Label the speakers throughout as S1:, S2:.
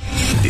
S1: The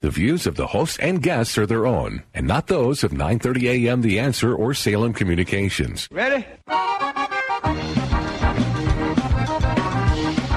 S2: The views of the hosts and guests are their own, and not those of 9:30 a.m. The Answer or Salem Communications.
S3: Ready?
S4: Oh,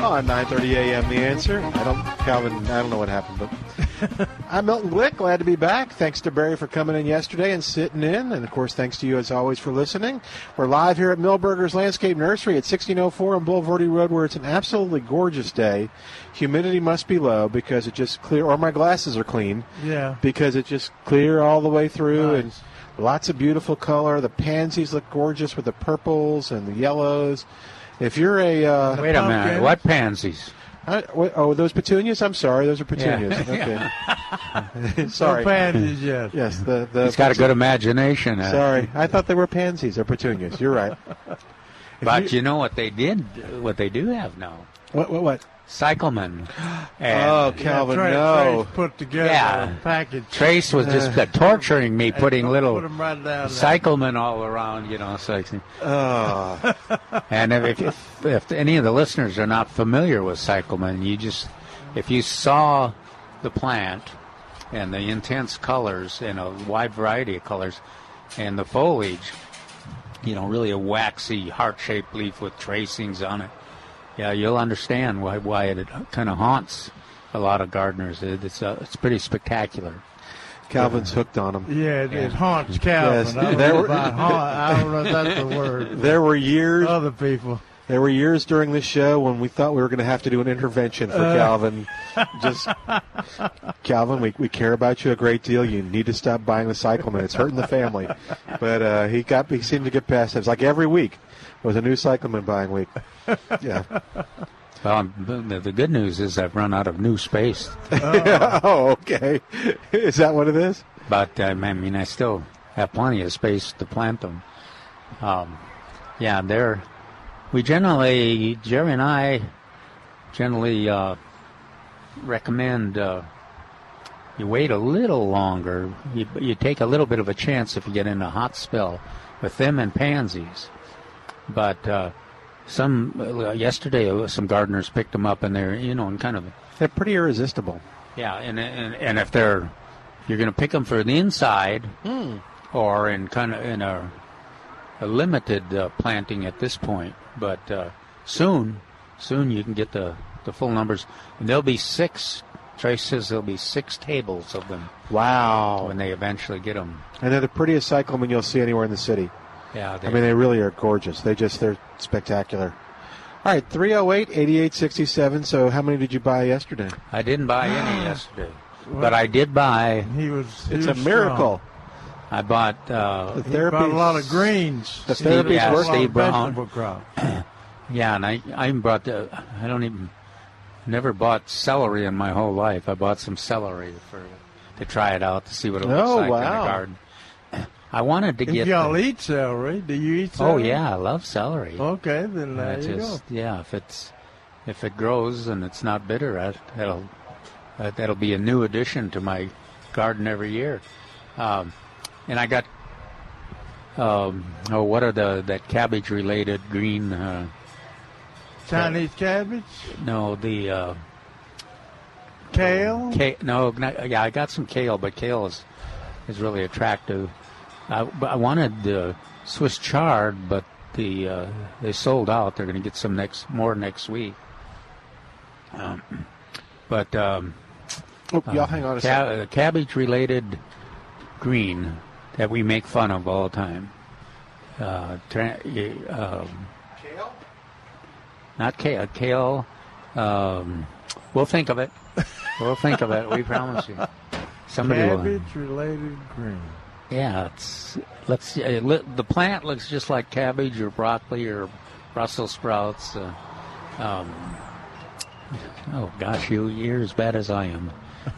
S5: on 9:30 a.m. The answer. I don't, Calvin. I don't know what happened, but I'm Milton Glick. Glad to be back. Thanks to Barry for coming in yesterday and sitting in, and of course, thanks to you as always for listening. We're live here at Millburgers Landscape Nursery at 1604 on Boulevardy Road, where it's an absolutely gorgeous day. Humidity must be low because it just clear, or my glasses are clean
S3: Yeah.
S5: because it just clear all the way through and. Lots of beautiful color. The pansies look gorgeous with the purples and the yellows. If you're a uh,
S6: Wait a minute.
S3: Pumpkin.
S6: What pansies?
S5: I, wait, oh, those petunias? I'm sorry, those are petunias. Okay. sorry.
S3: No pansies yet.
S5: yes, the the.
S6: He's got a good imagination. uh,
S5: Sorry, I thought they were pansies. They're petunias. You're right.
S6: But you know what they did? What they do have now?
S5: What? What? What?
S6: Cyclemen.
S5: oh,
S6: And
S3: Yeah,
S5: Calvin,
S3: try to
S5: no.
S3: trace, put together
S6: Yeah.
S3: and package.
S6: Trace was just uh, torturing me, putting
S3: put-
S6: little
S3: put 'em right down there.
S6: cyclemen all around, you know. So I can-
S5: Oh,
S6: and if, if, if any of the listeners are not familiar with cyclemen, you just if you saw the plant and the intense colors and a wide variety of colors and the foliage, you know, really a waxy heart-shaped leaf with tracings on it. Yeah, you'll understand why why it kind of haunts a lot of gardeners. It, it's uh, it's pretty spectacular.
S5: Calvin's hooked on them.
S3: Yeah, it, it haunts Calvin.
S5: Yes,
S3: I, don't
S5: there
S3: know
S5: were-
S3: about haunt. I don't know if that's the word.
S5: There were years.
S3: Other people.
S5: There were years during this show when we thought we were going to have to do an intervention for
S3: Uh.
S5: Calvin. Just Calvin, we, we care about you a great deal. You need to stop buying the cyclamen. It's hurting the family. But uh, he got he seemed to get past it. It's like every week was a new cyclamen buying week. Yeah.
S6: Well, I'm- the, the good news is I've run out of new space
S5: oh, okay. Is that what it is?
S6: But um, I mean, I still have plenty of space to plant them. Um, yeah, they're we generally Jerry and I generally uh, recommend uh, you wait a little longer. You, you take a little bit of a chance if you get in a hot spell with them and pansies. But uh, some uh, yesterday, uh, some gardeners picked them up and they're you know in kind of
S5: They're pretty irresistible.
S6: yeah, and and, and if they're you're going to pick them for the inside
S3: Hmm.
S6: or in kind of in a, a limited uh, planting at this point, but uh, soon soon you can get the the full numbers, and there'll be six. Trey says there'll be six tables of them
S5: Wow.
S6: when they eventually get them.
S5: And they're the prettiest cyclamen you'll see anywhere in the city.
S6: Yeah, they,
S5: I mean, they really are gorgeous. They just, they're spectacular. All right, 308 8867. So, how many did you buy yesterday?
S6: I didn't buy any yesterday, but I did buy.
S3: He was. he
S5: It's a
S3: was
S5: miracle.
S6: I bought uh,
S5: The
S3: Strong. He
S5: therapy.
S3: bought a lot of greens.
S5: The therapy's
S6: Yeah,
S5: working.
S6: Steve Brown.
S3: Vegetable crop.
S6: Yeah, and I, I even brought the. I don't even. Never bought celery in my whole life. I bought some celery for to try it out to see what it looks
S5: Oh,
S6: like in
S5: wow.
S6: the garden. I wanted to
S3: If
S6: get.
S3: y'all
S6: the-
S3: eat celery, do you eat
S6: oh
S3: celery?
S6: yeah, I love celery.
S3: Okay, then uh,
S6: I
S3: there you
S6: just- yeah, if it's if it grows and it's not bitter, I, that'll that, that'll be a new addition to my garden every year. Um, and I got um, oh, what are the that cabbage related green? Uh,
S3: go. Chinese cabbage,
S6: no, the. Uh,
S3: kale.
S6: Kale, no, not, yeah, I got some kale, but kale is, is really attractive. I, but I wanted the Swiss chard, but the uh, they sold out. They're going to get some next more next week. Um, But um,
S5: Oh, y'all hang on a second.
S6: cabbage related uh, green that we make fun of all the time. Uh, tra- y- um,
S5: Kale?
S6: not kale, uh, kale. Um, we'll think of it. We'll think of it. We promise you. Somebody will.
S3: Cabbage related green.
S6: Yeah, it's let's. It, look- the plant looks just like cabbage or broccoli or Brussels sprouts. Uh, um, oh gosh, you you're as bad as I am.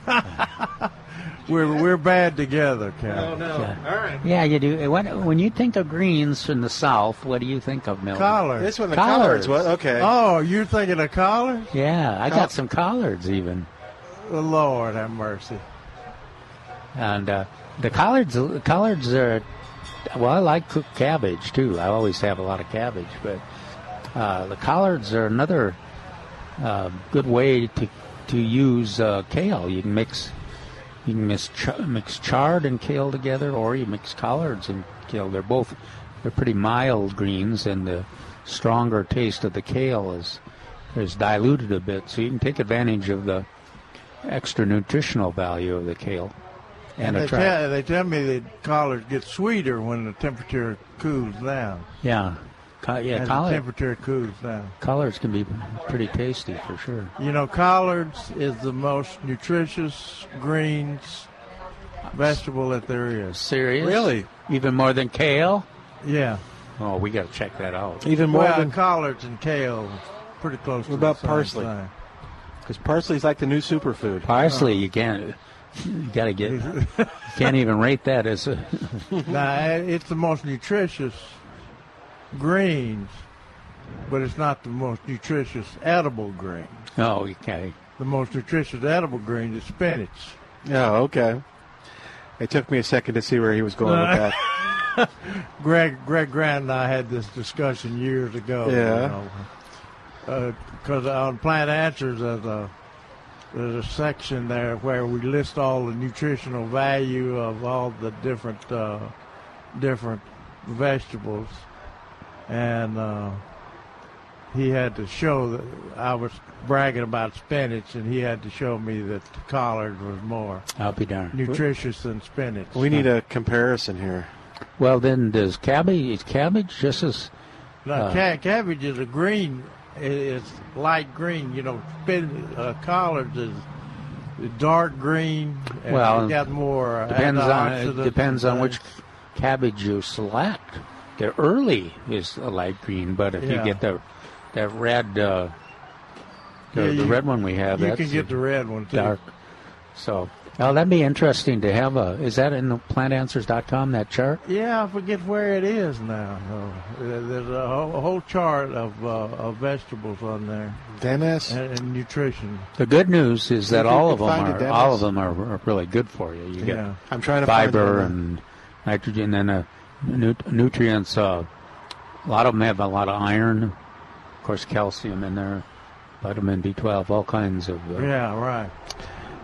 S3: We're we're bad together, Cal.
S5: Oh, no. All right.
S6: Yeah, you do. When, when you think of greens in the South, what do you think of, Milton?
S3: Collard.
S5: This one, the
S6: Collards.
S5: collards. What? Okay.
S3: Oh, you're thinking of collars?
S6: Yeah, I
S5: Col-
S6: got some collards even,
S3: Oh, Lord have mercy.
S6: and uh, the collards collards are. Well, I like cooked cabbage too. I always have a lot of cabbage, but uh, the collards are another uh, good way to to use uh, kale. You can mix you can mix char- mix chard and kale together, or you mix collards and kale. They're both they're pretty mild greens, and the stronger taste of the kale is is diluted a bit. So you can take advantage of the extra nutritional value of the kale. And
S3: They
S6: attract.
S3: tell, they tell me that collards get sweeter when the temperature cools down.
S6: Yeah, Co- yeah.
S3: As the
S6: Collard,
S3: temperature cools down.
S6: collards can be pretty tasty for sure.
S3: You know, collards is the most nutritious greens vegetable that there is.
S6: Serious?
S3: Really?
S6: Even more than kale?
S3: Yeah.
S6: Oh, we got to check that out.
S5: Even more
S3: Well,
S5: than
S3: collards and kale, pretty close.
S5: What
S3: to
S5: about
S3: the same
S5: parsley?
S3: thing.
S5: because parsley's like the new superfood.
S6: Parsley, you can't. You got to get. You can't even rate that as a.
S3: Now, it- it's the most nutritious greens, but it's not the most nutritious edible green.
S6: Oh, okay.
S3: The most nutritious edible green is spinach.
S5: Oh, okay. It took me a second to see where he was going with that.
S3: Greg, Greg Grant and I had this discussion years ago.
S5: Yeah.
S3: Because on Plant Answers, there's a, there's a section there where we list all the nutritional value of all the different uh, different vegetables, and uh, he had to show that I was bragging about spinach, and he had to show me that the collard was more
S6: I'll be darned.
S3: nutritious than spinach.
S5: We need a comparison here.
S6: Well, then, does cabbage? Is cabbage just as?
S3: Now,
S6: Uh.
S3: ca- cabbage is a green. i- It's light green. You know, spin, uh, collards is dark green. And
S6: Well,
S3: they got more uh,
S6: Depends on.
S3: antioxidants
S6: It depends
S3: and
S6: on which
S3: things.
S6: cabbage you select. The early is a light green, but if
S3: Yeah.
S6: you get the that red, uh, the,
S3: Yeah,
S6: the
S3: you-
S6: red one we have,
S3: You
S6: that's
S3: can get the red one too.
S6: dark. So, oh, that'd be interesting to have a. Is that in the plantanswers.com that chart?
S3: Yeah, I forget where it is now. though. Uh, There's a whole, a whole chart of, uh, of vegetables on there
S5: Dennis,
S3: and, and nutrition.
S6: The good news is that
S5: You
S6: all of
S5: can
S6: them
S5: find it,
S6: are
S5: Dennis.
S6: all of them are, are really good for you. You get
S3: Yeah.
S5: I'm trying to
S6: fiber
S5: find
S6: and nitrogen and uh, nut- nutrients. Uh, a lot of them have a lot of iron, of course, calcium in there, vitamin B12, all kinds of uh,
S3: Yeah, right.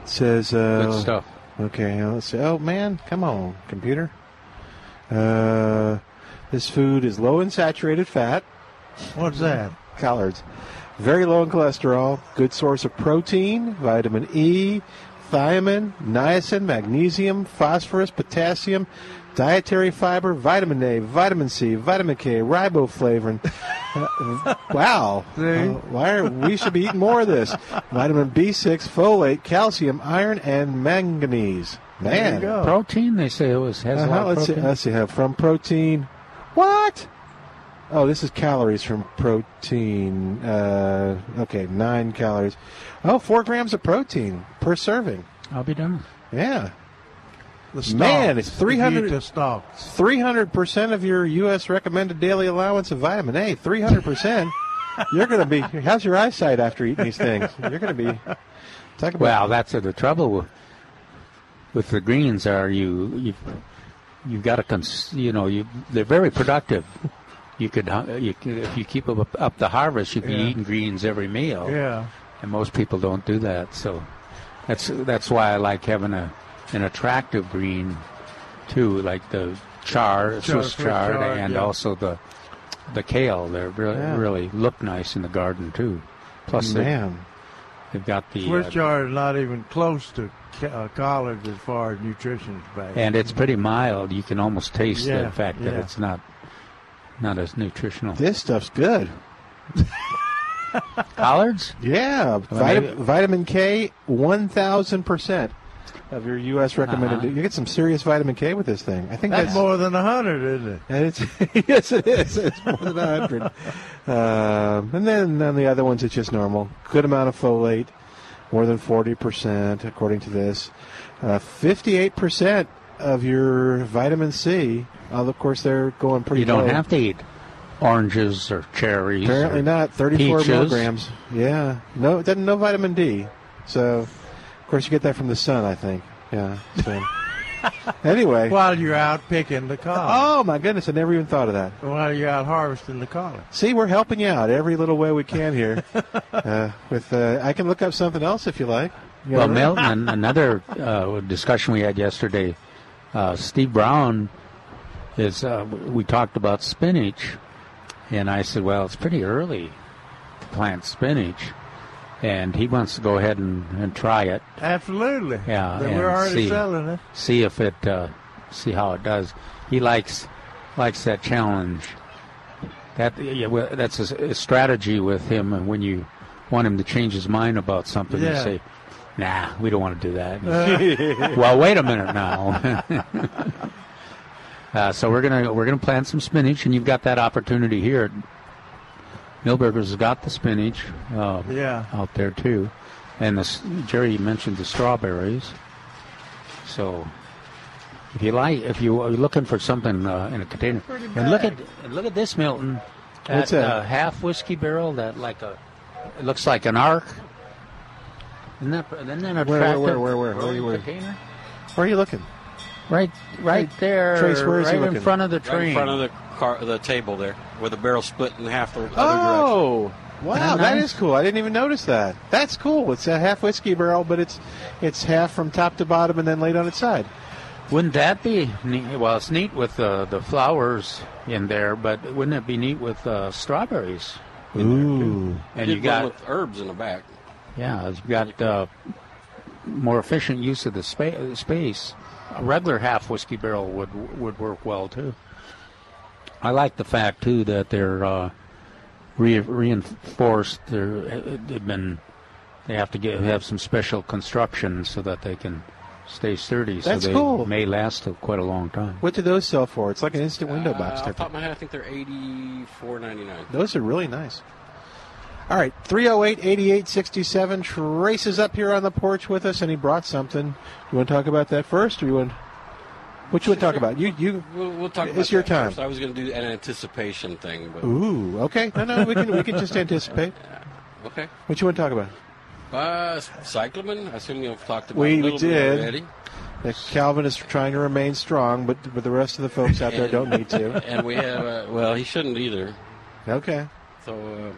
S5: It says
S6: good
S5: uh,
S6: stuff.
S5: Okay, let's see. Oh man, come on, computer. Uh, this food is low in saturated fat,
S3: What's that?
S5: collards, very low in cholesterol, good source of protein, vitamin E, thiamine, niacin, magnesium, phosphorus, potassium, dietary fiber, vitamin A, vitamin C, vitamin K, riboflavin. Uh, wow,
S3: See?
S5: Uh, why are, we should be eating more of this? Vitamin B6, folate, calcium, iron, and manganese. Man,
S3: There you go.
S6: Protein, they say it was has a
S5: uh-huh,
S6: lot of
S5: let's see.
S6: protein.
S5: Let's see. Have from protein. What? Oh, this is calories from protein. Uh, okay, nine calories. Oh, four grams of protein per serving.
S6: I'll be done.
S5: Yeah,
S3: The stalks.
S5: Man, it's
S3: You eat
S5: 300
S3: the stalks.
S5: three hundred percent of your U.S. recommended daily allowance of vitamin A. Three hundred percent. You're gonna be. How's your eyesight after eating these things? You're gonna be. Talk about
S6: Well, that's the trouble with, with the greens. Are you you you've got to cons- you know you they're very productive. You could hu- you could, if you keep up up the harvest, you'd be
S3: Yeah.
S6: eating greens every meal.
S3: Yeah.
S6: and most people don't do that. So that's that's why I like having a an attractive green too, like the char, Swiss
S3: Swiss
S6: chard,
S3: chard,
S6: and
S3: yeah.
S6: also the the kale. They really
S5: Yeah.
S6: really look nice in the garden too. Plus, they
S5: man.
S6: They've got the
S3: Swiss
S6: uh,
S3: chard is not even close to ca- uh, college as far as nutrition is bad.
S6: and it's pretty mild. You can almost taste
S3: Yeah,
S6: the fact that
S3: yeah.
S6: it's not not as nutritional.
S5: This stuff's good.
S6: Collards?
S5: Yeah,
S6: Well, maybe-
S5: vitamin, vitamin K, one thousand percent of your U.S. recommended.
S6: Uh-huh.
S5: You get some serious vitamin K with this thing. I think
S3: that's
S5: that's,
S3: more than a hundred, isn't it?
S5: And it's yes, it is. It's more than hundred. um, and then on the other ones, it's just normal. Good amount of folate, more than forty percent according to this. Uh, Fifty-eight percent of your vitamin C. Uh, of course, they're going pretty.
S6: You don't
S5: low.
S6: have to eat oranges or cherries.
S5: Apparently
S6: or-
S5: not. Thirty-four
S6: Peaches.
S5: milligrams. Yeah. No, it doesn't. No vitamin D. So, of course, you get that from the sun. I think. Yeah. So. anyway.
S3: While you're out picking the collard,
S5: Oh my goodness! I never even thought of that.
S3: while you're out harvesting the collard.
S5: See, we're helping you out every little way we can here. uh, with uh, I can look up something else if you like. You
S6: Well,
S5: know?
S6: Milton, an- another uh, discussion we had yesterday, uh, Steve Brown is, uh, we talked about spinach, and I said, well, it's pretty early to plant spinach, and he wants to go ahead and, and try it,
S3: Absolutely.
S6: Yeah,
S3: But
S6: and
S3: we're already
S6: see.
S3: selling it.
S6: see if it, uh, see how it does. He likes, likes that challenge. That, yeah, well, that's a, s- a strategy with him, and when you want him to change his mind about something, you
S3: Yeah.
S6: say, nah, we don't want to do that. well, wait a minute now. uh, so we're gonna we're gonna plant some spinach, and you've got that opportunity here. Milberger's got the spinach uh,
S3: Yeah.
S6: out there too, and the, s- Jerry mentioned the strawberries. So if you like, if you are looking for something uh, in a container, and look at and look at this, Milton. That,
S5: What's that?
S6: Uh, half whiskey barrel that like a it looks like an arc. Isn't that, isn't that
S5: where,
S6: attractive?
S5: where, where, where, where,
S6: Rolling
S5: where?
S6: container?
S5: Where are you looking?
S6: Right, right there.
S5: Trace, where is he
S6: right in
S5: looking?
S6: front of the
S7: Right
S6: train.
S7: in front of the car, the table there, with the barrel split in half the other direction.
S5: Oh,
S7: Ah,
S5: wow,
S6: Isn't that
S5: that
S6: nice?
S5: is cool. I didn't even notice that. That's cool. It's a half whiskey barrel, but it's it's half from top to bottom and then laid on its side.
S6: Wouldn't that be neat? Well, it's neat with uh, the flowers in there, but wouldn't it be neat with uh, strawberries?
S5: Ooh,
S6: And
S7: Did
S6: you
S7: one
S6: got
S7: with herbs in the back.
S6: yeah, you've got uh, more efficient use of the spa- space. A regular half whiskey barrel would would work well too. I like the fact too that they're uh, re- reinforced. They're, they've been they have to get, have some special construction so that they can stay sturdy.
S5: That's
S6: so they
S5: cool.
S6: may last a- quite a long time.
S5: what do those sell for? It's like an instant window box
S7: Uh, off
S5: type.
S7: the
S5: Thing.
S7: top of my head, I think they're eighty-four ninety-nine.
S5: Those are really nice. All right, 308 8867. Trace is up here on the porch with us, and he brought something. You want to talk about that first, or you want. What you want to talk about? You, you.
S7: We'll, we'll talk.
S5: It's
S7: about
S5: your
S7: that
S5: time.
S7: First. I was going to do an anticipation thing, but
S5: Ooh, okay. No, no, we can we can just anticipate.
S7: okay.
S5: What you want to talk about?
S7: Uh, cyclamen. I assume you've talked about.
S5: We-
S7: it
S5: we
S7: a little bit
S5: did.
S7: already.
S5: That Calvin is trying to remain strong, but but the rest of the folks out there don't need to.
S7: and we have. Uh, well, he shouldn't either.
S5: Okay.
S7: So uh,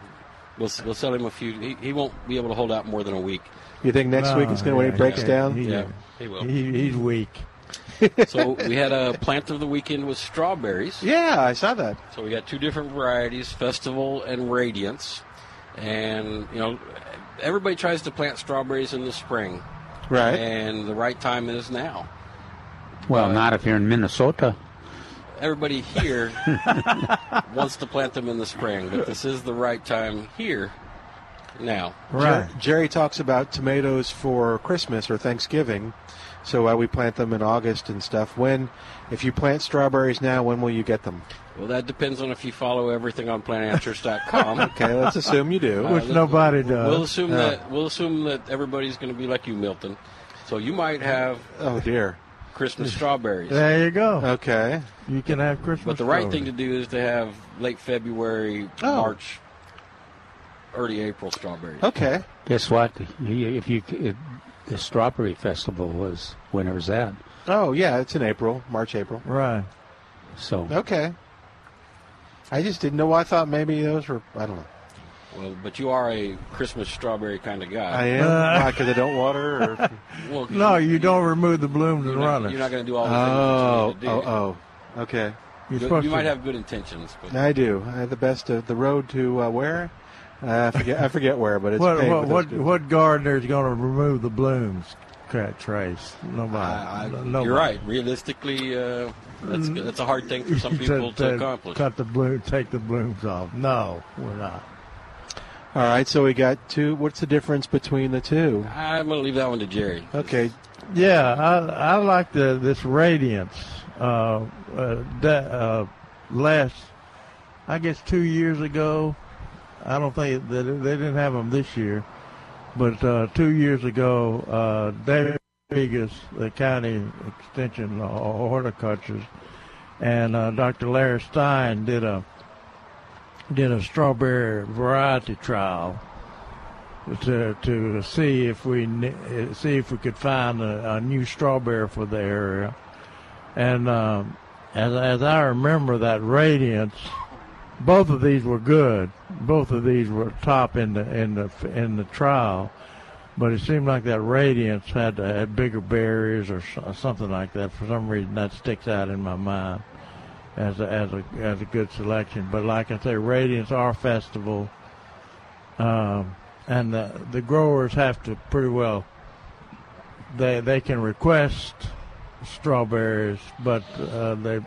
S7: we'll s- we'll sell him a few. He, he won't be able to hold out more than a week.
S5: You think next
S3: No,
S5: week it's going to when
S3: yeah,
S5: he breaks
S3: yeah,
S5: down?
S3: he-
S7: Yeah, he will.
S3: He, he's weak.
S7: so we had a plant of the weekend with strawberries.
S5: Yeah, I saw that.
S7: So we got two different varieties, Festival and Radiance. And, you know, everybody tries to plant strawberries in the spring.
S5: Right.
S7: And the right time is now.
S6: Well, not if you're in Minnesota.
S7: Everybody here wants to plant them in the spring, but this is the right time here now.
S3: Right.
S5: Jer- Jerry talks about tomatoes for Christmas or Thanksgiving, so why we plant them in August and stuff. When, if you plant strawberries now, when will you get them?
S7: Well, that depends on if you follow everything on plantanswers.com.
S5: Okay, let's assume you do.
S3: Which nobody does.
S7: Uh, We'll assume that we'll assume that everybody's going to be like you, Milton. So you might have
S5: Oh dear.
S7: Christmas strawberries.
S3: There you go.
S5: Okay.
S3: you can have Christmas.
S7: But the right thing
S3: strawberries.
S7: to do is to have late February,
S5: Oh.
S7: March, early April strawberries.
S5: Okay.
S6: Guess what? You- If you it, the strawberry festival was when was that?
S5: Oh yeah, it's in April, March, April.
S3: Right.
S6: So
S5: Okay. I just didn't know. I thought maybe those were. I don't know.
S7: Well, but you are a Christmas strawberry kind of
S5: I
S7: guy.
S5: am Why, 'cause I don't water. Or,
S7: Well,
S3: Uh, No, you don't remove the blooms and
S7: You're not,
S3: runners.
S7: you're not going to do all the
S5: oh,
S7: things that you need to do.
S5: oh, oh. Okay.
S3: You're
S7: You-
S3: supposed
S7: you might
S3: to-
S7: have good intentions, but
S5: I do. I have the best of the road to uh, where? I forget. I forget where, but it's
S3: What
S5: paid
S3: what
S5: with
S3: what,
S5: those
S3: what gardener is going to remove the blooms? Cat trace. Nobody.
S7: I, I,
S3: Nobody.
S7: you're right. Realistically, uh, that's,
S5: Mm-hmm.
S7: that's a hard thing for some
S3: To-
S7: people to
S3: to
S7: accomplish.
S3: Cut the bloom. Take the blooms off. No, we're not.
S5: All right, so we got two. What's the difference between the two?
S7: I'm going to leave that one to Jerry.
S5: Okay,
S3: Yeah, I I like the this radiance. Uh, uh, de- uh, last, I guess two years ago, I don't think that they didn't have them this year, but uh, two years ago, uh, David Vegas, the county extension uh, horticulturist, and uh, Dr. Larry Stein did a did a strawberry variety trial to to see if we kn- see if we could find a, a new strawberry for the area, and um, as as I remember that radiance, both of these were good. Both of these were top in the in the in the trial, but it seemed like that radiance had, had bigger berries or so- something like that. For some reason, that sticks out in my mind as a, as a as a good selection. But like I say, radiance our festival um, and the, the growers have to pretty well they they can request strawberries but uh, they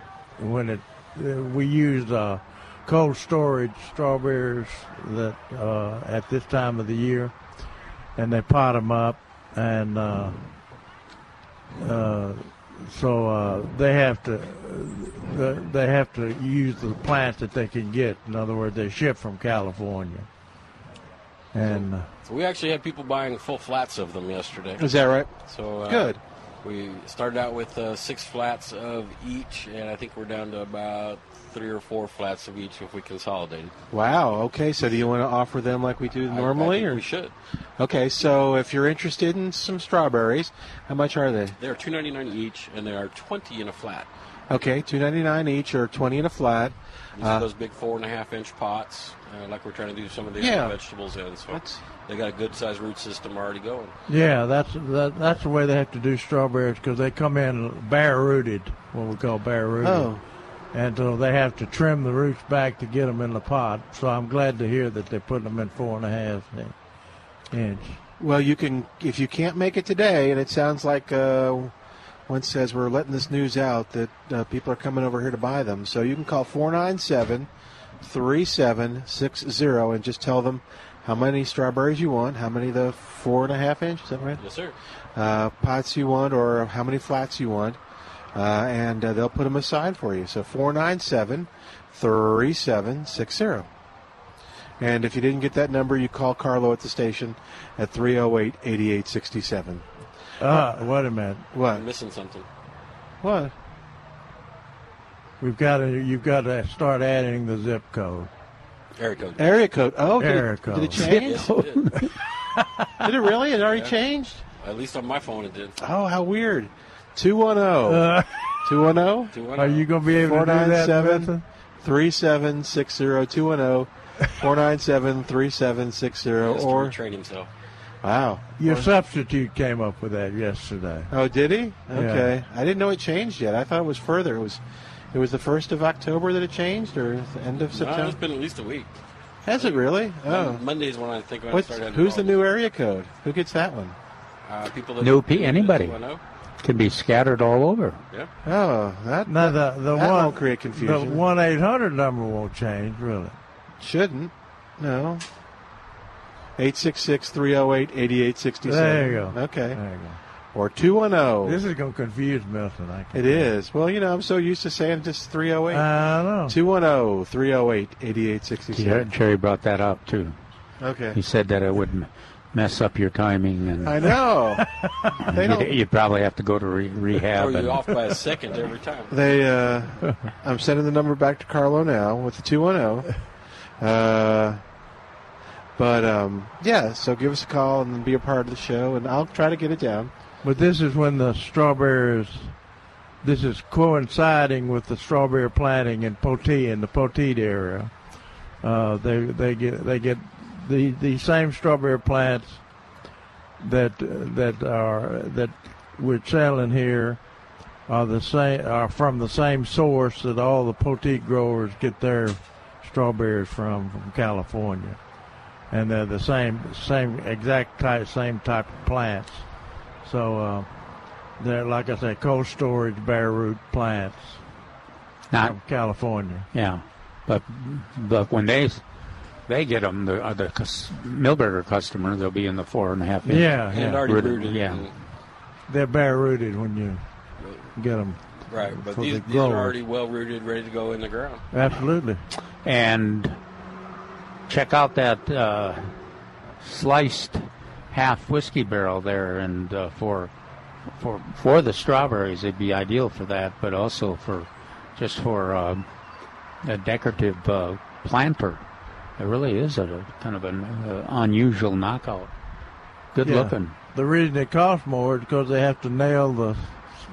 S3: when it uh, we use uh, cold storage strawberries that uh, at this time of the year and they pot them up and uh, uh, so uh, they have to uh, they have to use the plants that they can get in other words they ship from California and uh,
S7: So we actually had people buying full flats of them yesterday.
S5: is that right?
S7: So uh,
S5: Good.
S7: We started out with uh, six flats of each, and I think we're down to about three or four flats of each if we consolidated.
S5: Wow. Okay, so do you want to offer them like we do
S7: I- I
S5: normally,
S7: think
S5: or
S7: we should.
S5: okay? So if you're interested in some strawberries, how much are they?
S7: They are two ninety nine each, and there are twenty in a flat.
S5: Okay, two ninety nine each, or twenty in a flat.
S7: These
S5: Uh,
S7: are those big four and a half inch pots, uh, like we're trying to do some of the
S5: Yeah.
S7: other vegetables in. So
S5: That's-
S7: they got a good sized root system already going.
S3: Yeah, that's that, that's the way they have to do strawberries because they come in bare rooted, what we call bare rooted.
S5: Oh.
S3: And so they have to trim the roots back to get them in the pot. So I'm glad to hear that they're putting them in four and a half in- inch.
S5: Well, you can if you can't make it today, and it sounds like uh, one says we're letting this news out that uh, people are coming over here to buy them. So you can call 497 3760 and just tell them how many strawberries you want, how many of the four and a half inch, is that right?
S7: Yes, sir.
S5: Uh, pots you want, or how many flats you want, uh, and uh, they'll put them aside for you. So 497 3760. And if you didn't get that number, you call Carlo at the station at 308 8867.
S3: Uh, wait a minute.
S5: What?
S7: I'm missing something.
S5: What?
S3: We've got to you've got to start adding the zip code.
S7: Area code.
S5: Area code. Oh, did,
S3: Area
S5: it, did
S3: code.
S5: it change?
S7: Yes, it did.
S5: did it really? It already changed?
S7: At least on my phone, it did.
S5: Oh, how weird. 210. 210?
S7: Do you wanna-
S3: Uh, Are you going to be able to do that?
S5: 497
S3: Vincent?
S5: 3760 210 497 3760
S7: Just to
S5: or
S7: retrain himself.
S5: wow
S3: Your substitute came up with that yesterday.
S5: oh did he okay I didn't know it changed yet I thought it was further it was it was the first of October that it changed or the end of
S7: No, it's
S5: September
S7: been at least a week.
S5: has it really oh
S7: Monday's when I think when
S5: What's,
S7: I started.
S5: who's the new area code who gets that one?
S7: uh, people? That
S6: New P- anybody.
S7: That know.
S6: Can be scattered all over.
S7: oh? Yeah.
S5: Oh, that
S3: Now the the
S5: That
S3: one
S5: won't create confusion.
S3: The one eight hundred number won't change really.
S5: shouldn't. No. 866-308-8867.
S3: There you go.
S5: Okay.
S3: There you go.
S5: Or 210.
S3: This is gonna confuse Milton. I can
S5: it is. Well, you know, I'm so used to saying just 308.
S3: I know.
S6: Jer-
S5: oh, 210-308-8867.
S6: Jerry brought that up too. He
S5: Okay.
S6: said that it would m- mess up your timing,
S5: I
S6: and
S5: know. they
S6: you'd,
S5: don't,
S6: you'd probably have to go to re-
S7: Throw
S6: rehab.
S7: you
S6: and-
S7: off by a second every time.
S5: they uh, I'm sending the number back to Carlo now with the 210. Uh, but um, yeah, so give us a call and be a part of the show and I'll try to get it down.
S3: But this is when the strawberries. This is coinciding with the strawberry planting in Poteet in the Poteet area. Uh, they they get they get the the same strawberry plants that that are that we're selling here are the same are from the same source that all the Poteet growers get their strawberries from from California, and they're the same same exact type same type of plants. So uh, they're like I say, cold storage bare root plants
S6: Not
S3: from California.
S6: yeah, but but when they they get them, the uh, the cus- Millburger customer, they'll be in the four and a half inch.
S3: Yeah,
S7: And
S3: yeah.
S7: already
S6: Rooted,
S7: rooted.
S6: yeah.
S7: and-
S3: they're bare rooted when you get them.
S7: Right, but
S3: For
S7: these,
S3: the
S7: these are
S3: grower.
S7: already well rooted, ready to go in the ground.
S3: Absolutely.
S6: and check out that uh, sliced half whiskey barrel there. And uh, for for for the strawberries, it'd be ideal for that, but also for just for um, a decorative uh, planter. It really is a, a kind of an uh, unusual knockout. Good
S3: Yeah.
S6: looking.
S3: The reason it costs more is because they have to nail the s-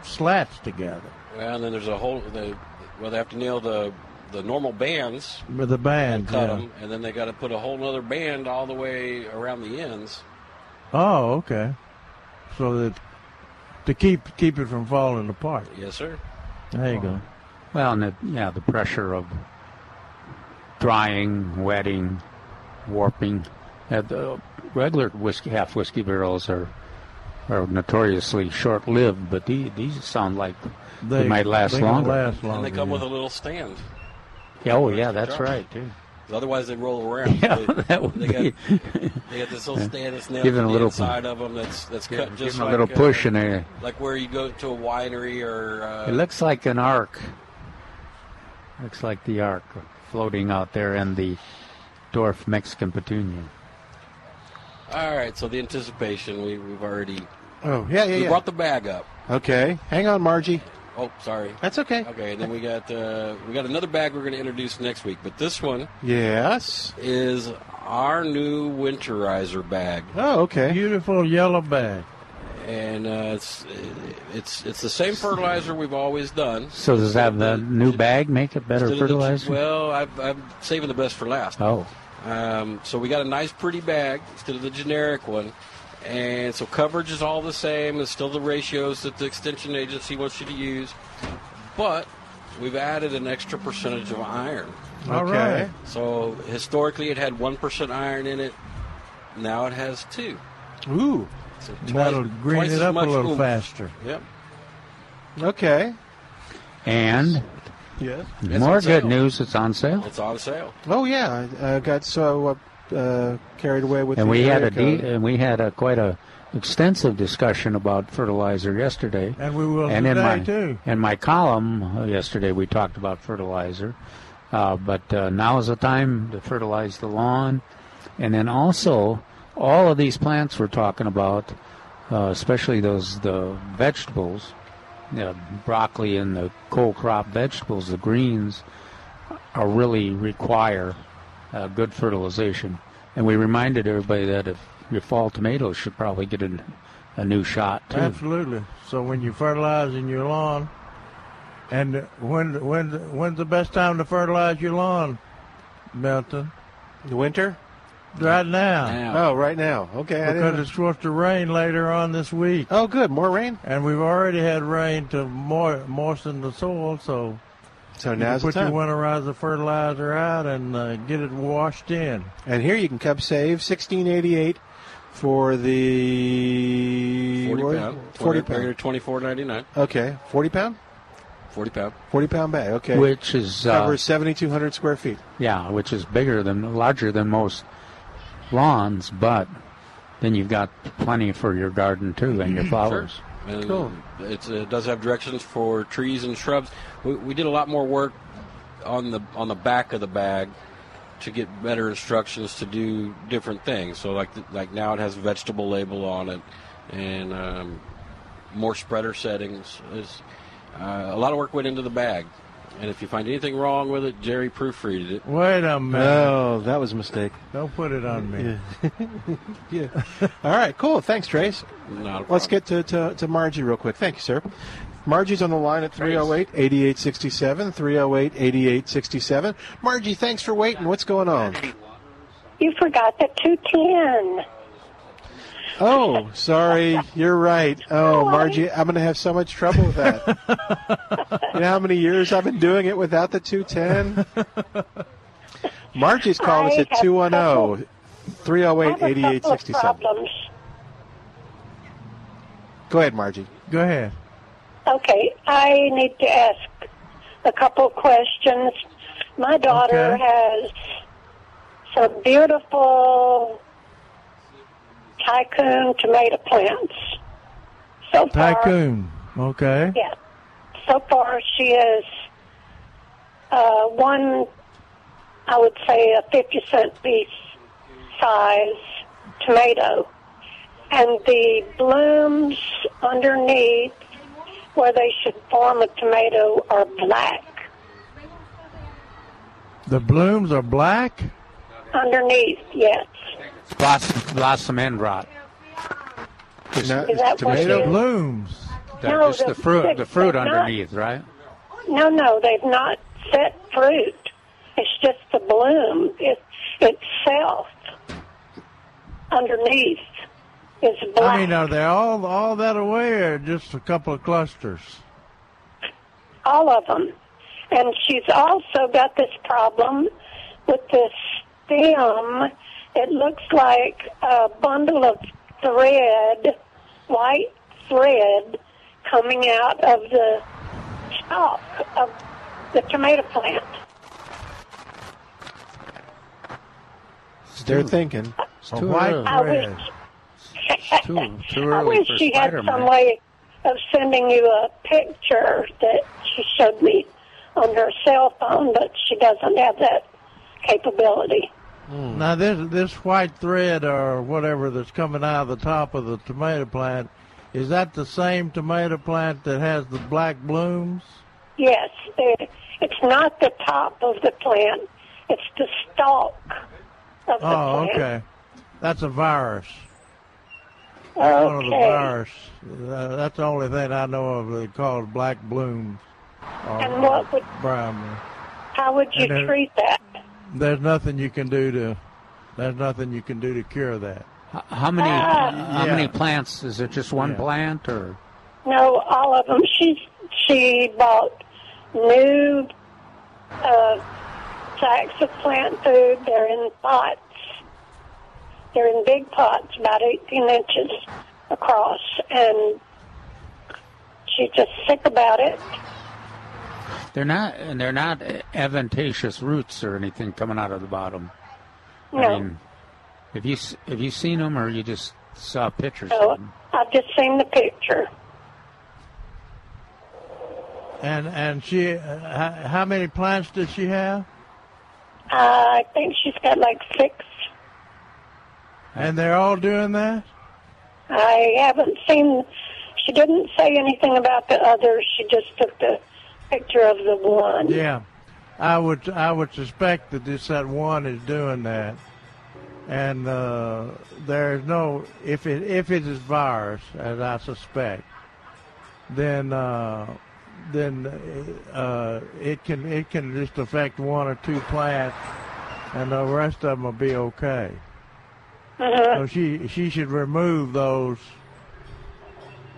S3: slats together
S7: Well, and then there's a whole. They, well, they have to nail the the normal bands,
S3: with the band.
S7: cut
S3: yeah.
S7: them, and then they got to put a whole other band all the way around the ends.
S3: Oh, okay. So that to keep keep it from falling apart.
S7: Yes, sir.
S3: There you go.
S6: Well, and the, yeah, the pressure of drying, wetting, warping. Uh, the regular whiskey, half whiskey barrels are are notoriously short-lived, but the, these sound like they, might last
S3: they can
S6: longer.
S3: Last longer.
S7: and they come
S3: yeah.
S7: with a little stand.
S6: Yeah, oh, yeah, that's right. Too.
S7: 'Cause Otherwise, they roll around.
S6: Yeah,
S7: they,
S6: that would
S7: they
S6: be
S7: Got, they got this little stand that's nailed
S6: Give it
S7: to
S6: a
S7: the
S6: little-
S7: inside of them. That's that's cut
S6: give
S7: just
S6: them a
S7: like
S6: little
S7: uh,
S6: push, and they,
S7: like where you go to a winery or uh,
S6: it looks like an arc. Looks like the arc floating out there in the dwarf Mexican petunia.
S7: All right, so the anticipation we, we've already
S5: Oh, yeah, yeah,
S7: we
S5: yeah.
S7: brought the bag up.
S5: okay. Hang on, Margie.
S7: Oh, sorry.
S5: That's okay.
S7: Okay, and then we got uh, we got another bag we're going to introduce next week, but this one
S5: Yes.
S7: is our new winterizer bag,
S5: Oh, okay.
S3: Beautiful yellow bag.
S7: and uh, it's it's it's the same fertilizer we've always done.
S6: So does that the new bag make it better fertilizer?
S7: Well, I've, I'm saving the best for last.
S6: oh.
S7: Um, so we got a nice, pretty bag instead of the generic one. And so coverage is all the same. It's still the ratios that the extension agency wants you to use. But we've added an extra percentage of iron.
S3: All
S5: Okay.
S3: right.
S7: So historically it had 1% iron in it. Now it has two.
S5: Ooh.
S7: So
S3: That'll green
S7: twice as
S3: it up a
S7: much
S3: little
S7: oomph.
S3: faster.
S7: Yep.
S5: Okay.
S6: And
S3: Yes.
S7: It's
S6: more
S7: on
S6: good
S7: sale.
S6: news, it's on sale.
S7: It's on sale.
S5: Oh, yeah. I uh, got so uh, uh, carried away with
S6: And
S5: the
S6: we had a
S5: area
S6: de-
S5: code.
S6: and we had a quite a extensive discussion about fertilizer yesterday.
S3: And we will
S6: And in
S3: today
S6: my
S3: too.
S6: in my column uh, yesterday, we talked about fertilizer. Uh, but uh, now is the time to fertilize the lawn, and then also all of these plants we're talking about, uh, especially those the vegetables, the broccoli and the cold crop vegetables, the greens, are really require uh, good fertilization. And we reminded everybody that if your fall tomatoes should probably get a, a new shot too.
S3: Absolutely. So when you fertilize in your lawn, and when when when's the best time to fertilize your lawn, Milton?
S5: The winter?
S3: Right now,
S7: Now,
S5: Oh, right now. Okay.
S3: because
S5: I didn't...
S3: it's supposed to rain later on this week,
S5: Oh, good. More rain.
S3: and we've already had rain to moist, moisten the soil. So
S5: So
S3: you can
S5: now's the
S3: put your
S5: time.
S3: winterizer fertilizer out and uh, get it washed in.
S5: And here you can come save sixteen eighty eight for the
S7: 40
S5: what-
S7: pound.
S5: 40
S7: Regular
S5: pound.
S7: 24.99.
S5: Okay, forty pound,
S7: 40 pound.
S5: forty pound bag. Okay,
S6: Which is uh,
S5: covers seventy two hundred square feet.
S6: yeah, which is bigger than larger than most lawns, but then you've got plenty for your garden too and your flowers.
S7: And
S6: Cool.
S7: It's, it does have directions for trees and shrubs. We, we did a lot more work on the on the back of the bag to get better instructions to do different things. So like the, like now it has a vegetable label on it and um, more spreader settings. It's, uh, a lot of work went into the bag. And if you find anything wrong with it, Jerry proofreaded it.
S3: Wait a minute!
S5: Oh, that was a mistake.
S3: Don't put it on me.
S5: Yeah. All right, cool. Thanks, Trace.
S7: Not a
S5: Let's
S7: problem.
S5: get to, to, to Margie real quick. Thank you, sir. Margie's on the line at 308 8867. 308 8867. Margie, thanks for waiting. What's going on?
S8: You forgot the 210.
S5: Oh, sorry. You're right. Oh, Margie, I'm going to have so much trouble with that. you know how many years I've been doing it without the 210? Margie's calling us
S8: I
S5: at oh.
S8: have
S5: 210 308
S8: I have a couple of
S5: 8867.
S8: problems.
S5: Go ahead, Margie.
S3: Go ahead.
S8: Okay, I need to ask a couple questions. My daughter
S3: Okay.
S8: has some beautiful tycoon tomato plants. So far,
S3: Tycoon. Okay.
S8: Yeah. So far, she is uh, one, I would say, a 50 cent piece size tomato. And the blooms underneath, where they should form a tomato, are black
S3: The blooms are black.
S8: underneath, yes.
S6: Blossom, blossom end rot.
S5: No,
S8: Is that what
S3: The
S8: it is?
S3: blooms.
S6: The-
S8: No,
S6: just the
S8: the-
S6: fruit, the fruit
S8: they're not-
S6: underneath, right?
S8: No, no, they've not set fruit. It's just the bloom it, itself underneath is black.
S3: I mean, are they all all that away, or just a couple of clusters?
S8: all of them. And she's also got this problem with this stem. It looks like a bundle of thread, white thread, coming out of the stalk of the tomato plant.
S5: They're thinking.
S6: It's
S3: A
S6: too
S3: white
S6: early.
S8: I
S3: thread.
S8: wish,
S6: It's too, too
S8: I
S6: early
S8: wish
S6: for
S8: she had
S6: Spider-Man.
S8: some way of sending you a picture that she showed me on her cell phone, but she doesn't have that capability.
S3: Hmm. Now this this white thread or whatever that's coming out of the top of the tomato plant, is that the same tomato plant that has the black blooms?
S8: Yes, it, it's not the top of the plant; it's the stalk of the
S3: Oh,
S8: plant.
S3: okay. That's a virus.
S8: okay.
S3: One of the virus. Uh, that's the only thing I know of that calls black blooms. Or
S8: And what would-
S3: brown. bloom.
S8: How would you
S3: And there-
S8: treat that?
S3: There's nothing you can do to. There's nothing you can do to cure that.
S6: H- How many, how
S3: Yeah.
S6: many plants? Is it just one
S3: Yeah.
S6: plant or?
S8: No, all of them. She she bought new uh, sacks of plant food. They're in pots. They're in big pots, about eighteen inches across, and she's just sick about it.
S6: They're not, and they're not adventitious roots or anything coming out of the bottom.
S8: No.
S6: I mean, have you s- have you seen them or you just saw pictures
S8: So
S6: of them?
S8: I've just seen the picture.
S3: And and she, uh, how, how many plants does she have?
S8: I think she's got like six.
S3: And they're all doing that.
S8: I haven't seen. She didn't say anything about the others. She just took the picture of the one.
S3: Yeah, I would I would suspect that this that one is doing that, and uh, there's no if it if it is virus as I suspect, then uh, then uh, it can it can just affect one or two plants, and the rest of them will be okay.
S8: Uh, Uh-huh.
S3: So she she should remove those.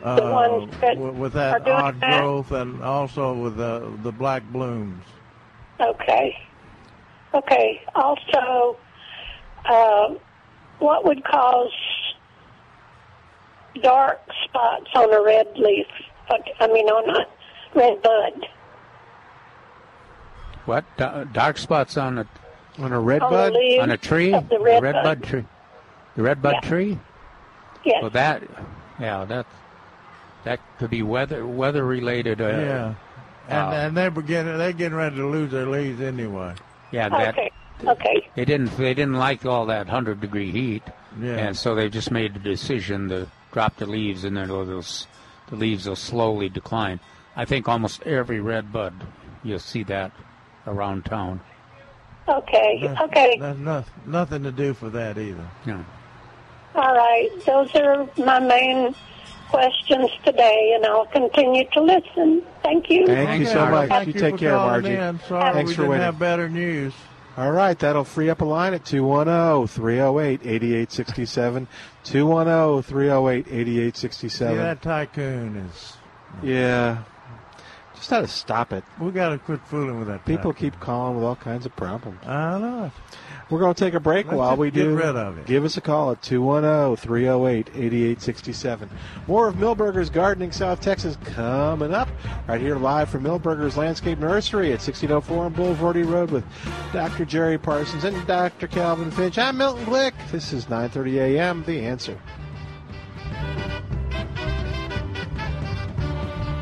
S3: Uh,
S8: ones that
S3: wi- with
S8: are
S3: that
S8: doing
S3: odd
S8: that.
S3: growth and also with the the black blooms.
S8: Okay. Okay. Also, uh, what would cause dark spots on a red leaf? Okay, I mean, on a red bud.
S6: What Da- dark spots on a
S5: On a red
S8: On the
S5: bud?
S8: leaves
S6: on a tree?
S8: Of the red,
S6: bud. tree. The red bud
S8: Yeah.
S6: tree.
S8: Yes.
S6: Well, that yeah that that could be weather weather related. Uh,
S3: Yeah. And,
S6: Wow.
S3: and they're beginning, they're getting ready to lose their leaves anyway.
S6: yeah, That
S8: okay. Okay.
S6: they didn't they didn't like all that hundred degree heat.
S3: Yeah.
S6: And so they just made the decision to drop the leaves, and then those the leaves will slowly decline. I think almost every red bud you'll see that around town.
S8: Okay.
S3: Uh-huh.
S8: Okay.
S3: There's no, nothing to do for that either.
S6: Yeah.
S8: All right. Those are my main questions today, and I'll continue to listen. Thank you.
S5: Thank you so
S3: Okay,
S5: much.
S3: Thank
S5: you
S3: you
S5: take
S3: for
S5: care,
S3: calling
S5: Margie.
S3: in. Sorry
S5: Thanks
S3: we
S5: for
S3: didn't
S5: waiting.
S3: have better news.
S5: All right, that'll free up a line at oh, 210 308 8867. 210 308
S3: See,
S5: 8867.
S3: that tycoon is.
S5: Yeah.
S9: Just got to stop it.
S3: We got to quit fooling with that.
S9: People
S3: crap.
S9: keep calling with all kinds of problems.
S3: I know. it.
S9: We're going to take a break
S3: Let's
S9: while
S3: just
S9: we
S3: get
S9: do.
S3: rid of it.
S9: Give us a call at oh, 210 308 8867. More of Millburgers Gardening South Texas coming up right here live from Millburgers Landscape Nursery at 1604 on Boulevardy Road with Dr. Jerry Parsons and Dr. Calvin Finch. I'm Milton Glick. This is 9:30 a.m. The Answer.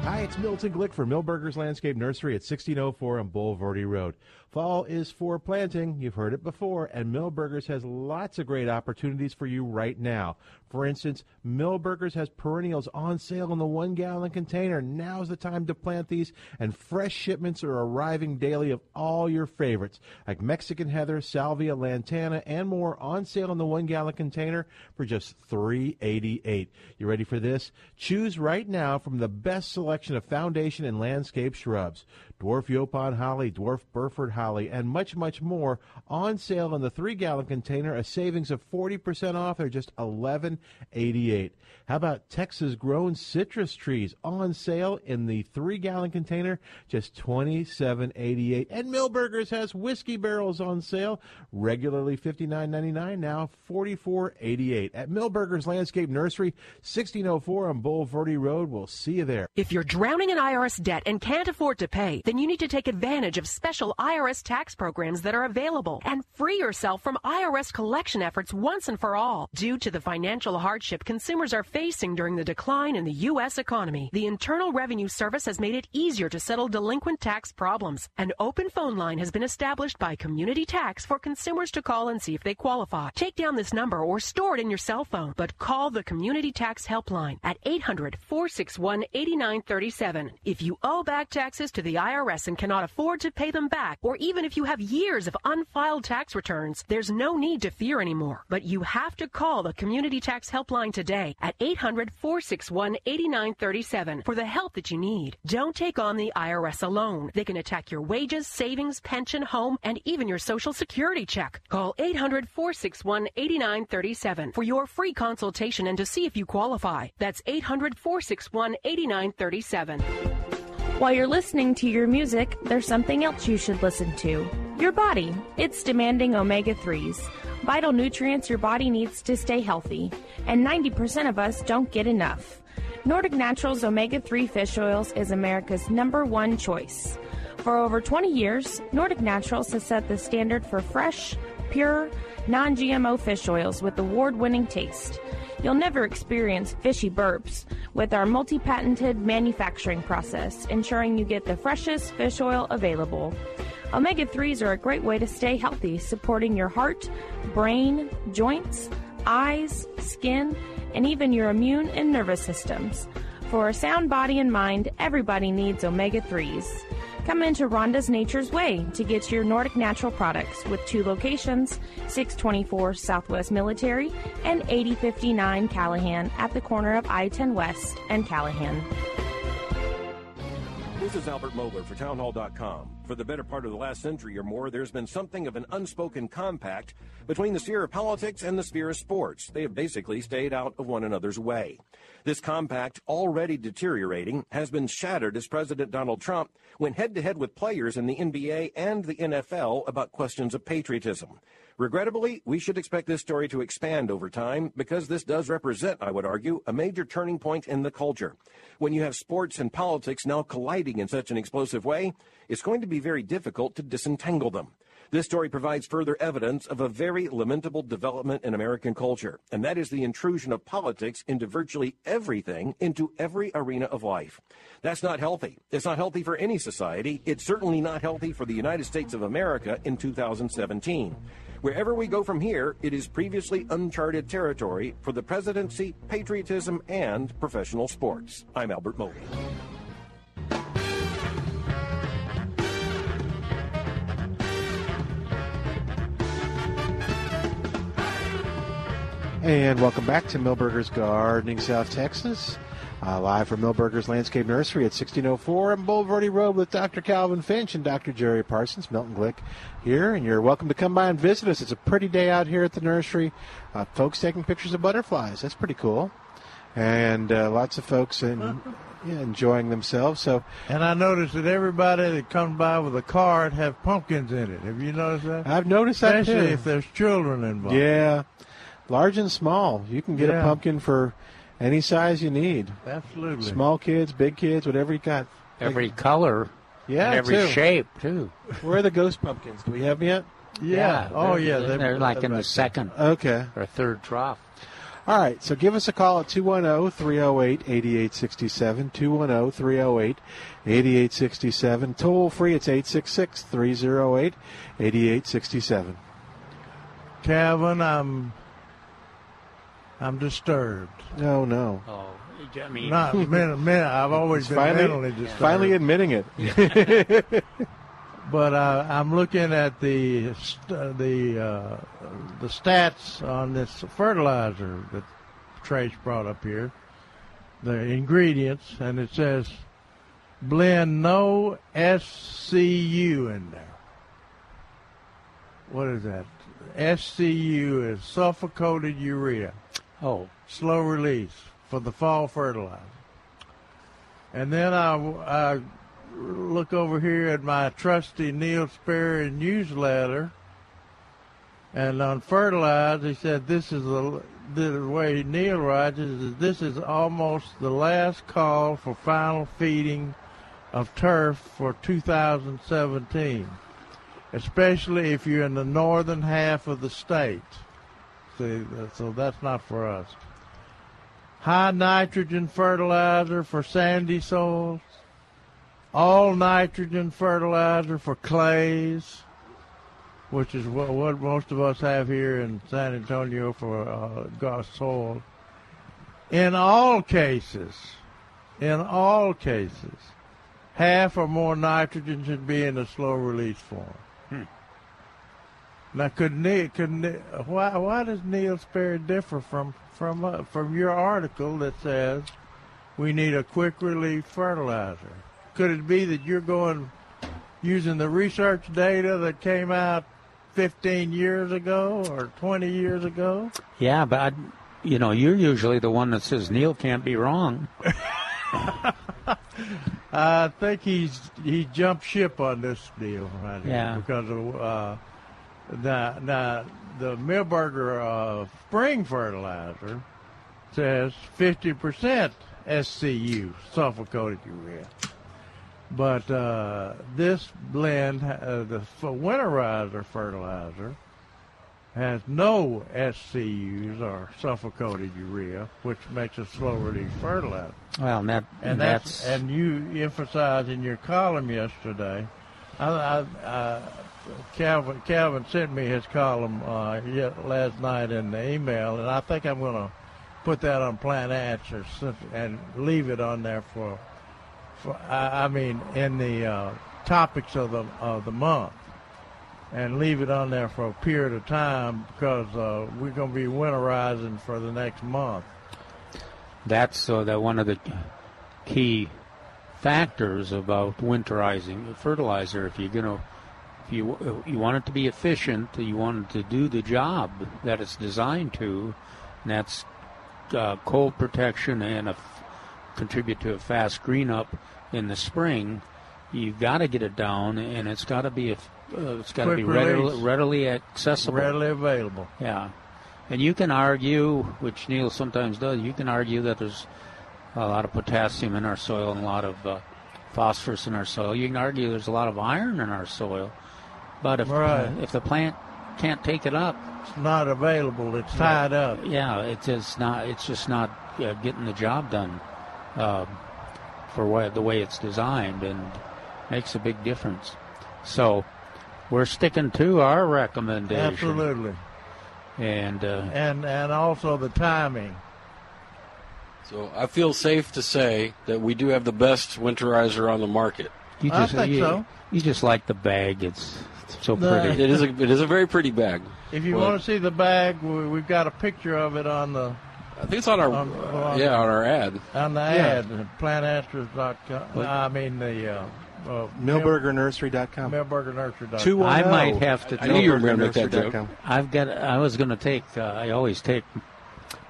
S5: Hi, it's Milton Glick for Millburgers Landscape Nursery at 1604 on Boulevardy Road. Fall is for planting. You've heard it before, and Millburgers has lots of great opportunities for you right now. For instance, Millburgers has perennials on sale in the one gallon container. Now's the time to plant these, and fresh shipments are arriving daily of all your favorites, like Mexican heather, salvia, lantana, and more on sale in the one gallon container for just $3.88. You ready for this? Choose right now from the best selection of foundation and landscape shrubs. Dwarf Yopon holly, dwarf Burford holly, and much, much more on sale in the three gallon container, a savings of 40% off or just $11.88. How about Texas grown citrus trees on sale in the three gallon container, just $27.88. And Millburgers has whiskey barrels on sale, regularly $59.99, now $44.88. At Millburgers Landscape Nursery, 1604 on Boulevardy Road. We'll see you there.
S10: If you're drowning in IRS debt and can't afford to pay, then you need to take advantage of special IRS tax programs that are available and free yourself from IRS collection efforts once and for all. Due to the financial hardship consumers are facing during the decline in the U.S. economy, the Internal Revenue Service has made it easier to settle delinquent tax problems. An open phone line has been established by Community Tax for consumers to call and see if they qualify. Take down this number or store it in your cell phone, but call the Community Tax Helpline at 800 461 8937. If you owe back taxes to the IRS and cannot afford to pay them back, or even if you have years of unfiled tax returns, there's no need to fear anymore. But you have to call the Community Tax Helpline today at 800 461 8937 for the help that you need. Don't take on the IRS alone. They can attack your wages, savings, pension, home, and even your Social Security check. Call 800 461 8937 for your free consultation and to see if you qualify. That's 800 461 8937.
S11: While you're listening to your music, there's something else you should listen to your body. It's demanding omega 3s, vital nutrients your body needs to stay healthy, and 90% of us don't get enough. Nordic Naturals omega 3 fish oils is America's number one choice. For over 20 years, Nordic Naturals has set the standard for fresh, pure, non GMO fish oils with award winning taste. You'll never experience fishy burps with our multi patented manufacturing process, ensuring you get the freshest fish oil available. Omega 3s are a great way to stay healthy, supporting your heart, brain, joints, eyes, skin, and even your immune and nervous systems. For a sound body and mind, everybody needs omega 3s. Come into Rhonda's Nature's Way to get your Nordic natural products with two locations 624 Southwest Military and 8059 Callahan at the corner of I 10 West and Callahan.
S12: This is Albert Moeller for townhall.com. For the better part of the last century or more, there's been something of an unspoken compact between the sphere of politics and the sphere of sports. They have basically stayed out of one another's way. This compact, already deteriorating, has been shattered as President Donald Trump went head to head with players in the NBA and the NFL about questions of patriotism. Regrettably, we should expect this story to expand over time because this does represent, I would argue, a major turning point in the culture. When you have sports and politics now colliding in such an explosive way, it's going to be very difficult to disentangle them. This story provides further evidence of a very lamentable development in American culture, and that is the intrusion of politics into virtually everything, into every arena of life. That's not healthy. It's not healthy for any society. It's certainly not healthy for the United States of America in 2017. Wherever we go from here, it is previously uncharted territory for the presidency, patriotism, and professional sports. I'm Albert Moeller.
S9: And welcome back to Millburgers Gardening, South Texas. Uh, live from Millburgers Landscape Nursery at 1604 on Boulevardy Road with Dr. Calvin Finch and Dr. Jerry Parsons. Milton Glick here, and you're welcome to come by and visit us. It's a pretty day out here at the nursery. Uh, folks taking pictures of butterflies. That's pretty cool. And uh, lots of folks in
S5: yeah, enjoying themselves. So
S3: And I noticed that everybody that comes by with a card have pumpkins in it. Have you noticed that?
S5: I've noticed that
S3: Especially
S5: too.
S3: if there's children involved.
S5: yeah, large and small, you can get a
S3: Yeah.
S5: pumpkin for any size you need.
S3: Absolutely.
S5: Small kids, big kids, whatever you got.
S6: Every color.
S5: Yeah,
S6: and every
S5: too.
S6: shape too.
S5: Where are the ghost pumpkins? Do we have them yet?
S3: Oh,
S6: they're- They're, like in the second
S5: Okay.
S6: or third trough.
S5: All right, so give us a call at oh, 210 308 8867. 210 308 8867. Toll free, it's 866 308 8867.
S3: Kevin, I'm I'm disturbed.
S5: No, no.
S6: Oh, I
S3: Not men, men, I've always been mentally disturbed.
S5: finally admitting it.
S3: but uh, I'm looking at the st- the uh, the stats on this fertilizer that Trace brought up here, the ingredients, and it says blend no SCU in there. What is that? SCU is sulfacoated urea.
S6: Oh,
S3: slow release for the fall fertilizer. And then I, I look over here at my trusty Neil Sperry newsletter, and on fertilizer, he said this is the, the way Neil writes it, is this is almost the last call for final feeding of turf for 2017, especially if you're in the northern half of the state. See, that- so that's not for us. High nitrogen fertilizer for sandy soils. All nitrogen fertilizer for clays, which is what, what most of us have here in San Antonio for uh, gar- soil. In all cases, in all cases, half or more nitrogen should be in a slow release form. Now, could Neil, could Ne why why does Neil Sperry differ from from uh, from your article that says we need a quick relief fertilizer? Could it be that you're going using the research data that came out 15 years ago or 20 years ago?
S6: Yeah, but I, you know, you're usually the one that says Neil can't be wrong.
S3: I think he's he jumped ship on this deal right here
S6: Yeah.
S3: because of uh, the the the Millburger uh, spring fertilizer says fifty percent SCU sulfacoated urea, but uh, this blend uh, the f- winterizer fertilizer has no SCUs or sulfacoated urea, which makes a slow release fertilizer.
S6: Well, and that
S3: And
S6: that's,
S3: that's, and you emphasized in your column yesterday. I, I, I, Calvin Calvin sent me his column uh, ye- last night in the email, and I think I'm going to put that on Plan Answers since- and leave it on there for, for I, I mean, in the uh, topics of the of the month, and leave it on there for a period of time because uh, we're going to be winterizing for the next month.
S6: that's uh, that one of the key factors about winterizing the fertilizer. If you're gonna, if you you want it to be efficient, you want it to do the job that it's designed to, and that's uh, cold protection and a f- contribute to a fast green up in the spring. You've got to get it down, and it's got to be a, uh, it's got to
S3: Quick
S6: be readily,
S3: release.
S6: readily accessible.
S3: Readily available.
S6: Yeah. And you can argue, which Neil sometimes does, you can argue that there's a lot of potassium in our soil and a lot of uh, phosphorus in our soil. You can argue there's a lot of iron in our soil. But if,
S3: Right.
S6: if the plant can't take it up,
S3: It's not available. It's tied up.
S6: yeah, it's just not. It's just not uh, getting the job done uh, for what, the way it's designed, and makes a big difference. So we're sticking to our recommendation.
S3: Absolutely.
S6: And uh,
S3: and and also the timing.
S7: So I feel safe to say that we do have the best winterizer on the market.
S6: You
S3: I just- think
S6: you,
S3: so.
S6: You just like the bag. It's, it's so
S3: No.
S6: pretty.
S7: It is a it is a very pretty bag.
S3: If you
S7: Well-
S3: want to see the bag, we, we've got a picture of it on the
S7: I think it's on our
S3: On-
S7: uh, yeah on our ad.
S3: on the
S7: Yeah.
S3: ad, planasters.com. I mean the uh, uh,
S5: Millburgernursery.com.
S3: Millburgernursery.com.
S6: I might have to.
S5: I knew you were
S6: take-
S5: gonna make that joke.
S6: I've got. I was going to take. Uh, I always take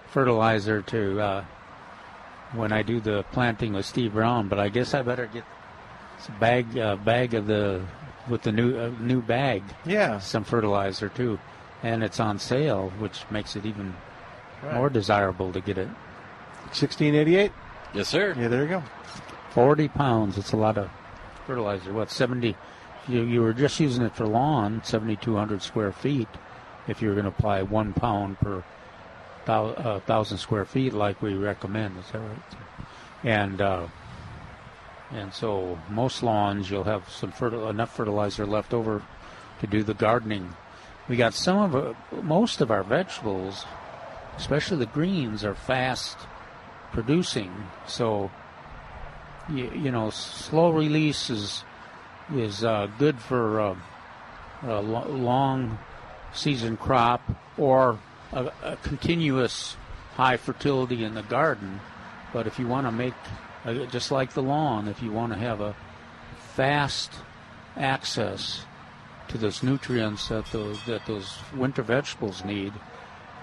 S6: fertilizer to uh, when I do the planting with Steve Brown, but I guess I better get some bag uh, bag of the with the new uh, new bag.
S5: Yeah.
S6: Some fertilizer too, and it's on sale, which makes it even
S5: Right.
S6: more desirable to get it.
S5: 1688.
S7: Yes, sir.
S5: Yeah, there you go.
S6: Forty pounds. It's a lot of fertilizer. What seventy? You you were just using it for lawn, seventy two hundred square feet. If you were going to apply one pound per thou, uh, thousand square feet, like we recommend, is that right? And uh, and so most lawns you'll have some fertil- enough fertilizer left over to do the gardening. We got some of uh, most of our vegetables, especially the greens, are fast producing. So you, you know, slow release is is uh, good for uh, a lo- long season crop or a, a continuous high fertility in the garden. But if you want to make, uh, just like the lawn, if you want to have a fast access to those nutrients that those that those winter vegetables need,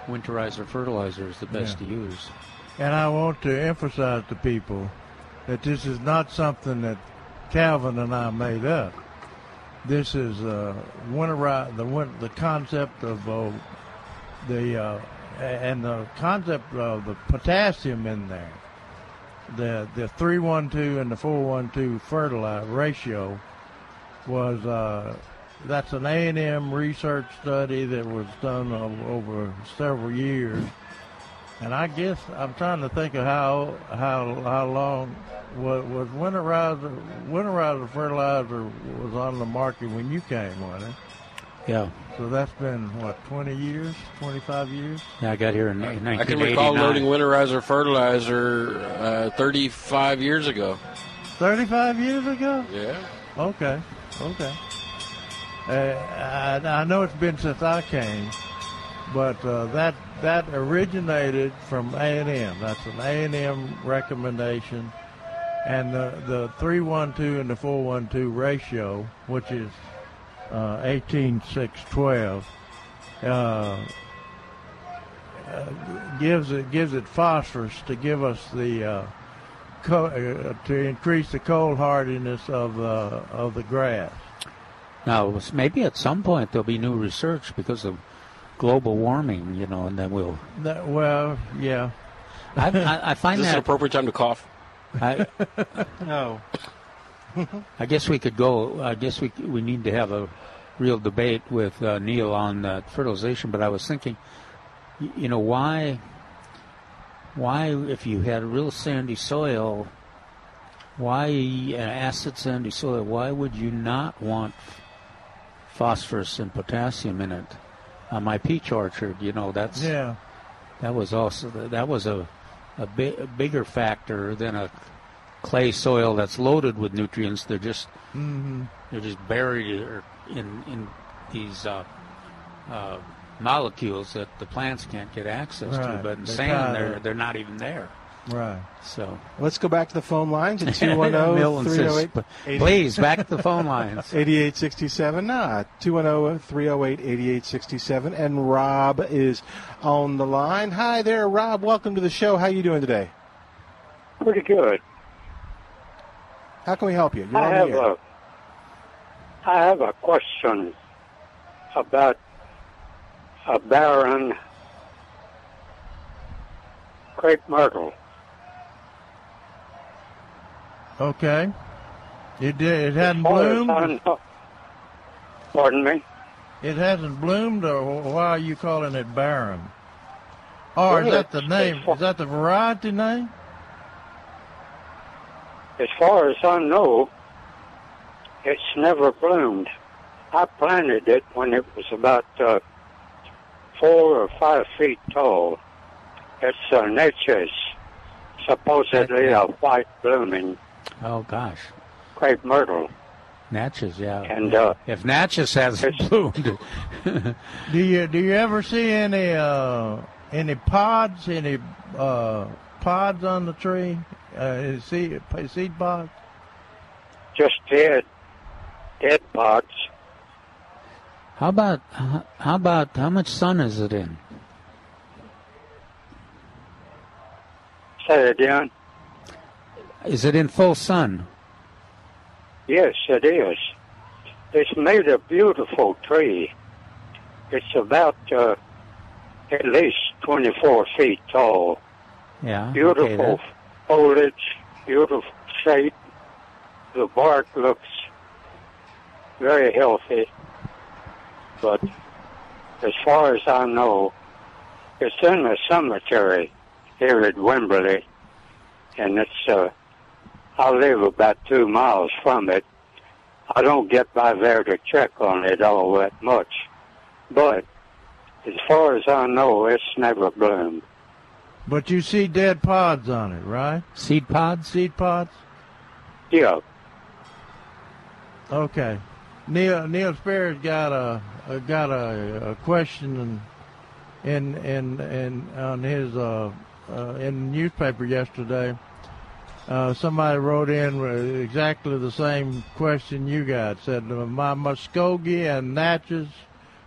S6: winterizer fertilizer is the best
S3: Yeah.
S6: to use.
S3: And I want to emphasize to people that this is not something that Calvin and I made up. This is uh, winterize the win- the concept of uh, the uh, a- and the concept of the potassium in there. The the three one two and the four one two fertilizer ratio was uh, that's an A and M research study that was done o- over several years. And I guess I'm trying to think of how how how long was, was winterizer winterizer fertilizer was on the market when you came on it.
S6: Yeah.
S3: So that's been what 20 years, 25 years.
S6: Yeah, I got here in, in
S7: I can recall
S6: 1989.
S7: loading winterizer fertilizer uh, 35 years ago.
S3: 35 years ago.
S7: Yeah.
S3: Okay. Okay. Uh, I, I know it's been since I came, but uh, that that originated from A and M. That's an A and M recommendation, and the the three one two and the four one two ratio, which is uh, eighteen six twelve. Uh, uh, gives it gives it phosphorus to give us the uh, co- uh, to increase the cold hardiness of uh, of the grass.
S6: Now, s- maybe at some point there'll be new research because of global warming, you know, and then we'll.
S3: That, well, yeah.
S6: I, I, I find
S7: Is this an
S6: that.
S7: appropriate time to cough?
S6: I,
S5: No.
S6: I guess we could go. I guess we we need to have a real debate with uh, Neil on uh, fertilization. But I was thinking, y- you know, why, why if you had real sandy soil, why uh, acid sandy soil? Why would you not want phosphorus and potassium in it? On my peach orchard, you know, that's
S3: Yeah.
S6: that was also that was a a, bi- a bigger factor than a clay soil that's loaded with nutrients. They're just
S3: Mm-hmm.
S6: they're just buried or in in these uh, uh, molecules that the plants can't get access to.
S5: Right.
S6: But in
S5: They
S6: sand,
S5: kinda-
S6: they're they're not even there.
S3: Right.
S6: So oh,
S5: Let's go back to the phone lines at oh,
S6: Milton
S5: 210
S6: says, please back to the phone lines.
S5: 8867, nah, oh, 210-308-8867. And Rob is on the line. Hi there, Rob. Welcome to the show. How you doing today?
S13: Pretty good.
S5: How can we help you? You're
S13: I
S5: on
S13: have
S5: the air.
S13: a I have a question about a barren crepe myrtle.
S3: Okay. It did. It hadn't
S13: As far as
S3: bloomed.
S13: I know- Pardon me.
S3: It hasn't bloomed, or wh- why are you calling it barren? Or is
S13: Well,
S3: that the name? Is that the variety name?
S13: As far as I know, it's never bloomed. I planted it when it was about uh, four or five feet tall. It's a nature's supposedly a white blooming
S6: Oh gosh,
S13: crepe myrtle.
S6: Natchez, yeah.
S13: And, uh,
S6: if Natchez has bloomed,
S3: Do you do you ever see any uh, any pods? Any uh, pods on the tree? Uh, seed seed pods?
S13: Just dead, dead pods.
S6: how about how how about how much sun is it in?
S13: Say it again.
S6: Is it in full sun?
S13: Yes, it is. It's made a beautiful tree. It's about uh, at least 24 feet tall.
S6: Yeah. okay,
S13: Beautiful
S6: that-
S13: foliage, Oh, beautiful shape. The bark looks very healthy, but as far as I know, it's in a cemetery here at Wimberley, and it's uh, I live about two miles from it. I don't get by there to check on it all that much, but as far as I know, it's never bloomed.
S3: But you see dead pods on it, right?
S6: Seed pods?
S3: Seed pods.
S13: Yeah,
S3: Okay. Neil Neil Sperry's got a, a got a, a question in in in, in on his uh, uh, in the newspaper yesterday. Uh, somebody wrote in with exactly the same question you got. Said my Muskogee and Natchez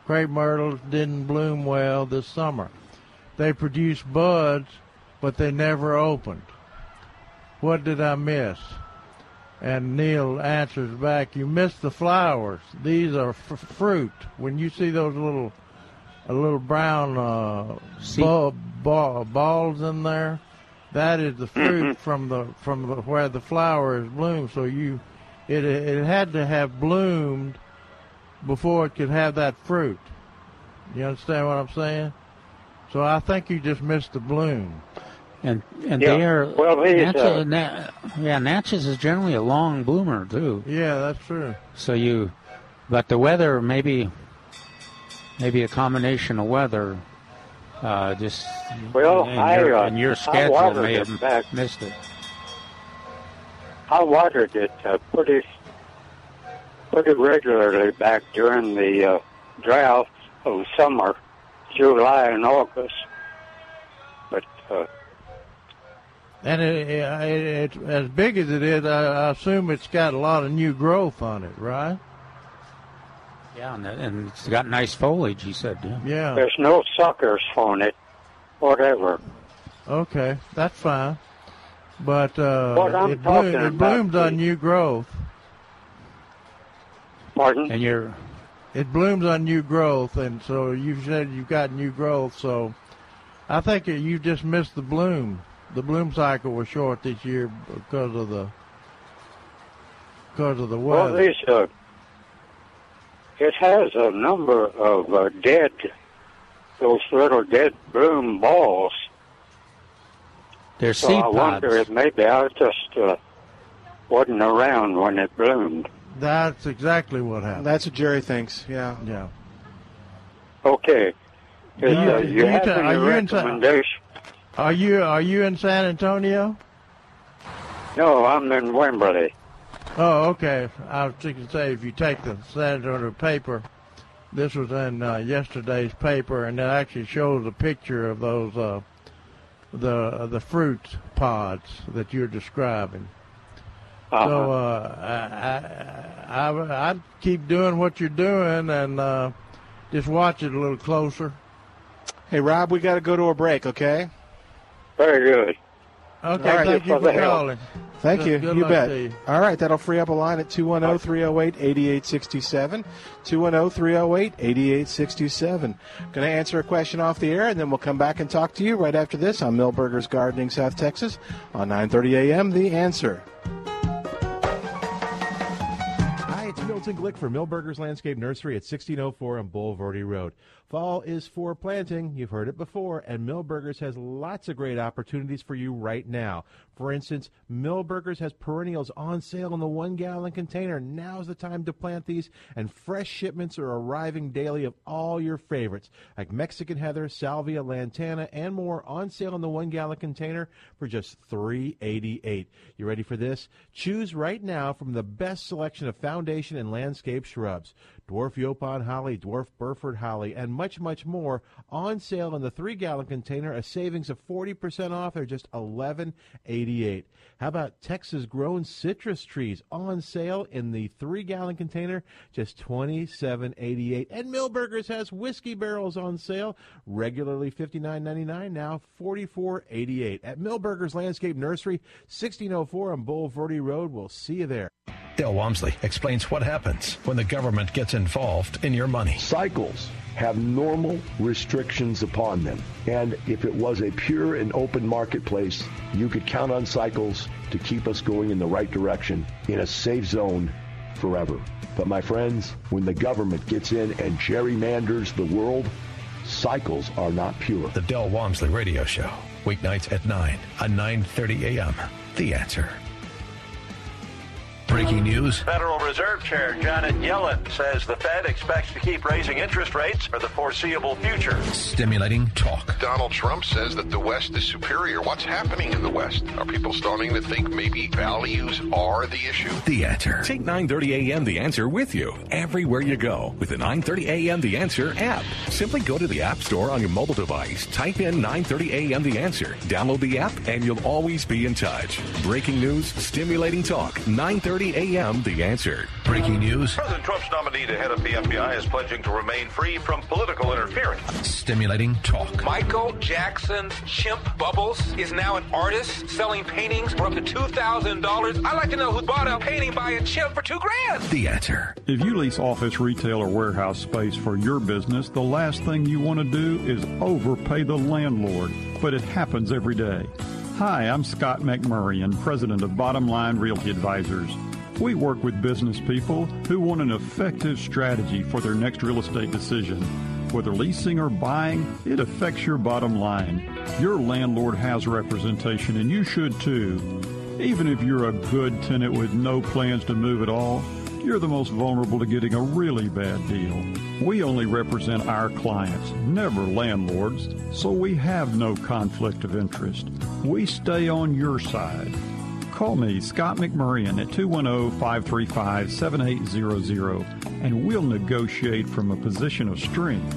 S3: crepe myrtles didn't bloom well this summer. They produced buds, but they never opened. What did I miss? And Neil answers back, "You missed the flowers. These are f- fruit. When you see those little, a little brown uh, ball, ball, balls in there, that is the fruit
S6: Mm-hmm.
S3: from the from the, where the flower is bloomed. So you, it it had to have bloomed before it could have that fruit. You understand what I'm saying? So I think you just missed the bloom.
S6: And and
S3: Yeah.
S6: they are
S3: Well, he's,
S6: Natchez,
S3: uh,
S6: Na- yeah, Natchez is generally a long bloomer too.
S3: Yeah, that's true.
S6: So you, but the weather maybe, maybe a combination of weather, uh, just
S13: Well,
S6: and
S13: I,
S6: your,
S13: uh,
S6: and your
S13: I
S6: schedule
S13: watered
S6: may
S13: it
S6: have
S13: back.
S6: missed it.
S13: I watered it uh, pretty pretty regularly back during the uh, drought of summer, July and August. But uh,
S3: And it, it, it, as big as it is, I, I assume it's got a lot of new growth on it, right?
S6: Yeah, and, and it's got nice foliage. He said. Yeah.
S3: Yeah.
S13: there's no suckers on it, whatever.
S3: Okay, that's fine. But
S13: What
S3: uh,
S13: I'm
S3: it,
S13: talking
S3: bloom, it
S13: about
S3: blooms on new growth.
S13: Pardon?
S6: And you're
S3: It blooms on new growth, and so you said you've got new growth. So I think that you just missed the bloom. The bloom cycle was short this year because of the because of the
S13: Well,
S3: weather.
S13: these uh, it has a number of uh, dead, those little dead broom balls.
S6: They're
S13: so
S6: seed
S13: I wonder
S6: pods.
S13: if maybe I just uh, wasn't around when it bloomed.
S3: That's exactly what happened.
S5: That's what Jerry thinks. Yeah.
S3: Yeah.
S13: Okay.
S3: Do
S13: Is,
S3: you-
S13: uh,
S3: do
S13: you
S3: you
S13: have
S3: ta-
S13: any
S3: are you in ta-
S13: recommendation?
S3: Are you are you in San Antonio?
S13: No, I'm in Wimberley.
S3: Oh, okay. I was going to say if you take the Senator paper, this was in uh, yesterday's paper, and it actually shows a picture of those uh, the the fruit pods that you're describing. So uh, I, I, I I'd keep doing what you're doing and uh, just watch it a little closer.
S5: Hey, Rob, we got to go to a break, okay?
S13: Very good.
S3: Okay, thank you for calling.
S5: Thank
S3: Good-
S5: you.
S3: good
S5: you
S3: luck
S5: bet.
S3: to you.
S5: All right, that'll free up a line at oh, 210 308 8867. 210 308 8867. Going to answer a question off the air, and then we'll come back and talk to you right after this on Millburgers Gardening, South Texas on 930 a.m. The Answer.
S14: Hi, it's Milton Glick for Millburgers Landscape Nursery at 1604 on Boulevardy Road. Fall is for planting. You've heard it before, and Millburgers has lots of great opportunities for you right now. For instance, Millburgers has perennials on sale in the one gallon container. Now's the time to plant these, and fresh shipments are arriving daily of all your favorites, like Mexican heather, salvia, lantana, and more on sale in the one gallon container for just $3.88. You ready for this? Choose right now from the best selection of foundation and landscape shrubs.
S5: dwarf Yopon holly, dwarf Burford holly, and much, much more on sale in the three gallon container, a savings of 40% off. They're just eleven eighty eight. How about Texas grown citrus trees on sale in the three gallon container, just twenty seven eighty eight. And Millburgers has whiskey barrels on sale, regularly fifty nine ninety nine, now forty four eighty eight. At Millburgers Landscape Nursery, sixteen oh four on Bull Verde Road. We'll see you there.
S1: Dale Walmsley explains what happens when the government gets involved in your money.
S15: Cycles have normal restrictions upon them. And if it was a pure and open marketplace, you could count on cycles to keep us going in the right direction in a safe zone forever. But my friends, when the government gets in and gerrymanders the world, cycles are not pure.
S1: The Dale Walmsley Radio Show, weeknights at 9 on 9.30 a.m. The Answer. Breaking news.
S16: Federal Reserve Chair Janet Yellen says the Fed expects to keep raising interest rates for the foreseeable future.
S1: Stimulating talk.
S17: Donald Trump says that the West is superior. What's happening in the West? Are people starting to think maybe values are the issue?
S1: The Answer.
S2: Take 9:30 a.m. The Answer with you everywhere you go with the 9:30 a.m. The Answer app. Simply go to the App Store on your mobile device, type in 9:30 a.m. The Answer, download the app, and you'll always be in touch. Breaking news, stimulating talk. 9:30 a.m. The Answer.
S1: Breaking news,
S16: President Trump's nominee to head of the FBI is pledging to remain free from political interference.
S1: stimulating talk.
S18: Michael Jackson's chimp Bubbles is now an artist selling paintings for up to $2,000. I'd like to know who bought a painting by a chimp for two grand.
S1: The Answer.
S19: If you lease office, retail, or warehouse space for your business, the last thing you want to do is overpay the landlord, but it happens every day. Hi, I'm Scott McMurray and president of Bottom Line Realty Advisors. We work with business people who want an effective strategy for their next real estate decision. Whether leasing or buying, it affects your bottom line. Your landlord has representation, and you should too. Even if you're a good tenant with no plans to move at all, you're the most vulnerable to getting a really bad deal. We only represent our clients, never landlords, so we have no conflict of interest. We stay on your side. Call me, Scott McMurrian, at 210 535 7800, and we'll negotiate from a position of strength.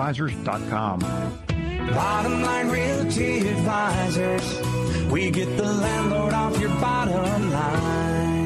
S19: BottomLineRealtyAdvisors.com.
S3: Bottom Line Realty Advisors. We get the landlord off your bottom line.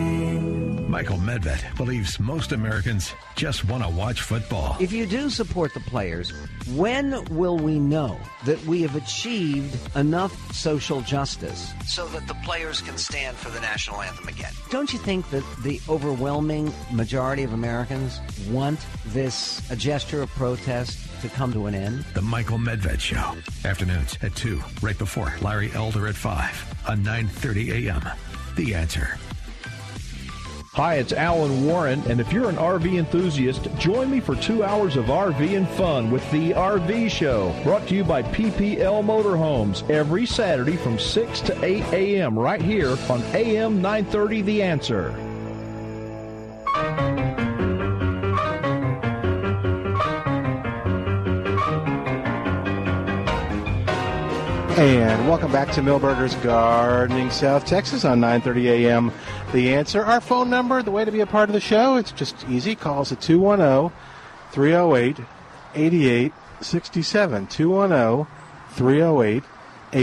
S1: Michael Medved believes most Americans just want to watch football.
S4: If you do support the players, when will we know that we have achieved enough social justice?
S20: so that the players can stand for the national anthem again.
S4: Don't you think that the overwhelming majority of Americans want this a gesture of protest to come to an end?
S1: The Michael Medved Show. Afternoons at 2, right before Larry Elder at 5 on 9.30 a.m. The Answer.
S21: Hi, it's Alan Warren, and if you're an RV enthusiast, join me for two hours of RV and fun with The RV Show, brought to you by PPL Motorhomes, every Saturday from 6 to 8 a.m. right here on AM 930 The Answer.
S22: And welcome back to Millburgers Gardening South Texas on 9:30 a.m. The answer, our phone number, the way to be a part of the show, it's just easy. Call us at 210-308-8867.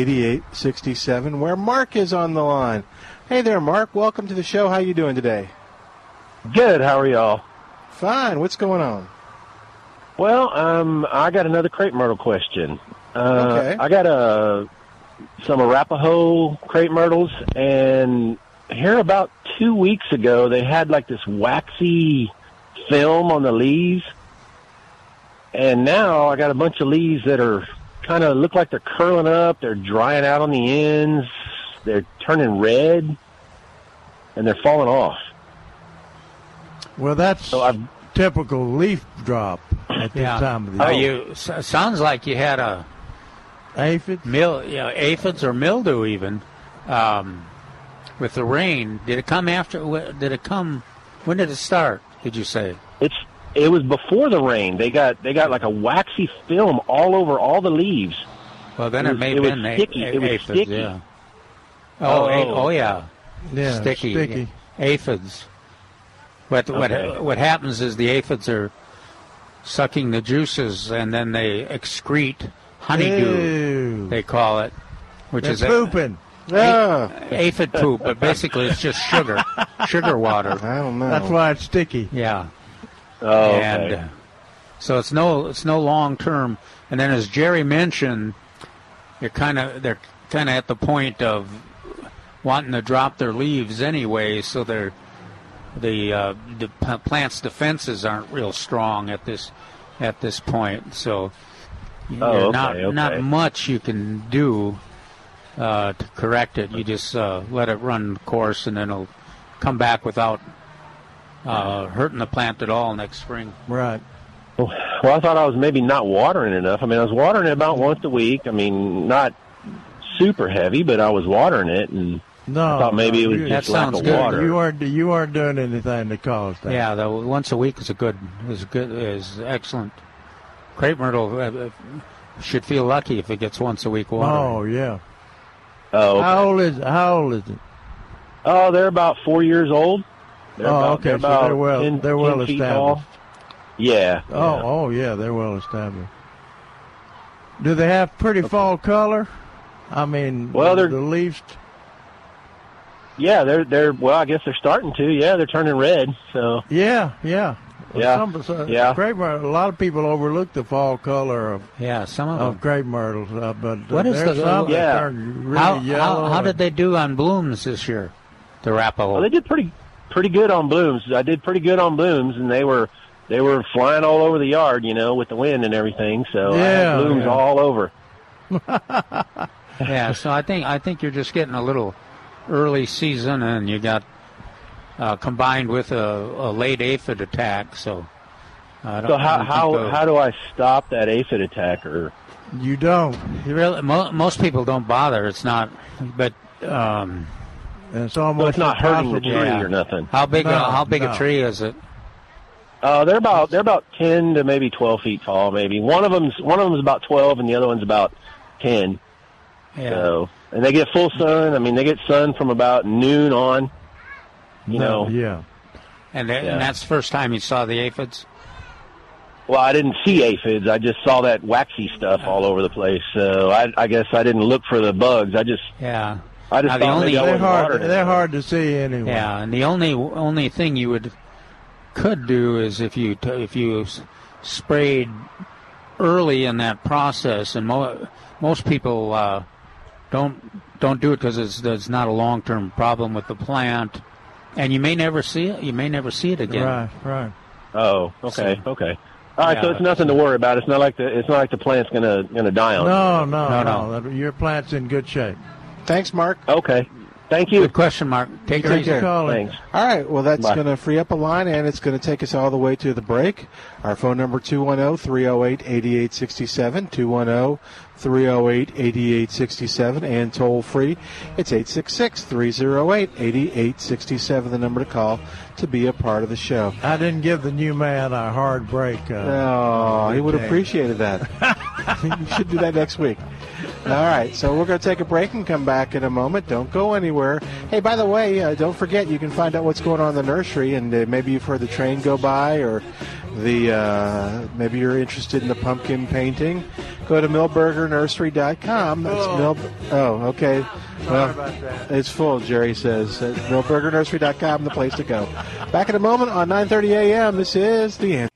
S22: 210-308-8867 where Mark is on the line. Hey there Mark, welcome to the show. How you doing today?
S23: Good. How are y'all?
S22: Fine. What's going on?
S23: Well, um, I got another crepe myrtle question. Uh,
S22: Okay.
S23: I got uh, some Arapaho crepe myrtles, and here about two weeks ago, they had like this waxy film on the leaves, and now I got a bunch of leaves that are kind of look like they're curling up, they're drying out on the ends, they're turning red, and they're falling off.
S13: Well, that's typical leaf drop at this
S6: Yeah.
S13: time of the
S6: Are
S13: year.
S6: you? so- Sounds like you had a
S13: aphid,
S6: mil, you know, aphids or mildew even um, with the rain. Did it come after? wh- Did it come? When did it start? Did you say?
S23: It's it was before the rain. They got they got like a waxy film all over all the leaves.
S6: Well, then it,
S23: was-
S6: may
S23: it
S6: have
S23: was
S6: been a-
S23: sticky.
S6: a-
S23: it was
S6: aphids.
S23: sticky.
S6: Yeah. Oh, a- oh, yeah.
S13: Yeah,
S6: sticky.
S13: sticky.
S6: Aphids. What
S23: Okay.
S6: what what happens is the aphids are sucking the juices and then they excrete honeydew. They call it, which
S3: They're
S6: is a-
S3: pooping.
S6: a- aphid poop, but basically it's just sugar, sugar water. I
S5: don't
S6: know.
S3: That's why it's sticky.
S6: Yeah.
S3: Oh, okay.
S6: And uh, so it's no it's no long term. And then as Jerry mentioned, you're kind of they're kind of at the point of wanting to drop their leaves anyway, so they're the uh, the p- plant's defenses aren't real strong at this at this point. So
S23: Oh,
S6: there's
S23: okay,
S6: not not
S23: okay.
S6: much you can do uh, to correct it. You just uh, let it run course, and then it'll come back without uh, hurting the plant at all next spring.
S3: Right.
S23: Well, I thought I was maybe not watering enough. I mean, I was watering it about once a week. I mean, not super heavy, but I was watering it, and
S3: No,
S23: I thought maybe it was
S3: you-
S23: just lack of water.
S3: You aren't you aren't doing anything to cause that.
S6: Yeah, the once a week is a good is good is excellent. Crepe myrtle uh, uh, should feel lucky if it gets once a week water.
S3: Oh yeah.
S23: Oh,
S3: How old is how old is it?
S23: Oh, they're about four years old. They're
S3: Oh,
S23: about,
S3: okay,
S23: They're
S3: so
S23: about
S3: they're well-
S23: 10,
S3: they're well
S23: 10 feet
S3: established.
S23: tall. Yeah.
S3: Oh oh yeah, they're well established. Do they have pretty fall color? I mean,
S23: Well, they're-
S3: the leaves.
S23: Yeah, they're they're well. I guess they're starting to. Yeah, they're turning red. So
S3: Yeah, yeah,
S23: Yeah,
S3: Some, some,
S23: yeah.
S3: Crepe myrtle. A lot of people overlook the fall color of
S6: yeah some of,
S3: of crepe myrtles, uh, but
S6: What is
S3: there's
S6: the-
S3: some that
S6: Yeah.
S3: turn really
S6: how,
S3: yellow.
S6: how, how
S3: and-
S6: did they do on blooms this year? The Rappahoe.
S23: Well, they did pretty pretty good on blooms. I did pretty good on blooms, and they were they were flying all over the yard, you know, with the wind and everything. So I
S6: Yeah,
S23: had blooms
S6: yeah.
S23: all over.
S6: yeah, so I think I think you're just getting a little early season, and you got uh, combined with a, a late aphid attack. So, I don't,
S23: So
S6: I
S23: how
S6: don't
S23: how
S6: think
S23: how do I stop that aphid attack? Or
S6: the- you don't. really, mo- most people don't bother. It's not, but um,
S3: it's almost
S23: it's not hurting the impossible. tree or nothing.
S6: How big?
S23: No,
S6: a, how big
S23: no.
S6: a tree is it?
S23: uh, they're about they're about ten to maybe twelve feet tall. Maybe one of them's one of them's about twelve, and the other one's about ten.
S6: Yeah.
S23: So and they get full sun. I mean, they get sun from about noon on. You know,
S3: yeah.
S6: And, that,
S23: Yeah.
S6: and that's the first time you saw the aphids.
S23: Well, I didn't see aphids. I just saw that waxy stuff all over the place. So I, I guess I didn't look for the bugs. I just,
S6: Yeah.
S23: I just
S6: Now,
S23: thought maybe I
S3: they're
S23: wasn't
S3: hard.
S23: watering it.
S3: They're hard to see anyway.
S6: Yeah, and the only only thing you would could do is if you t- if you s- sprayed early in that process, and mo- most people uh, don't don't do it because it's, it's not a long term problem with the plant, and you may never see it. You may never see it again.
S3: Right. Right.
S23: Oh, okay, okay. All right, so it's nothing to worry about. It's not like the it's not like the plant's gonna gonna die on.
S3: No, no,
S23: No,
S3: no,
S23: no.
S3: That- Your plant's in good shape.
S5: Thanks, Mark.
S23: Okay. Thank you. Good
S6: question, Mark.
S3: Take care.
S5: All right. Well, that's
S3: Bye.
S5: going to free up a line, and it's going to take us all the way to the break. Our phone number oh, 210-308-8867, 210-308-8867, and toll free. It's 866-308-8867, the number to call to be a part of the show.
S3: I didn't give the new man a hard break. Uh,
S5: Oh, he would have
S3: okay.
S5: appreciated that. you should do that next week. All right, so we're going to take a break and come back in a moment. Don't go anywhere. Hey, by the way, uh, don't forget you can find out what's going on in the nursery, and uh, maybe you've heard the train go by, or the uh, maybe you're interested in the pumpkin painting. Go to millburgernursery.com. That's Mil- oh, okay. well,
S3: about that.
S5: it's full, Jerry says. That's millburgernursery.com, the place to go. Back in a moment on 9:30 a.m. This is the answer.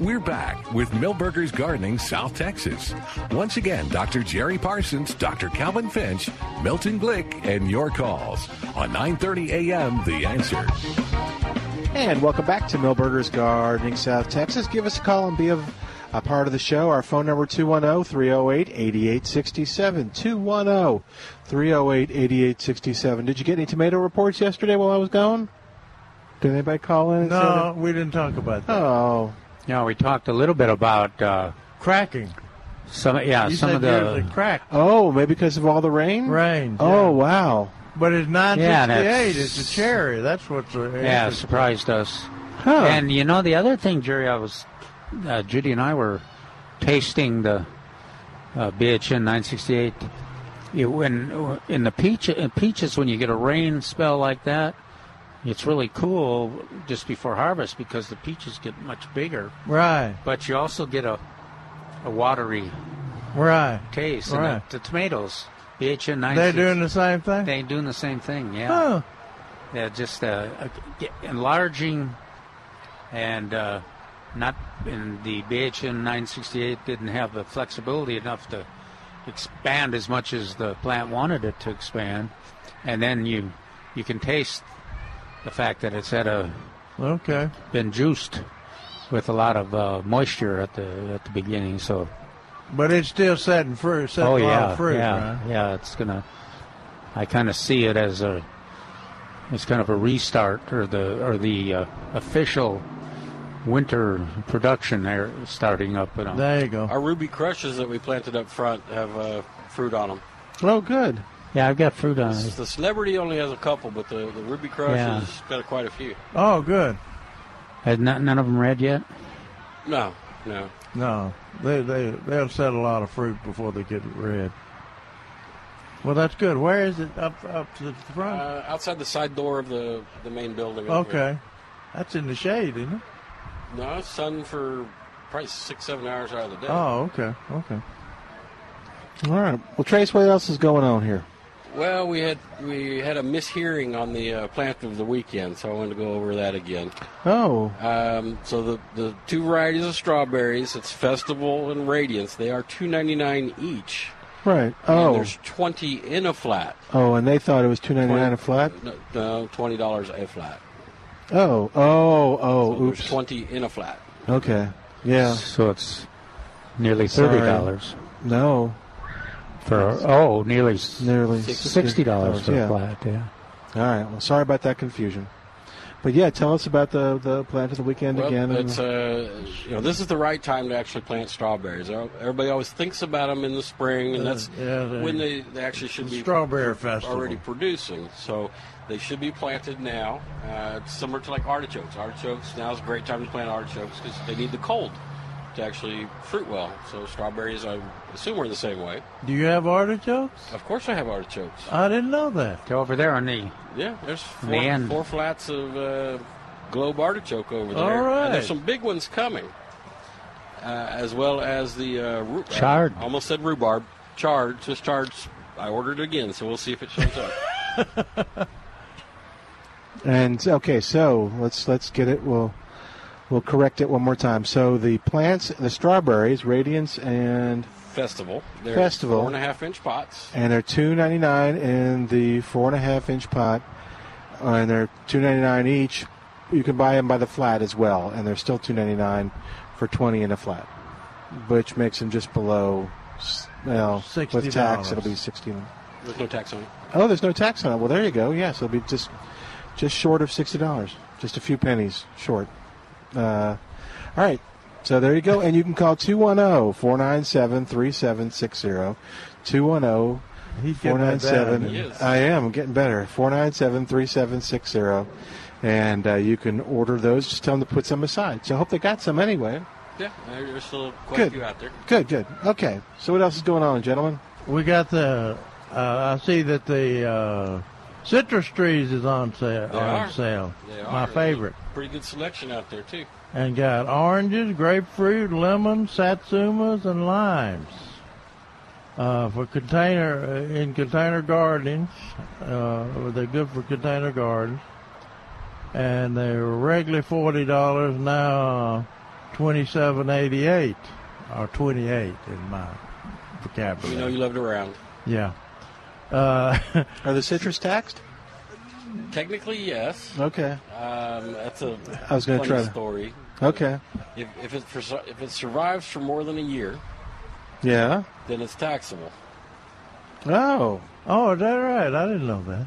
S2: We're back with Millburgers Gardening South Texas. Once again, Dr. Jerry Parsons, Dr. Calvin Finch, Milton Glick, and your calls on 9:30 a.m. The Answer.
S5: And welcome back to Millburgers Gardening, South Texas. Give us a call and be a, a part of the show. Our phone number oh, 210-308-8867. 210-308-8867. Did you get any tomato reports yesterday while I was gone? Did anybody call in? and say
S3: No, we didn't talk about
S5: that?
S3: that.
S5: Oh.
S6: Now we talked a little bit about uh,
S3: cracking.
S6: Some Uh, yeah,
S3: You
S6: some
S3: said
S6: of the
S3: yours had cracked.
S5: Oh, maybe because of all the rain?
S3: Rain.
S5: Oh, wow.
S3: But it's 968.
S6: that's-
S3: it's a cherry. That's what's uh,
S6: Yeah,
S3: interesting.
S6: surprised us.
S3: Huh.
S6: And you know the other thing, Jerry, I was uh, Judy and I were tasting the uh, BHN 968 you, when in the peach in peaches when you get a rain spell like that, it's really cool just before harvest because the peaches get much bigger.
S3: Right.
S6: But you also get a a watery
S3: Right.
S6: taste. And
S3: Right.
S6: the, the tomatoes, the HN96.
S3: They're doing the same thing.
S6: They're doing the same thing. Yeah.
S3: Huh.
S6: Yeah, just uh, uh, get- enlarging and uh, not in the BHN 968 didn't have the flexibility enough to expand as much as the plant wanted it to expand, and then you you can taste the fact that it's had a
S3: Okay.
S6: been juiced with a lot of uh, moisture at the at the beginning. So
S3: But it's still setting fruit. Setting
S6: oh
S3: a lot
S6: yeah,
S3: of fruit,
S6: yeah,
S3: right?
S6: yeah. It's gonna. I kind of see it as a. It's kind of a restart or the or the uh, official winter production there starting up. You know.
S3: There you go.
S7: Our ruby crushes that we planted up front have uh, fruit on them.
S3: Oh, good.
S6: Yeah, I've got fruit on it.
S7: The celebrity only has a couple, but the, the ruby crush
S6: Yeah.
S7: has got quite a few.
S3: Oh, good.
S6: Has not, none of them red yet?
S7: No, no.
S3: No, they they they'll set a lot of fruit before they get red. Well, that's good. Where is it? Up up to the front.
S7: Uh, outside the side door of the, the main building. over here.
S3: okay, that's in the shade, isn't it?
S7: No, it's sun for probably six, seven hours out of the day.
S3: Oh, okay, okay.
S5: All right. Well, Trace, what else is going on here?
S7: Well, we had we had a mishearing on the uh, plant of the weekend, so I wanted to go over that again.
S5: Oh,
S7: Um, so the the two varieties of strawberries, it's Festival and Radiance. They are two ninety nine each.
S5: right.
S7: And
S5: Oh,
S7: there's twenty in a flat.
S5: oh, and they thought it was two ninety nine a flat.
S7: No, no twenty dollars a flat.
S5: Oh, oh, oh.
S7: There's
S5: Oops.
S7: twenty in a flat.
S5: Okay. Yeah.
S6: So it's nearly
S5: Sorry.
S6: thirty dollars
S5: No.
S6: for oh nearly s-
S5: Nearly
S6: sixty dollars for
S5: yeah.
S6: a flat. Yeah.
S5: All right. Well, sorry about that confusion. But yeah, tell us about the the plant of the weekend
S7: Well,
S5: again.
S7: It's, uh, you know, this is the right time to actually plant strawberries. Everybody always thinks about them in the spring, and that's
S3: Uh, Yeah, they-
S7: when they, they actually should be
S3: Strawberry
S7: pro-
S3: festival.
S7: already producing. So they should be planted now. Uh, it's similar to like artichokes. Artichokes now is a great time to plant artichokes because they need the cold to actually fruit well. So strawberries, I assume, are the same way.
S3: Do you have artichokes?
S7: Of course, I have artichokes.
S3: I didn't know that.
S6: They're over there on the
S7: Yeah, there's four,
S6: Man.
S7: four flats of uh, globe artichoke over there.
S3: All right.
S7: And there's some big ones coming, uh, as well as the uh, ru- uh,
S6: Chard.
S7: almost said rhubarb. Chard, Swiss chard. I ordered it again, so we'll see if it shows up.
S5: And okay, so let's let's get it. We'll we'll correct it one more time. So the plants, the strawberries, radiance, and
S7: Festival. They're
S5: Festival.
S7: Four and a half inch pots.
S5: and they're two ninety nine in the four and a half inch pot, uh, and they're two ninety nine each. You can buy them by the flat as well, and they're still two ninety nine for twenty in a flat, which makes them just below. s- Well, with tax,
S7: $60.
S5: it'll be sixty.
S7: There's no tax on it.
S5: Oh, there's no tax on it. Well, there you go. Yes, it'll be just just short of sixty dollars, just a few pennies short. Uh, all right. So there you go. And you can call oh, 210 497 3760. 210
S3: He
S5: 497.
S3: is.
S5: I am getting better. 497 3760. oh. And uh, you can order those. Just tell them to put some aside. So I hope they got some anyway.
S7: Yeah, there's still quite a
S5: Good.
S7: few out there.
S5: Good, good. Okay. So what else is going on, gentlemen?
S3: We got the. Uh, I see that the uh, citrus trees is on sale.
S7: They
S3: on
S7: are.
S3: sale.
S7: They
S3: My
S7: are.
S3: favorite.
S7: Pretty good selection out there, too.
S3: And got oranges, grapefruit, lemons, satsumas, and limes. Uh, for container uh, in container gardens, uh, they're good for container gardens, and they were regularly forty dollars now, twenty seven eighty eight or twenty eight in my vocabulary.
S7: You know, you loved around.
S3: Yeah. Uh,
S5: Are the citrus taxed?
S7: Technically, yes.
S5: Okay.
S7: Um, that's a
S5: I was going to
S7: funny
S5: try to.
S7: story.
S5: Okay.
S7: If, if, it, for, if it survives for more than a year,
S5: Yeah.
S7: then it's taxable.
S5: Oh.
S3: Oh, is that right? I didn't know that.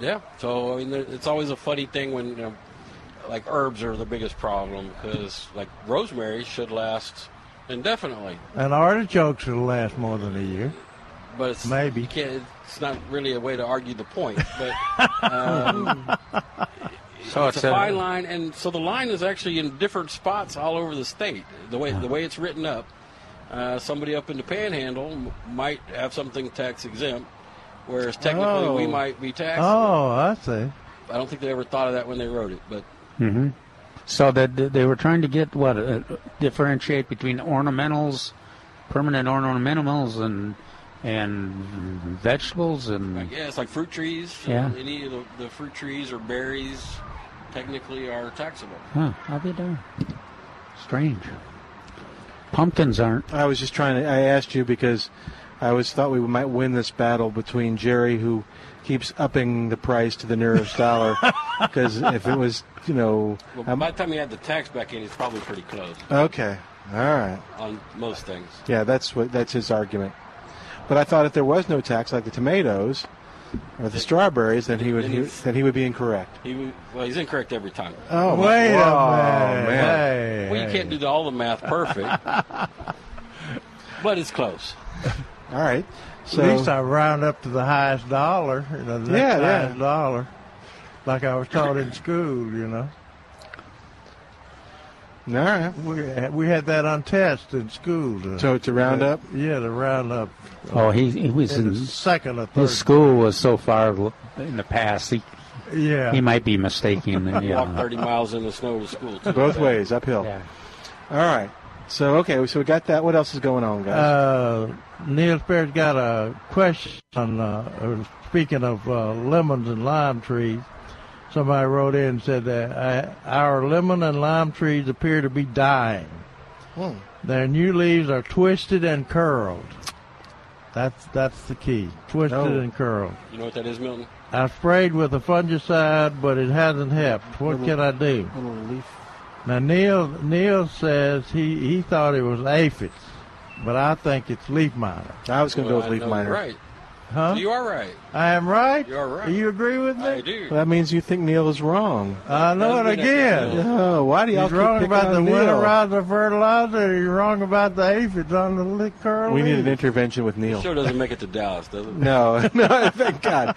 S7: Yeah. So I mean, there- it's always a funny thing when you know, like herbs are the biggest problem because like rosemary should last indefinitely,
S3: And artichokes will last more than a year.
S7: but it's
S3: Maybe.
S7: you can't, it's not really a way to argue the point. But um,
S6: So
S7: it's,
S6: it's
S7: a,
S6: a-
S7: fine line, and so the line is actually in different spots all over the state. The way the way it's written up, uh, somebody up in the Panhandle m- might have something tax exempt. Whereas technically
S3: Oh.
S7: we might be taxed.
S3: Oh, I see.
S7: I don't think they ever thought of that when they wrote it, but
S6: hmm So that that they were trying to get what uh, differentiate between ornamentals, permanent ornamentals, and and vegetables and
S7: yeah, it's like fruit trees. uh,
S6: Yeah.
S7: Any of the, the fruit trees or berries technically are taxable.
S6: huh, I'll be darned. Strange. Pumpkins aren't.
S5: I was just trying to. I asked you because I always thought we might win this battle between Jerry, who keeps upping the price to the nearest dollar, because if it was, you know,
S7: Well,
S6: Um,
S5: I'm-
S7: by the time you add the tax back in, it's probably pretty close
S5: okay, all right,
S7: on most things.
S5: yeah, that's what that's his argument. But I thought if there was no tax, like the tomatoes or the strawberries, then he would he, then he would be incorrect.
S7: He w- well, he's incorrect every time.
S5: Oh, my-
S3: Wait a
S5: Whoa,
S3: minute.
S5: man.
S7: well, you can't do the- all the math perfect, but it's close.
S5: All right. So-
S3: At least I round up to the highest dollar, you know, the next
S5: Yeah, yeah.
S3: highest dollar, like I was taught in school, you know.
S5: All right.
S3: We, we had that on test in school. To,
S5: So to round up?
S3: Yeah, to round up.
S6: Oh, he, he was
S3: in
S6: in,
S3: the second or third.
S6: His school was so far l- in the past. He
S3: Yeah.
S6: he might be mistaken.
S7: Walk
S6: yeah.
S7: 30 miles in the snow to school. Too.
S5: Both ways, uphill. All right. So okay, so we got that. What else is going on, guys?
S3: Uh, Neil Sperry's got a question. Uh, speaking of uh, lemons and lime trees, somebody wrote in and said that uh, our lemon and lime trees appear to be dying.
S5: Hmm.
S3: Their new leaves are twisted and curled. That's that's the key. Twisted
S7: No.
S3: and curled.
S7: You know what that is, Milton?
S3: I sprayed with a fungicide, but it hasn't helped. What
S7: Little-
S3: can I do? Now Neil Neil says he, he thought it was aphids, but I think it's leaf miner.
S5: I was going
S7: Well, I know you're Right.
S3: Huh?
S7: You are right.
S3: I am right.
S7: You are right.
S3: Do you agree with me?
S7: I do.
S5: Well, that means you think Neil is wrong.
S3: I know it again.
S5: Oh, why do y'all
S3: He's
S5: keep
S3: wrong
S5: picking
S3: about
S5: on
S3: the
S5: Neil?
S3: winterizer fertilizer. You're wrong about the aphids on the li- curl.
S5: We need an
S3: leaves.
S5: intervention with Neil.
S7: The show doesn't make it to Dallas, does it?
S5: No, no, thank God.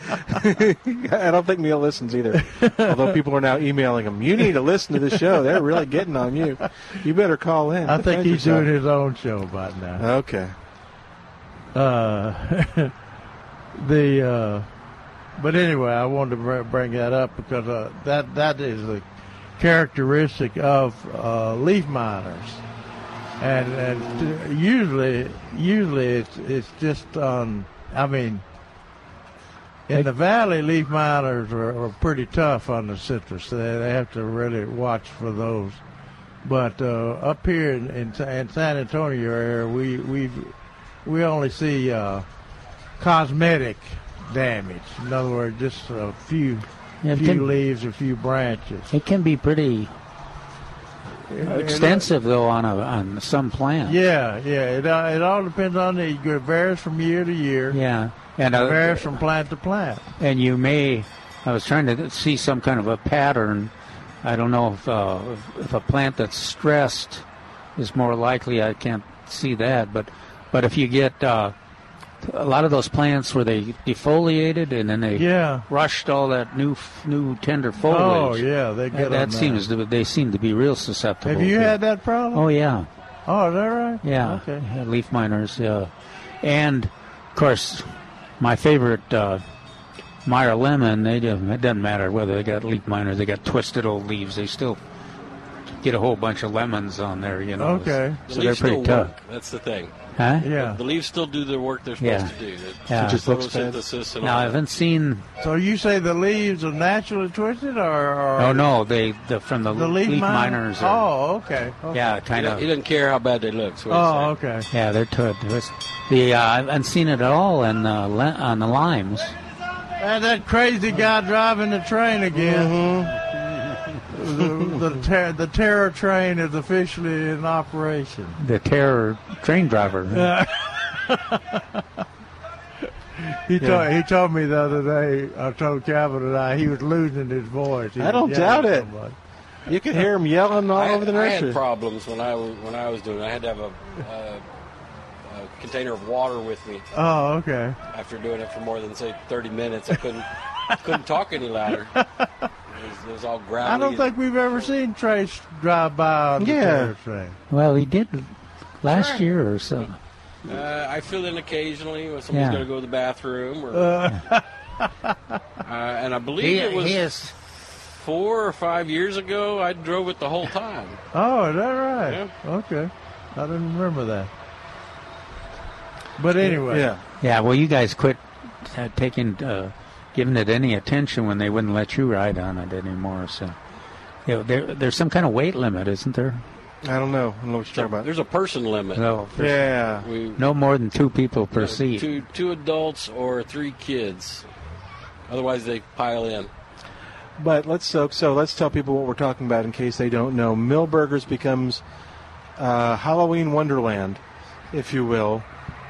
S5: I don't think Neil listens either. Although people are now emailing him, you need to listen to the show. They're really getting on you. You better call in.
S3: I think
S5: Defend
S3: he's
S5: yourself.
S3: doing his own show by now.
S5: Okay.
S3: Uh, the uh, but anyway, I wanted to br- bring that up because uh, that that is a characteristic of uh, leaf miners, and and t- usually usually it's it's just on. I mean, in the valley, leaf miners are, are pretty tough on the citrus. They, they have to really watch for those. But uh, up here in, in, Sa- in San Antonio area, we we we only see uh, cosmetic damage. In other words, just a few
S6: Yeah,
S3: few
S6: can-
S3: leaves, a few branches.
S6: It can be pretty extensive though on a, on some plants.
S3: Yeah, yeah. It uh, it all depends on the it varies from year to year.
S6: Yeah, and
S3: it
S6: uh,
S3: varies from plant to plant.
S6: and you may i was trying to see some kind of a pattern i don't know if, uh, if a plant that's stressed is more likely i can't see that but but if you get uh, a lot of those plants where they defoliated and then they
S3: Yeah.
S6: rushed all that new new tender foliage
S3: Oh, yeah, they
S6: that,
S3: get
S6: that
S3: on that.
S6: seems to, they seem to be real susceptible
S3: Have you
S6: to-
S3: had that problem?
S6: oh yeah
S3: Oh, is that right?
S6: yeah,
S3: Okay.
S6: yeah, leaf miners. Yeah, and of course, my favorite uh, Meyer lemon. They do, it doesn't matter whether they got leaf miners, they got twisted old leaves. They still get a whole bunch of lemons on there. You know.
S3: Okay.
S6: So
S7: The
S6: they're
S7: leaves
S6: pretty
S7: still
S6: tough.
S7: work. That's the thing.
S6: Huh?
S3: Yeah.
S7: The leaves still do the work they're supposed
S6: Yeah.
S7: to do. The
S6: Yeah. It just looks bad.
S7: photosynthesis and
S6: Now I
S7: all that.
S6: haven't seen.
S3: So you say the leaves are naturally twisted, or, or
S6: Oh no, they the, from the,
S3: the leaf, miner-
S6: miners. Are,
S3: oh, okay. okay.
S6: Yeah, kind of.
S7: He doesn't care how bad they look. So
S3: Oh, okay.
S6: Yeah, they're tough. There's- The uh, I haven't seen it at all in the, le- on the limes.
S3: And Ah, that crazy guy driving the train again.
S5: Mm-hmm.
S3: the the, ter- the terror train is officially in operation.
S6: The terror train driver.
S3: He
S6: Yeah.
S3: told he told me the other day. I told Calvin and I he was losing his voice. He
S5: I
S3: was
S5: don't
S3: yelling
S5: doubt it.
S3: so much.
S5: You could hear him yelling all
S7: I,
S5: over the
S7: I
S5: nursery.
S7: had problems when I was when I was doing. it. I had to have a, a, a container of water with me
S3: Oh, okay.
S7: after doing it for more than say 30 minutes. I couldn't couldn't talk any louder. It was, it was all gravelly.
S3: I don't
S7: and-
S3: think we've ever seen Trace drive by on the
S6: Yeah.
S3: terror train.
S6: Well, he did last year or so.
S7: Uh, I fill in occasionally when somebody's
S6: Yeah.
S7: going to go to the bathroom, or
S6: Uh.
S7: Uh, and I believe
S6: He-
S7: it was
S6: he is-
S7: four or five years ago. I drove it the whole time.
S3: Oh, is that right? Okay. I didn't remember that. But anyway.
S6: Yeah. Well, you guys quit uh, taking, uh, giving it any attention when they wouldn't let you ride on it anymore. So, you know, there, there's some kind of weight limit, isn't there?
S5: I don't know. I don't know what you're talking about.
S7: There's a person limit.
S6: No.
S5: Yeah.
S7: We,
S6: No more than two people per seat.
S7: two two adults or three kids. Otherwise, they pile in.
S5: But let's so, so let's tell people what we're talking about in case they don't know. Millburgers becomes uh, Halloween Wonderland, if you will,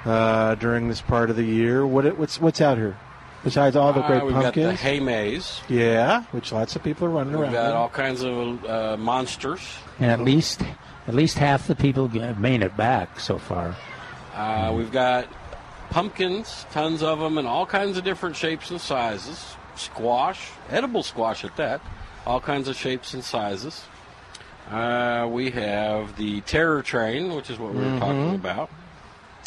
S5: uh, during this part of the year. What it, what's what's out here besides all the great
S7: Uh, we've
S5: pumpkins?
S7: got the hay maze.
S5: yeah, which lots of people are running
S7: We've
S5: around.
S7: got all kinds of uh, monsters.
S6: And at least, at least half the people g- have made it back so far.
S7: Uh, we've got pumpkins, tons of them, in all kinds of different shapes and sizes. Squash, edible squash at that, all kinds of shapes and sizes. Uh, we have the terror train, which is what we were talking
S5: Mhm.
S7: about.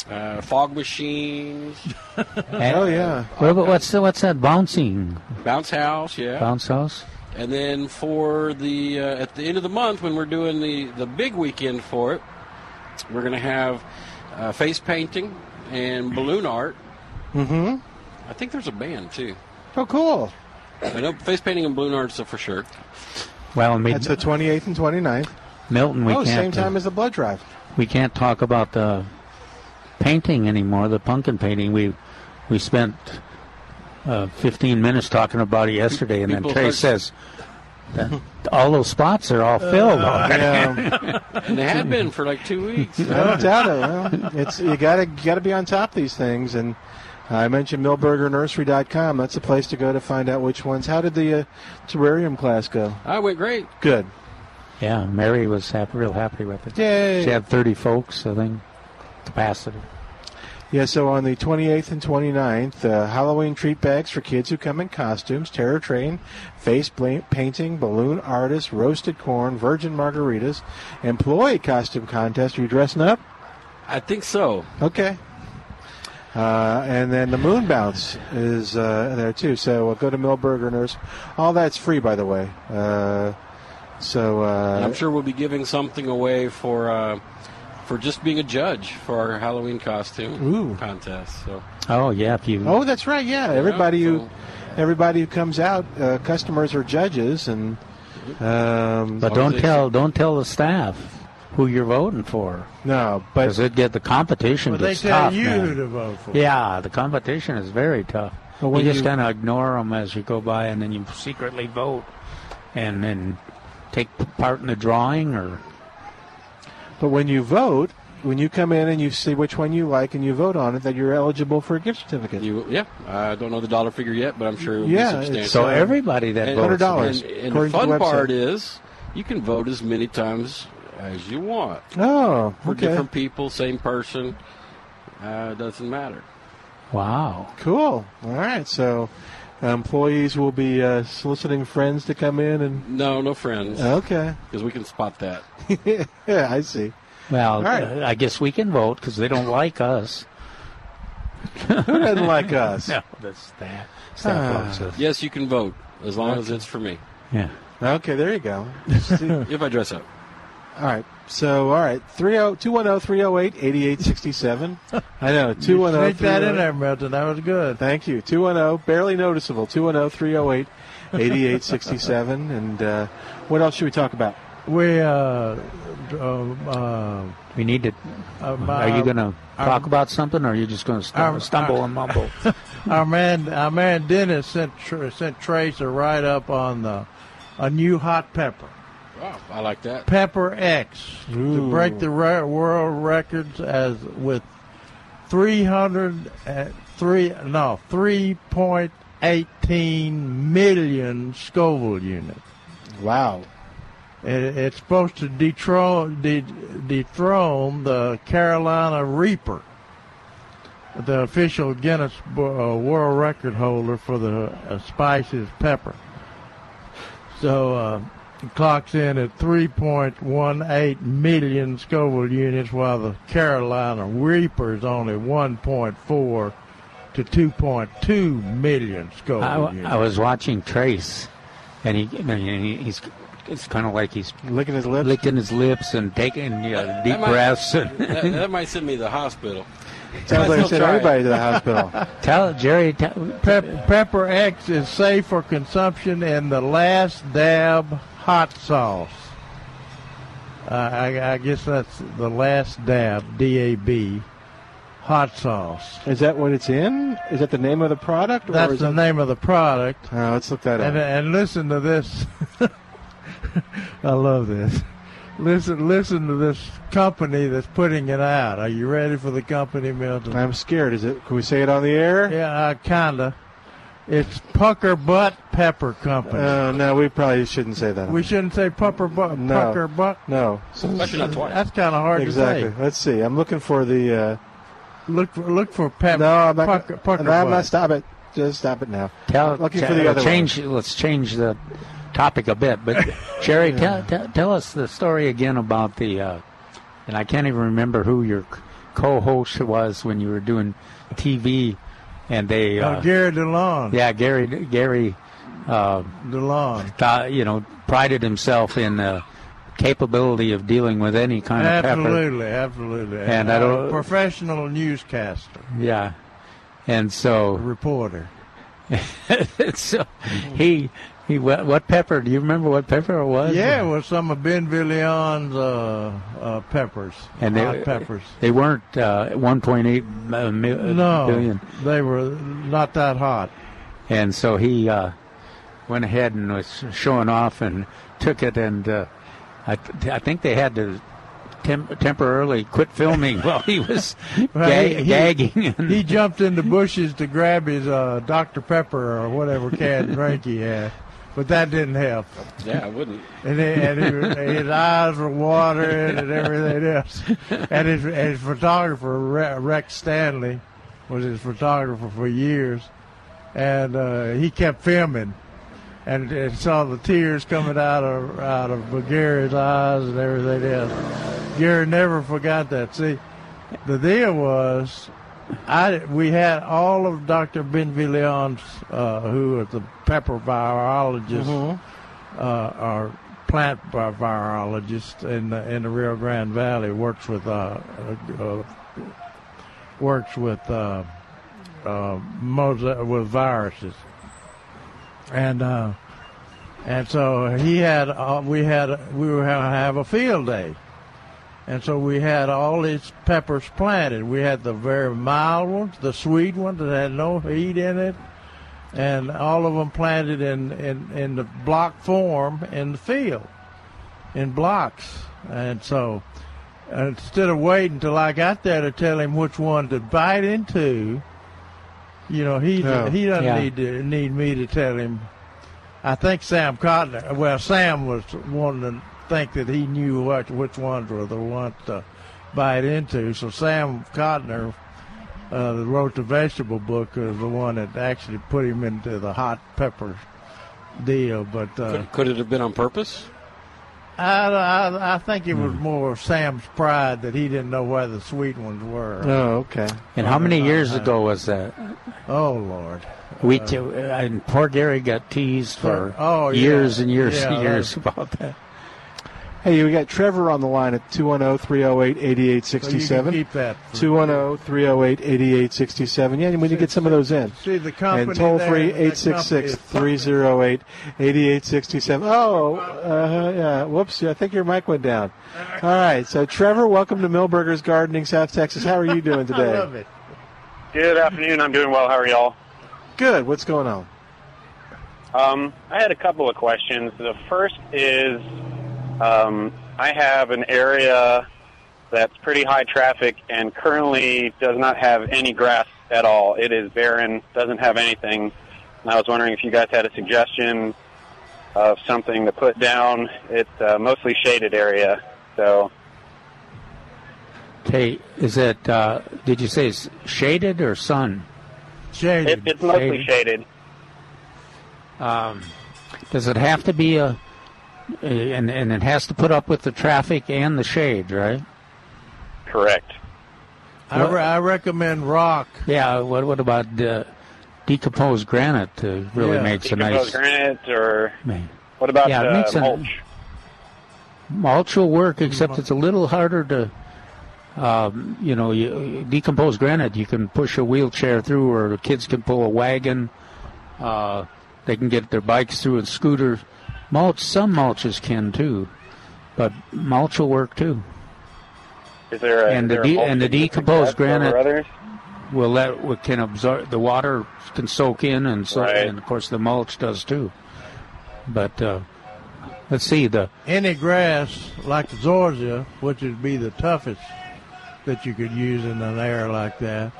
S7: Uh, fog machines.
S5: Oh,
S6: What about- what's the, what's that bouncing
S7: Bounce house, yeah.
S6: bounce house?
S7: And then for the uh, at the end of the month when we're doing the the big weekend for it, we're going to have uh, face painting and balloon art.
S5: Mm-hmm.
S7: I think there's a band too.
S5: Oh, cool.
S7: I know face painting and balloon art's are for sure.
S6: Well, I mean,
S5: That's the 28th and 29th.
S6: Milton, we
S5: oh,
S6: can't.
S5: same
S6: uh,
S5: time as the blood drive.
S6: we can't talk about the painting anymore, the pumpkin painting. We we spent uh, 15 minutes talking about it yesterday, and then
S7: People
S6: Trey
S7: start-
S6: says that all those spots are
S5: Uh,
S6: all filled.
S7: and they had been for like two weeks.
S5: I don't doubt it. Well, it's you gotta you gotta be on top of these things. And I mentioned millburgernursery.com. That's the place to go to find out which ones. How did the uh, terrarium class go?
S7: I went great.
S5: Good.
S6: Yeah, Mary was hap real happy with it.
S5: Yay.
S6: She had 30 folks, I think, capacity.
S5: Yeah, so on the 28th and 29th, uh, Halloween treat bags for kids who come in costumes, terror train, face bla- painting, balloon artist, roasted corn, virgin margaritas, employee costume contest. Are you dressing up?
S7: I think so.
S5: Okay. Uh, and then the moon bounce is uh, there too. So uh, go to Millburger Nurse. All that's free, by the way. Uh, so uh,
S7: And I'm sure we'll be giving something away for uh, for just being a judge for our Halloween costume
S5: Ooh.
S7: contest. So
S6: Oh, yeah, if you.
S5: Oh, that's right. Yeah, everybody who everybody who comes out, uh, customers are judges, and um,
S6: But don't tell don't tell the staff who you're voting for.
S5: No, but
S6: because it get the competition.
S3: But they
S6: gets
S3: tell
S6: tough,
S3: you
S6: man.
S3: who to vote for.
S6: Yeah, the competition is very tough.
S3: But when
S6: you just
S3: you-
S6: kind of ignore them as you go by, and then you secretly vote, and then take part in the drawing or
S5: But when you vote, when you come in and you see which one you like and you vote on it, that you're eligible for a gift certificate.
S7: you, yeah, I don't know the dollar figure yet, but I'm sure it'll
S5: Yeah,
S7: be substantial.
S5: it's, So uh, everybody that
S7: And-
S5: votes- $100,
S7: And, and the
S5: according to the
S7: fun
S5: website.
S7: part is you can vote as many times as you want
S5: oh,
S7: for
S5: okay.
S7: different people, same person. Uh, doesn't matter.
S6: Wow.
S5: Cool. All right. So uh, employees will be uh, soliciting friends to come in and.
S7: No, no friends.
S5: Okay.
S7: Because we can spot that.
S5: yeah, I see.
S6: well,
S5: right.
S6: uh, I guess we can vote because they don't like us.
S5: Who doesn't like us?
S6: No, that's that. Staff votes us.
S7: Yes, you can vote as long as it's for me.
S6: Yeah.
S5: Okay, there you go.
S7: if I dress up.
S5: All right. So, all right. oh, 30 210 308 8867. I know. oh, 210
S3: Sneak that in there, Milton. That was good.
S5: Thank you. 210, barely noticeable. oh, 210 308 8867. And uh, what else should we talk about?
S3: We uh, d- uh, uh,
S6: We need to.
S3: Uh, um,
S6: are you going to
S3: our-
S6: talk about something, or are you just going to
S3: our-
S6: stumble
S3: our-
S6: and mumble?
S3: our man, our man Dennis sent Tr- sent Trace a write up on the a new hot pepper.
S7: Wow, I like that.
S3: Pepper X to break the re- world records as with 303 no 3.18 million Scoville units.
S5: Wow.
S3: It, it's supposed to dethrone de- dethrone the Carolina Reaper, the official Guinness Bo- uh, World Record holder for the uh, spiciest pepper. So uh, It clocks in at 3.18 million Scoville units, while the Carolina Reaper is only 1.4 to 2.2 million Scoville
S6: I,
S3: units.
S6: I was watching Trace, and he, and he he's it's kind of like he's
S5: licking his lips,
S6: licking his lips, and taking you know, deep
S7: That might-
S6: breaths.
S7: that, that might send me to the hospital.
S5: Sounds like
S7: I'll
S5: I sent
S7: try it.
S5: everybody to the hospital.
S6: Tell Jerry. Tell,
S3: Pep- Pepper X is safe for consumption in the last dab hot sauce. Uh, I, I guess that's the last dab, D-A-B, hot sauce.
S5: Is that what it's in? Is that the name of the product? or
S3: That's
S5: is
S3: the
S5: that-
S3: name of the product.
S5: Uh, let's look that
S3: and,
S5: up.
S3: and listen to this. I love this. Listen, listen to this company that's putting it out. Are you ready for the company, Milton?
S5: I'm scared. Is it? Can we say it on the air?
S3: Yeah, uh, kinda. It's Pucker Butt Pepper Company.
S5: Uh, no, we probably shouldn't say that.
S3: we shouldn't say Pupper Buck,
S5: No.
S3: Pucker Buck.
S5: No.
S3: Especially not twice. That's kinda hard to
S5: exactly.
S3: say.
S5: Let's see. I'm looking for the. Uh,
S3: look for look for Pepper.
S5: No, I'm not.
S3: Pucker, pucker
S5: no, I'm
S3: Butt.
S5: not. Stop it. Just stop it now.
S6: Tell,
S5: looking
S6: tell-
S5: for the other
S6: change. Let's change the topic a bit. But Jerry, tell, tell tell us the story again about the, uh, and I can't even remember who your co-host was when you were doing TV, and they.
S3: Oh,
S6: uh,
S3: Gary DeLon.
S6: Yeah, Gary. Gary. Uh,
S3: DeLon.
S6: Thought, you know, prided himself in the capability of dealing with any kind of
S3: Absolutely, absolutely.
S6: And I
S3: a
S6: don't-
S3: professional newscaster,
S6: pepper. Yeah. And so.
S3: reporter.
S6: so he he what, what pepper? Do you remember what pepper it was?
S3: Yeah, with some of Ben Villon's uh, uh, peppers,
S6: And they,
S3: hot peppers.
S6: They weren't uh, 1.8 uh, mi-
S3: no,
S6: billion.
S3: they were not that hot.
S6: And so he uh, went ahead and was showing off and took it. And uh, I, th- I think they had to temp- temporarily quit filming while he was
S3: Right,
S6: ga-
S3: he- he-
S6: gagging. And
S3: He jumped in the bushes to grab his uh, Dr. Pepper or whatever canned drink he had, but that didn't help.
S7: Yeah, I wouldn't.
S3: And, he, and he, his eyes were watering and everything else. And his, and his photographer, Re- Rex Stanley, was his photographer for years. And uh, he kept filming and, and saw the tears coming out of out of Gary's eyes and everything else. Gary never forgot that. See, the deal was, I we had all of Dr. Benvilion's, uh, who was the pepper virologist,
S5: Mhm.
S3: uh, or plant vi- virologist in the, in the Rio Grande Valley, works with uh, uh, uh, works with uh, uh, mosa- with viruses and uh, and so he had uh, we had we were going to have a field day, and so we had all these peppers planted. We had the very mild ones, the sweet ones that had no heat in it, and all of them planted in in, in the block form in the field, in blocks, and so. uh, Instead of waiting until I got there to tell him which one to bite into, you know, he
S5: Oh.
S3: he doesn't
S5: Yeah.
S3: need to, need me to tell him. I think Sam Cotton. Well, Sam was wanting to think that he knew what which ones were the ones to bite into. So Sam Cotton, uh, that wrote the vegetable book, is the one that actually put him into the hot pepper deal. But uh,
S7: Could, could it have been on purpose?
S3: I, I I think it
S5: Hmm.
S3: was more Sam's pride that he didn't know where the sweet ones were.
S5: okay.
S6: And how many years ago was that?
S3: Oh Lord.
S6: We
S3: Uh,
S6: too, and poor Gary got teased for
S3: Oh, yeah.
S6: years and years
S3: Yeah,
S6: and
S3: that-
S6: years about that.
S5: Hey, we got Trevor on the line at oh, 210-308-8867.
S3: So you can keep that
S5: oh, 210-308-8867. Yeah, and we need to get some of those in.
S3: See, the company
S5: And toll free
S3: there, that
S5: 866-308-8867. Oh, uh, yeah. Whoops, I think your mic went down. All right, so Trevor, welcome to Millburgers Gardening, South Texas. How are you doing today?
S3: it.
S24: Good afternoon. I'm doing well. How are y'all?
S5: Good. What's going on?
S24: Um, I had a couple of questions. The first is um, I have an area that's pretty high traffic and currently does not have any grass at all. It is barren, doesn't have anything. And I was wondering if you guys had a suggestion of something to put down. It's a mostly shaded area, so
S6: Hey, is it? Uh, did you say it's shaded or sun?
S3: Shaded.
S24: it's mostly shaded.
S6: Um, does it have to be a and and it has to put up with the traffic and the shade, right?
S24: Correct.
S3: I, re- I recommend rock.
S6: Yeah. What what about uh, decomposed granite? Uh, really makes a nice
S24: Decomposed granite or
S6: Man.
S24: what about
S6: Yeah, it
S24: uh,
S6: makes a-
S24: mulch?
S6: mulch will work, except it's a little harder to. Um, you know, you, decomposed granite. You can push a wheelchair through, or kids can pull a wagon. Uh, they can get their bikes through and scooters. Mulch. Some mulches can too, but mulch will work too.
S24: Is there a,
S6: and
S24: is
S6: the
S24: there
S6: de-
S24: a mulch
S6: and the
S24: that you
S6: decomposed
S24: suggest over
S6: granite
S24: others?
S6: will let will- can absorb the water can soak in and so
S24: Right.
S6: and of course the mulch does too. But uh, let's see the
S3: Any grass like Zorzia, which would be the toughest that you could use in an air like that.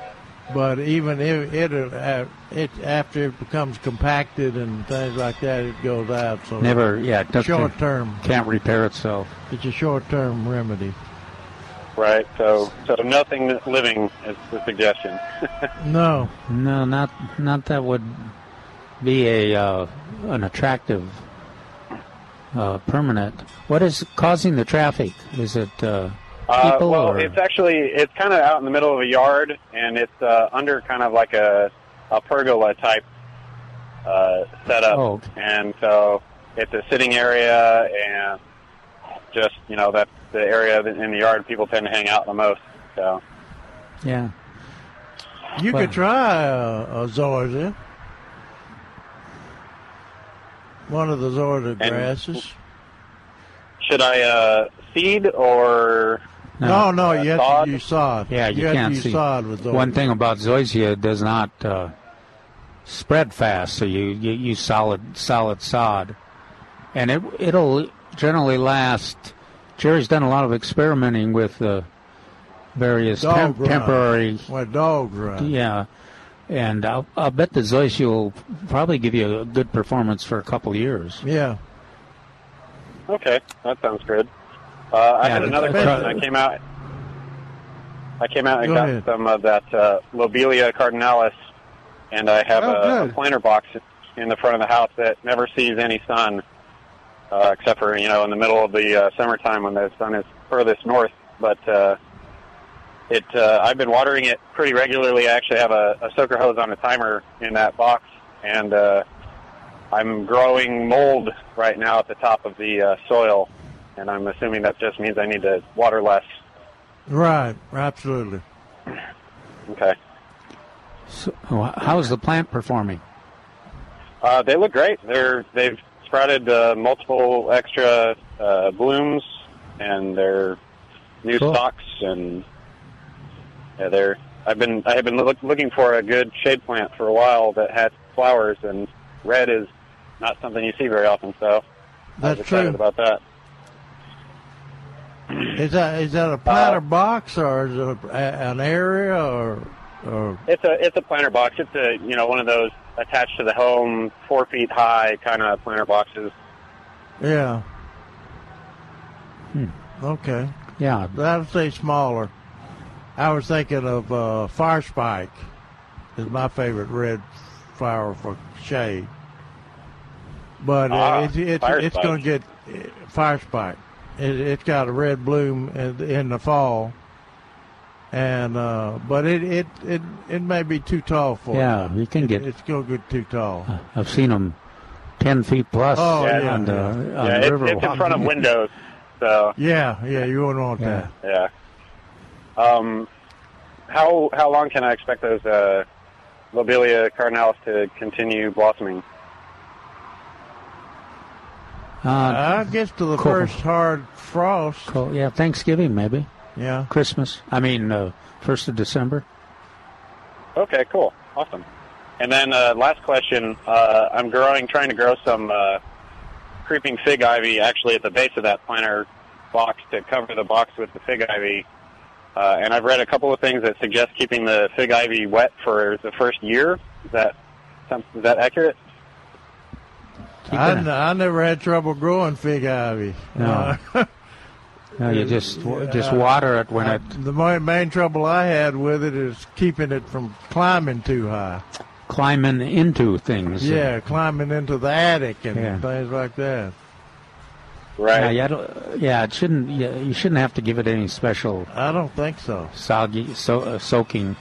S3: But even if it, uh, it after it becomes compacted and things like that, it goes out. So
S6: never yeah it doesn't-
S3: short term.
S6: can't repair itself.
S3: It's a short term remedy.
S24: Right. So so nothing living is the suggestion.
S3: No.
S6: No, not not that would be a uh, an attractive uh, permanent. What is causing the traffic? Is it uh,
S24: Uh,
S6: people
S24: well,
S6: or
S24: it's actually it's kind of out in the middle of a yard, and it's uh, under kind of like a a pergola type uh, setup,
S6: Oh, okay.
S24: and so it's a sitting area, and just you know that's the area that in the yard people tend to hang out the most. So
S6: yeah?
S3: You
S6: Well-
S3: could try uh, a Zorzia. One of the Zorzia grasses.
S24: should I uh, seed or
S3: No, no,
S24: uh,
S3: you have
S24: sod?
S3: to use sod.
S6: Yeah, you,
S3: have
S6: can't
S3: to use
S6: see.
S3: sod with Zorzia.
S6: One thing about zoysia, it does not uh, spread fast, so you, you use solid solid sod, and it it'll generally last. Jerry's done a lot of experimenting with uh, various
S3: Dog
S6: temp-
S3: run.
S6: temporary,
S3: Where dogs run.
S6: yeah, and I'll, I'll bet the zoysia will probably give you a good performance for a couple years.
S3: Yeah.
S24: Okay, that sounds good. Uh, I
S6: Yeah,
S24: had
S6: it's
S24: another
S6: better.
S24: question. I came out. I came out and
S6: Go
S24: got
S6: ahead.
S24: some of that uh, Lobelia cardinalis, and I have
S3: Oh,
S24: a, a
S3: good.
S24: planter box in the front of the house that never sees any sun, uh, except for you know in the middle of the uh, summertime when the sun is furthest north. But uh, it, uh, I've been watering it pretty regularly. I actually have a, a soaker hose on a timer in that box, and uh, I'm growing mold right now at the top of the uh, soil, and I'm assuming that just means I need to water less.
S3: Right, absolutely.
S24: Okay.
S6: So, how's the plant performing?
S24: Uh, they look great. They're they've sprouted uh, multiple extra uh, blooms, and they're new
S6: Cool.
S24: stalks, and yeah, they're. I've been I have been look, looking for a good shade plant for a while that had flowers, and red is not something you see very often. So I was
S3: That's
S24: excited
S3: true.
S24: about that.
S3: Is that is that a platter box or is it a, a- an area or or
S24: It's a it's a planter box. It's a you know one of those attached to the home, four feet high kind of planter boxes.
S3: yeah? Okay.
S6: Hmm. Yeah.
S3: I'd say smaller. I was thinking of uh, fire spike. Is my favorite red flower for shade. But uh,
S24: Ah,
S3: it's it's,
S24: fire
S3: it's
S24: spike.
S3: going to get uh, fire spike. It, it's got a red bloom in, in the fall, and uh, but it, it it it may be too tall for
S6: Yeah,
S3: it.
S6: you can
S3: It-
S6: get-
S3: it's going to get too tall.
S6: I've seen them ten feet plus
S3: Oh, yeah.
S6: on the on
S24: yeah, it's,
S6: river
S24: it's in front of windows, so
S3: Yeah, yeah, you wouldn't want that.
S24: yeah. Um, how how long can I expect those uh, Lobelia cardinalis to continue blossoming?
S3: I guess to the
S6: cool.
S3: first hard frost.
S6: Cool. Uh, Yeah, Thanksgiving maybe.
S3: Yeah.
S6: Christmas. I mean, uh, first of December.
S24: Okay, cool, awesome. And then uh, last question: uh, I'm growing, trying to grow some uh, creeping fig ivy actually at the base of that planter box to cover the box with the fig ivy. Uh, and I've read a couple of things that suggest keeping the fig ivy wet for the first year. Is that some- is that accurate?
S3: I, n- I never had trouble growing fig ivy.
S6: No.
S3: Uh,
S6: No, you just just
S3: uh,
S6: water it when
S3: I-
S6: it
S3: The main, main trouble I had with it is keeping it from climbing too high.
S6: climbing into things.
S3: Yeah, climbing into the attic and
S6: Yeah.
S3: things like that.
S24: Right.
S6: Yeah, yeah, I don't- yeah, it shouldn't. Yeah, you shouldn't have to give it any special.
S3: I don't think so.
S6: Soggy, so, uh, soaking.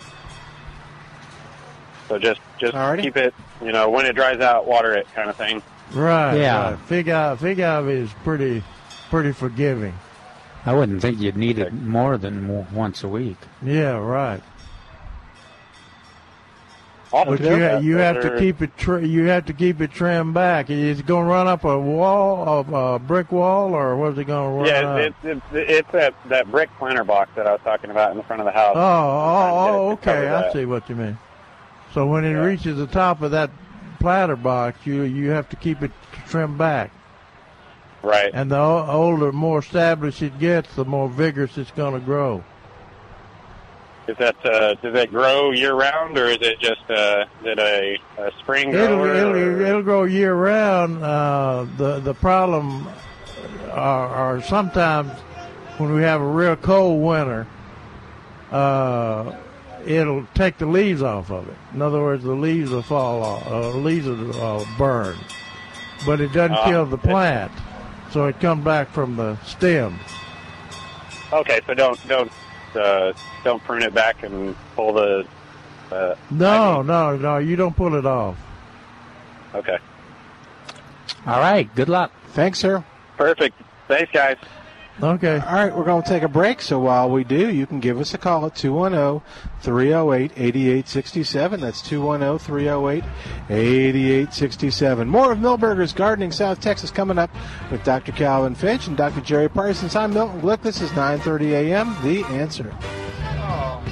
S24: So just just keep it, you know, when it dries out, water it, kind of thing.
S3: Right.
S6: Yeah.
S3: Right. Fig Ave, Fig Ave is pretty, pretty forgiving.
S6: I wouldn't think you'd need it more than w- once a week.
S3: Yeah. Right. But you,
S6: Yeah.
S3: ha- you have to
S6: Those are-
S3: keep it. Tr- you have to keep it trimmed back. Is it going to run up a wall, a uh, brick wall, or what's it going to run
S24: yeah,
S3: up?
S24: it, it, it, it's that that brick planter box that I was talking about in the front of the house.
S3: oh, oh, oh,
S24: uh, to cover
S3: okay. I
S24: that.
S3: see what you mean. So when it reaches the top of that platter box, you you have to keep it trimmed back.
S24: Right.
S3: And the o- older, more established it gets, the more vigorous it's going to grow.
S24: Is that uh, does that grow year round, or is it just uh, is it a, a spring
S3: It'll,
S24: grower?
S3: it'll, it'll grow year round. Uh, the the problem are, are sometimes when we have a real cold winter, uh, it'll take the leaves off of it. In other words, the leaves will fall off, uh, leaves will uh, burn, but it doesn't
S24: Ah,
S3: kill the
S24: it-
S3: plant, so it comes back from the stem.
S24: Okay, so don't don't uh, don't prune it back and pull the. Uh,
S3: No, no, no, you don't pull it off.
S24: okay,
S6: All right. Good luck.
S25: Thanks, sir.
S24: perfect. Thanks, guys.
S3: Okay.
S25: All right, we're going to take a break. So while we do, you can give us a call at oh, 210 308 8867. That's oh, 210 308 8867. More of Millburgers Gardening South Texas coming up with Dr. Calvin Finch and Dr. Jerry Parsons. I'm Milton Glick. This is 930 a.m. The Answer.
S18: Oh.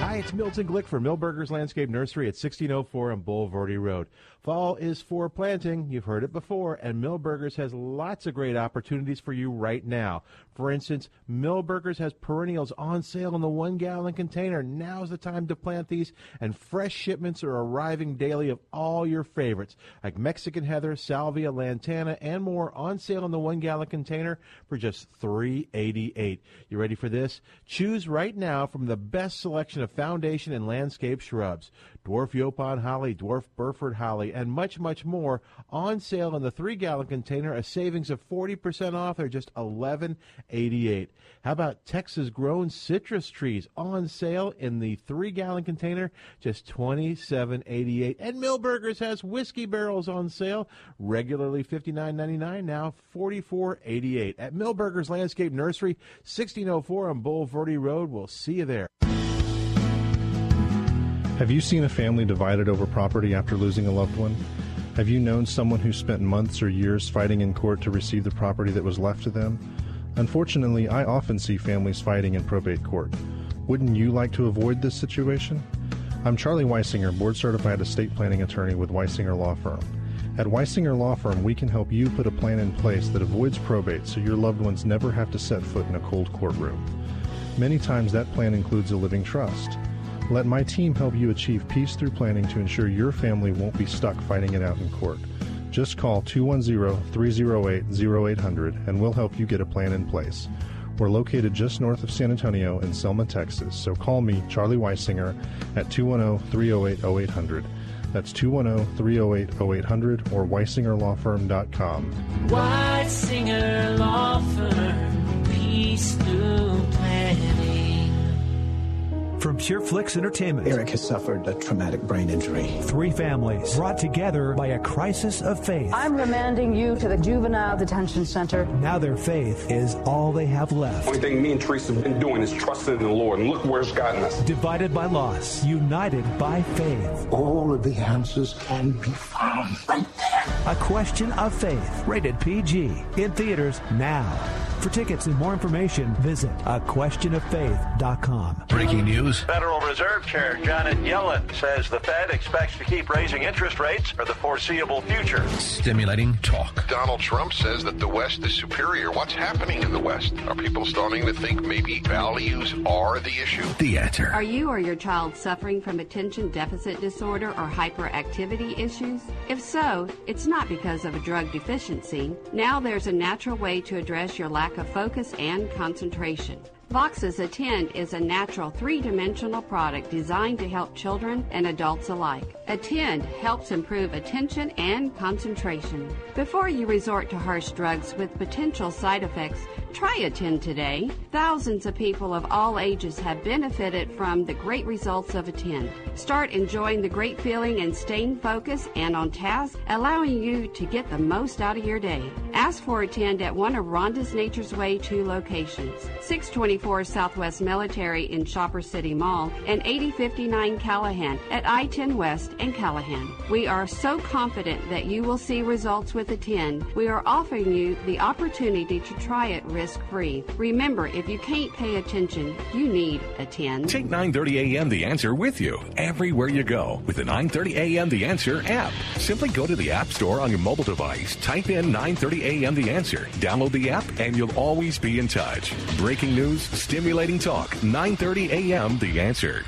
S5: Hi, it's Milton Glick for Millburgers Landscape Nursery at 1604 on Boulevardy Road. Fall is for planting. You've heard it before, and Millburgers has lots of great opportunities for you right now. For instance, Millburgers has perennials on sale in the one gallon container. Now's the time to plant these, and fresh shipments are arriving daily of all your favorites, like Mexican heather, salvia, lantana, and more on sale in the one gallon container for just $3.88. You ready for this? Choose right now from the best selection of foundation and landscape shrubs. Dwarf Yopon holly, dwarf Burford holly, and much, much more on sale in the three gallon container, a savings of 40% off or just $11.88. How about Texas grown citrus trees on sale in the three gallon container, just $27.88. And Millburgers has whiskey barrels on sale, regularly $59.99, now $44.88. At Millburgers Landscape Nursery, 1604 on Boulevardy Road. We'll see you there.
S26: Have you seen a family divided over property after losing a loved one? Have you known someone who spent months or years fighting in court to receive the property that was left to them? Unfortunately, I often see families fighting in probate court. Wouldn't you like to avoid this situation? I'm Charlie Weisinger, board certified estate planning attorney with Weisinger Law Firm. At Weisinger Law Firm, we can help you put a plan in place that avoids probate so your loved ones never have to set foot in a cold courtroom. Many times that plan includes a living trust. Let my team help you achieve peace through planning to ensure your family won't be stuck fighting it out in court. Just call 210-308-0800 and we'll help you get a plan in place. We're located just north of San Antonio in Selma, Texas, so call me, Charlie Weisinger, at 210-308-0800. That's 210-308-0800 or weisingerlawfirm.com.
S8: White singer law firm, peace through planning.
S21: From Pure Flix Entertainment. Eric has suffered a traumatic brain injury. Three families brought together by a crisis of faith.
S27: I'm remanding you to the juvenile detention center.
S21: Now their faith is all they have left.
S19: Only thing me and Teresa have been doing is trusting in the Lord, and look where it's gotten us.
S21: Divided by loss, united by faith. All of the answers can be found right there. A Question of Faith, rated PG, in theaters now. For tickets and more information, visit aquestionoffaith.com.
S2: Breaking news.
S16: Federal Reserve Chair Janet Yellen says the Fed expects to keep raising interest rates for the foreseeable future.
S2: Stimulating talk.
S17: Donald Trump says that the West is superior. What's happening in the West? Are people starting to think maybe values are the issue?
S2: The answer.
S28: Are you or your child suffering from attention deficit disorder or hyperactivity issues? If so, it's not because of a drug deficiency. Now there's a natural way to address your lack of focus and concentration. Vox's Attend is a natural three dimensional product designed to help children and adults alike. Attend helps improve attention and concentration. Before you resort to harsh drugs with potential side effects, try Attend today. Thousands of people of all ages have benefited from the great results of Attend. Start enjoying the great feeling and staying focused and on task, allowing you to get the most out of your day. Ask for Attend at one of Rhonda's Nature's Way two locations 624 Southwest Military in Shopper City Mall and 8059 Callahan at I 10 West and Callahan. We are so confident that you will see results with Attend. We are offering you the opportunity to try it risk free. Remember, if you can't pay attention, you need Attend.
S2: Take 930 AM The Answer with you everywhere you go with the 930 AM The Answer app. Simply go to the App Store on your mobile device, type in 930 AM The Answer, download the app, and you'll always be in touch. Breaking news, stimulating talk, 930 AM The Answer.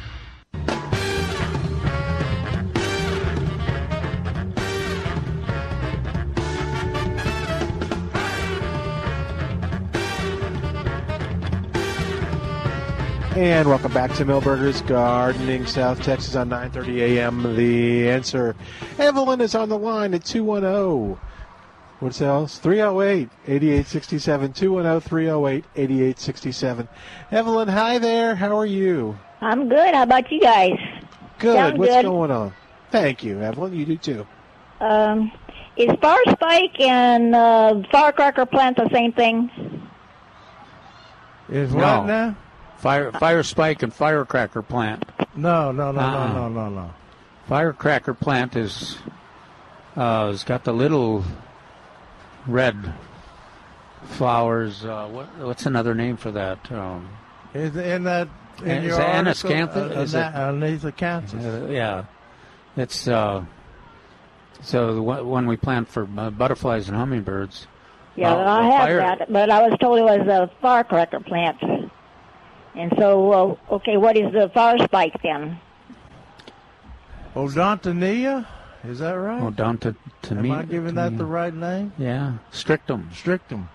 S5: And welcome back to Millburgers Gardening, South Texas on 9:30 a.m. The answer. Evelyn is on the line at 210. What's else? 308 8867 210 308 8867. Evelyn, hi there. How are you?
S29: I'm good. How about you guys?
S5: Good.
S29: Sound
S5: What's
S29: good.
S5: going on? Thank you, Evelyn. You do too.
S29: Um, is Far Spike and uh, Firecracker plant the same thing?
S3: Is
S6: No.
S3: what now?
S6: Fire, fire spike and firecracker plant.
S3: No, no, no,
S6: Uh-uh.
S3: no, no, no, no.
S6: Firecracker plant is uh, it's got the little red flowers. Uh, what, what's another name for that? Um,
S3: Is in that in
S6: Is
S3: your
S6: it
S3: article,
S6: Anascanthus?
S3: uh,
S6: Is
S3: ana-
S6: it-
S3: Anatha Kansas.
S6: uh, yeah, it's uh, so the one one we plant for uh, butterflies and hummingbirds.
S29: Yeah,
S6: Uh,
S29: well, I
S6: the
S29: have
S6: fire-
S29: that, but I was told it was a Firecracker plant. And so, uh, okay, what is the Far Spike then?
S3: Odontonia? Is that right?
S6: Oh, down to to
S3: Am
S6: me.
S3: I giving that the right name?
S6: Yeah, strictum.
S3: Strictum.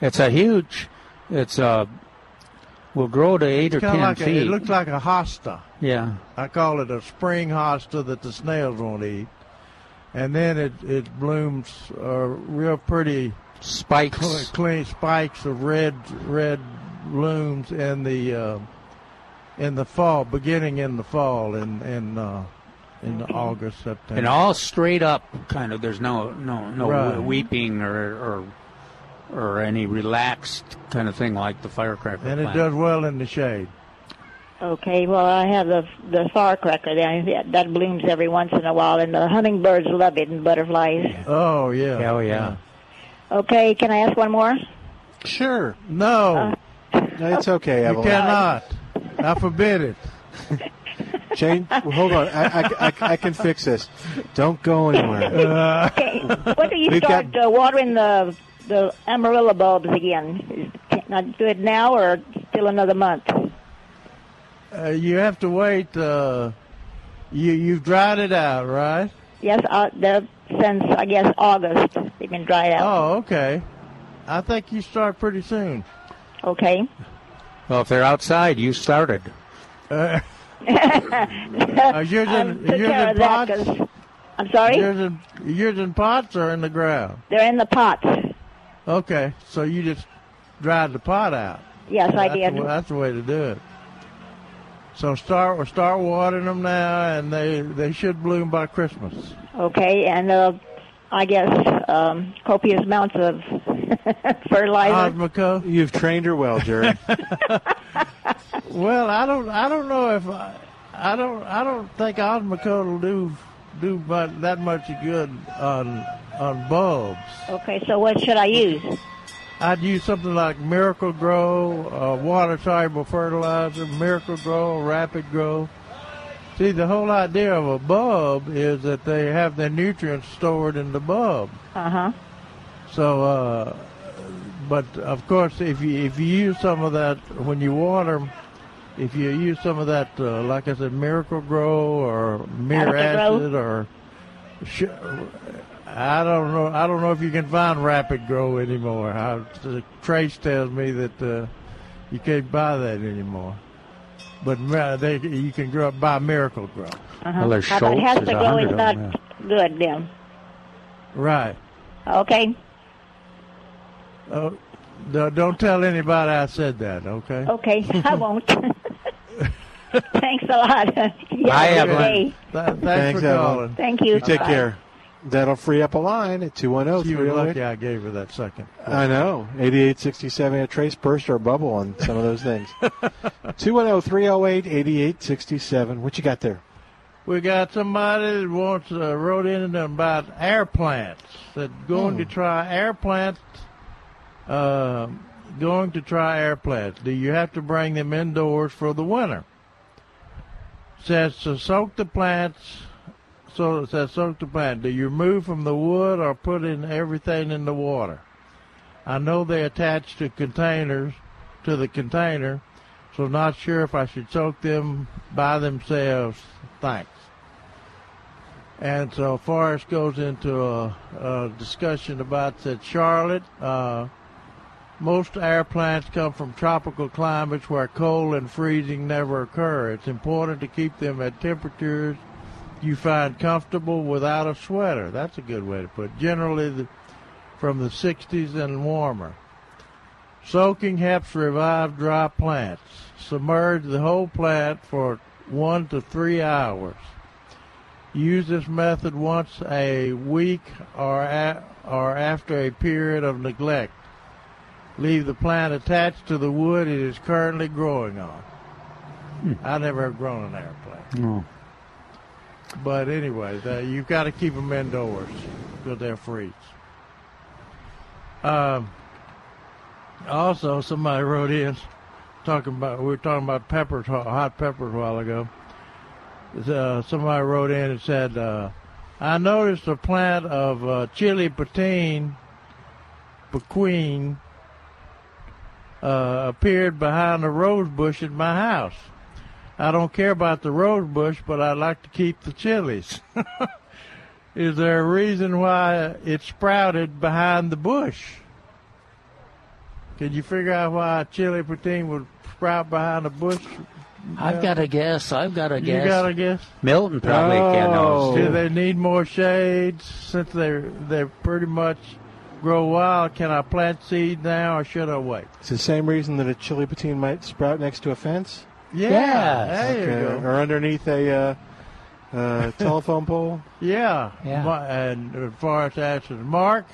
S6: It's a huge. It's uh, will grow to eight or
S3: Kinda
S6: ten
S3: like a-
S6: feet.
S3: it looks like a hosta.
S6: yeah,
S3: I call it a spring hosta that the snails won't eat. And then it, it blooms uh, real pretty
S6: spikes,
S3: clean, spikes of red red blooms in the uh, in the fall, beginning in the fall in in uh, in August September.
S6: and all straight up, kind of. There's no no no
S3: Right.
S6: weeping or or or any relaxed kind of thing like the firecracker.
S3: and it
S6: plant.
S3: does well in the shade.
S29: Okay, well, I have the the Firecracker then. That- That blooms every once in a while, and the hummingbirds love it and butterflies.
S3: Oh yeah.
S6: Oh yeah.
S29: Okay, can I ask one more?
S5: Sure.
S3: No.
S5: No, it's okay,
S3: Uh, you
S5: Evelyn.
S3: cannot. I forbid it.
S5: Jane, hold on. I, I, I, I can fix this. Don't go anywhere.
S29: When do you
S5: We've
S29: start uh, watering the the amarilla bulbs again? Is it not good now or still another month?
S3: Uh, you have to wait. Uh, you you've dried it out, right?
S29: Yes, uh, they're since I guess August they've been dried out.
S3: Oh, okay. I think you start pretty soon.
S29: Okay.
S6: Well, if they're outside, you started.
S3: Uh,
S29: Are
S3: yours in,
S29: Um, took
S3: yours
S29: care
S3: in
S29: of that
S3: pots?
S29: 'cause- I'm sorry.
S3: Yours in, yours in pots or in the ground?
S29: They're in the pots.
S3: Okay, so you just dried the pot out.
S29: Yes, I
S3: that's
S29: did.
S3: The, that's the way to do it. So start or start watering them now, and they they should bloom by Christmas.
S29: Okay, and uh, I guess um, copious amounts of
S3: Uh,
S29: fertilizer.
S3: Osmoco.
S5: Uh, You've trained her well, Jerry.
S3: Well, I don't I don't know if I I don't I don't think Osmocote will do do but that much good on on bulbs.
S29: Okay, so what should I use?
S3: I'd use something like Miracle Grow, uh, water soluble fertilizer, Miracle Grow, Rapid Grow. See, the whole idea of a bulb is that they have their nutrients stored in the bulb.
S29: Uh huh.
S3: So, uh, but of course, if you if you use some of that when you water 'em, if you use some of that, uh, like I said, Miracle Grow or Mere
S29: Miracle
S3: Acid or, sh- I don't know, I don't know if you can find Rapid Grow anymore. I, Trace tells me that uh, You can't buy that anymore. But mi- they, you can grow, buy Miracle Grow.
S29: Uh-huh. Now, that has to go in not good then.
S3: Right.
S29: Okay.
S3: Oh, no, don't tell anybody I said that. Okay.
S29: Okay. I won't. Thanks a lot. You
S3: Bye,
S29: have a good
S3: Evelyn.
S29: day.
S3: Thanks, for
S5: Evelyn.
S3: calling.
S29: Thank you.
S5: You take
S29: Bye.
S5: care. That'll free up a line at oh, 210
S3: You were lucky I gave her that second.
S5: I know. 8867 a trace burst or a bubble on some of those things. oh, 210 308 8867. What you got there?
S3: We got somebody that wants uh, wrote in about air plants. That going to try air plants. Uh, going to try air plants. Do you have to bring them indoors for the winter? Says to soak the plants. So it says soak the plant. Do you remove from the wood or put in everything in the water? I know they attach to containers, to the container, so not sure if I should soak them by themselves. Thanks. And so Forrest goes into a, a discussion about that Charlotte. Uh, most air plants come from tropical climates where cold and freezing never occur. It's important to keep them at temperatures you find comfortable without a sweater. That's a good way to put it. Generally, the, from the 60s and warmer. Soaking helps revive dry plants. Submerge the whole plant for one to three hours. Use this method once a week or, a, or after a period of neglect. Leave the plant attached to the wood it is currently growing on. I never have grown an air plant.
S6: No.
S3: But anyway, the, you've got to keep them indoors because they'll freeze. Um, also, somebody wrote in talking about we were talking about peppers, hot hot peppers, a while ago. Uh, somebody wrote in and said, uh, "I noticed a plant of uh, chili patine, pequeen, uh, appeared behind a rose bush at my house. I don't care about the rose bush, but I like to keep the chilies." Is there a reason why it sprouted behind the bush? Can you figure out why a chili protein would sprout behind a bush?
S6: I've got a guess. I've got a
S3: You
S6: guess.
S3: got a guess?
S6: Milton probably can
S3: oh.
S6: knows.
S3: Do they need more shade since they they pretty much grow wild? Can I plant seed now or should I wait?
S5: It's the same reason that a chili patine might sprout next to a fence.
S3: Yeah, Yes. there you go.
S5: Or underneath a uh, uh, telephone pole.
S3: Yeah.
S5: Yeah.
S3: Ma- and as far as that's as Mark,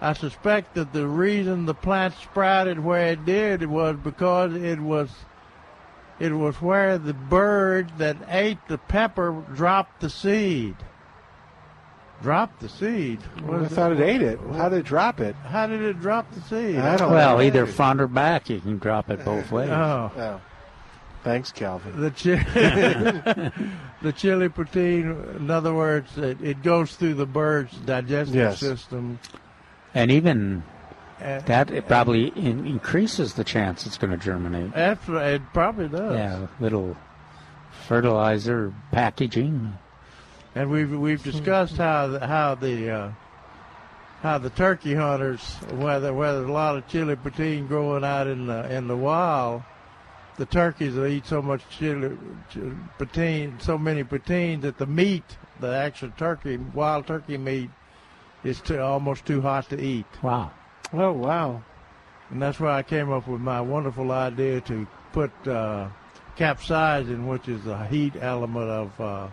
S3: I suspect that the reason the plant sprouted where it did was because it was it was where the bird that ate the pepper dropped the seed. Dropped the seed. What
S5: I
S3: is
S5: thought it ate it. How did it drop it?
S3: How did it drop the seed?
S5: I don't
S6: well,
S5: know.
S6: either front or back, you can drop it both ways.
S3: Oh.
S5: Thanks, Calvin.
S3: The chi- the chili protein, in other words, it, it goes through the bird's digestive
S6: Yes.
S3: system.
S6: And even
S3: Uh,
S6: that it probably in, increases the chance it's going to germinate.
S3: After it probably does.
S6: Yeah, little fertilizer packaging.
S3: And we've we've discussed how the, how the uh, how the turkey hunters whether whether a lot of chili poutine growing out in the in the wild, the turkeys will eat so much chili ch- poutine, so many poutine that the meat, the actual turkey, wild turkey meat, is too, almost too hot to eat.
S6: Wow.
S3: Oh wow. And that's why I came up with my wonderful idea to put uh, capsaicin, which is the heat element of uh,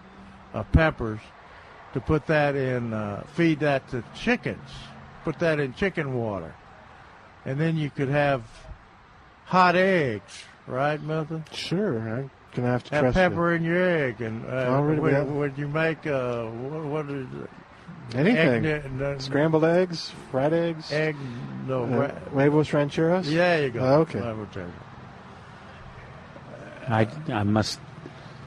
S3: of peppers, to put that in, uh, feed that to chickens, put that in chicken water, and then you could have hot eggs, right, Milton?
S5: Sure. I'm going to have to
S3: Have
S5: trust
S3: pepper in your egg, and uh,
S5: Already we have-
S3: when, when you make uh, what, what is it?
S5: you. Anything.
S3: Egg, uh, no, no,
S5: Scrambled eggs, fried eggs.
S3: egg, no,
S5: Uh,
S3: ra-
S5: huevos rancheros?
S3: yeah, you go. Uh,
S5: Oh, okay.
S3: I would take it.
S6: I, I must.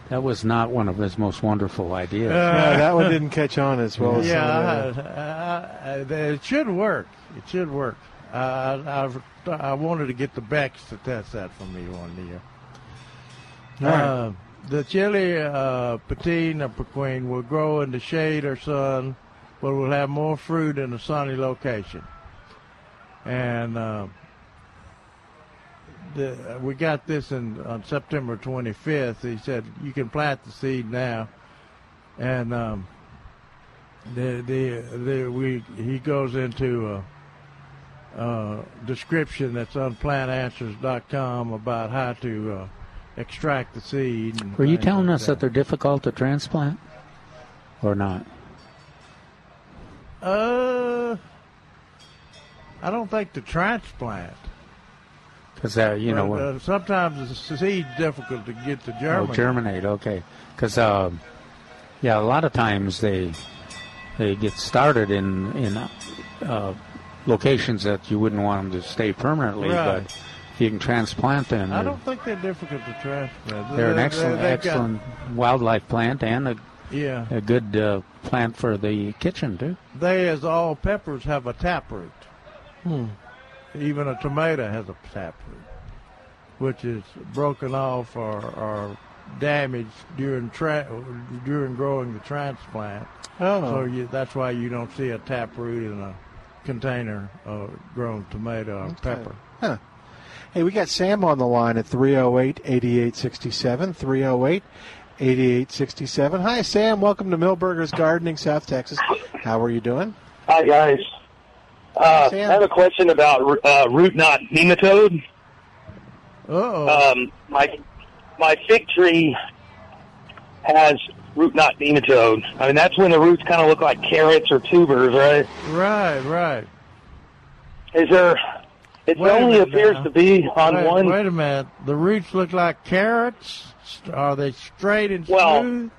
S6: That was not one of his most wonderful ideas.
S5: No, Uh, that one didn't catch on as well uh, as
S3: yeah, uh,
S5: some of the
S3: I,
S5: other-
S3: I, I, it should work. It should work. I, I, I wanted to get the Becks to test that for me one year.
S5: All right.
S3: Uh, the chili uh, patina pequeen will grow in the shade or sun, but will have more fruit in a sunny location. And uh, the, we got this in, on September 25th. He said you can plant the seed now, and um, the, the the we he goes into a, uh, description that's on plantanswers.com about how to uh, extract the seed. and
S6: Were you
S3: things
S6: telling
S3: like
S6: us that they're difficult to transplant or not?
S3: Uh, I don't think the transplant.
S6: Because uh, you know,
S3: but,
S6: when-
S3: uh, sometimes the seed's difficult to get to
S6: Oh,
S3: Germany.
S6: germinate. Okay, because um, yeah, a lot of times they they get started in in uh, locations that you wouldn't want them to stay permanently,
S3: Right.
S6: but if you can transplant them.
S3: I
S6: they're-
S3: don't think they're difficult to transplant.
S6: They're an excellent,
S3: they've got-
S6: excellent wildlife plant and a
S3: Yeah.
S6: a good uh, plant for the kitchen too.
S3: They, as all peppers, have a taproot.
S6: Hmm.
S3: Even a tomato has a taproot, which is broken off or, or damaged during tra- during growing the transplant.
S5: Oh.
S3: So you, that's why you don't see a taproot in a container of grown tomato or pepper.
S5: Huh. Hey, we got Sam on the line at 308 8867. 308 8867. Hi, Sam. Welcome to Millburgers Gardening, South Texas. How are you doing?
S20: Hi guys. Uh, I have a question about uh, root knot nematode.
S3: Oh.
S20: Um, my my fig tree has root knot nematode. I mean, that's when the roots kind of look like carrots or tubers, right?
S3: Right, right.
S20: Is there? It
S3: Wait a
S20: only
S3: minute
S20: appears
S3: now.
S20: to be on
S3: wait,
S20: one.
S3: Wait a minute. The roots look like carrots. Are they straight and
S20: Well,
S3: smooth?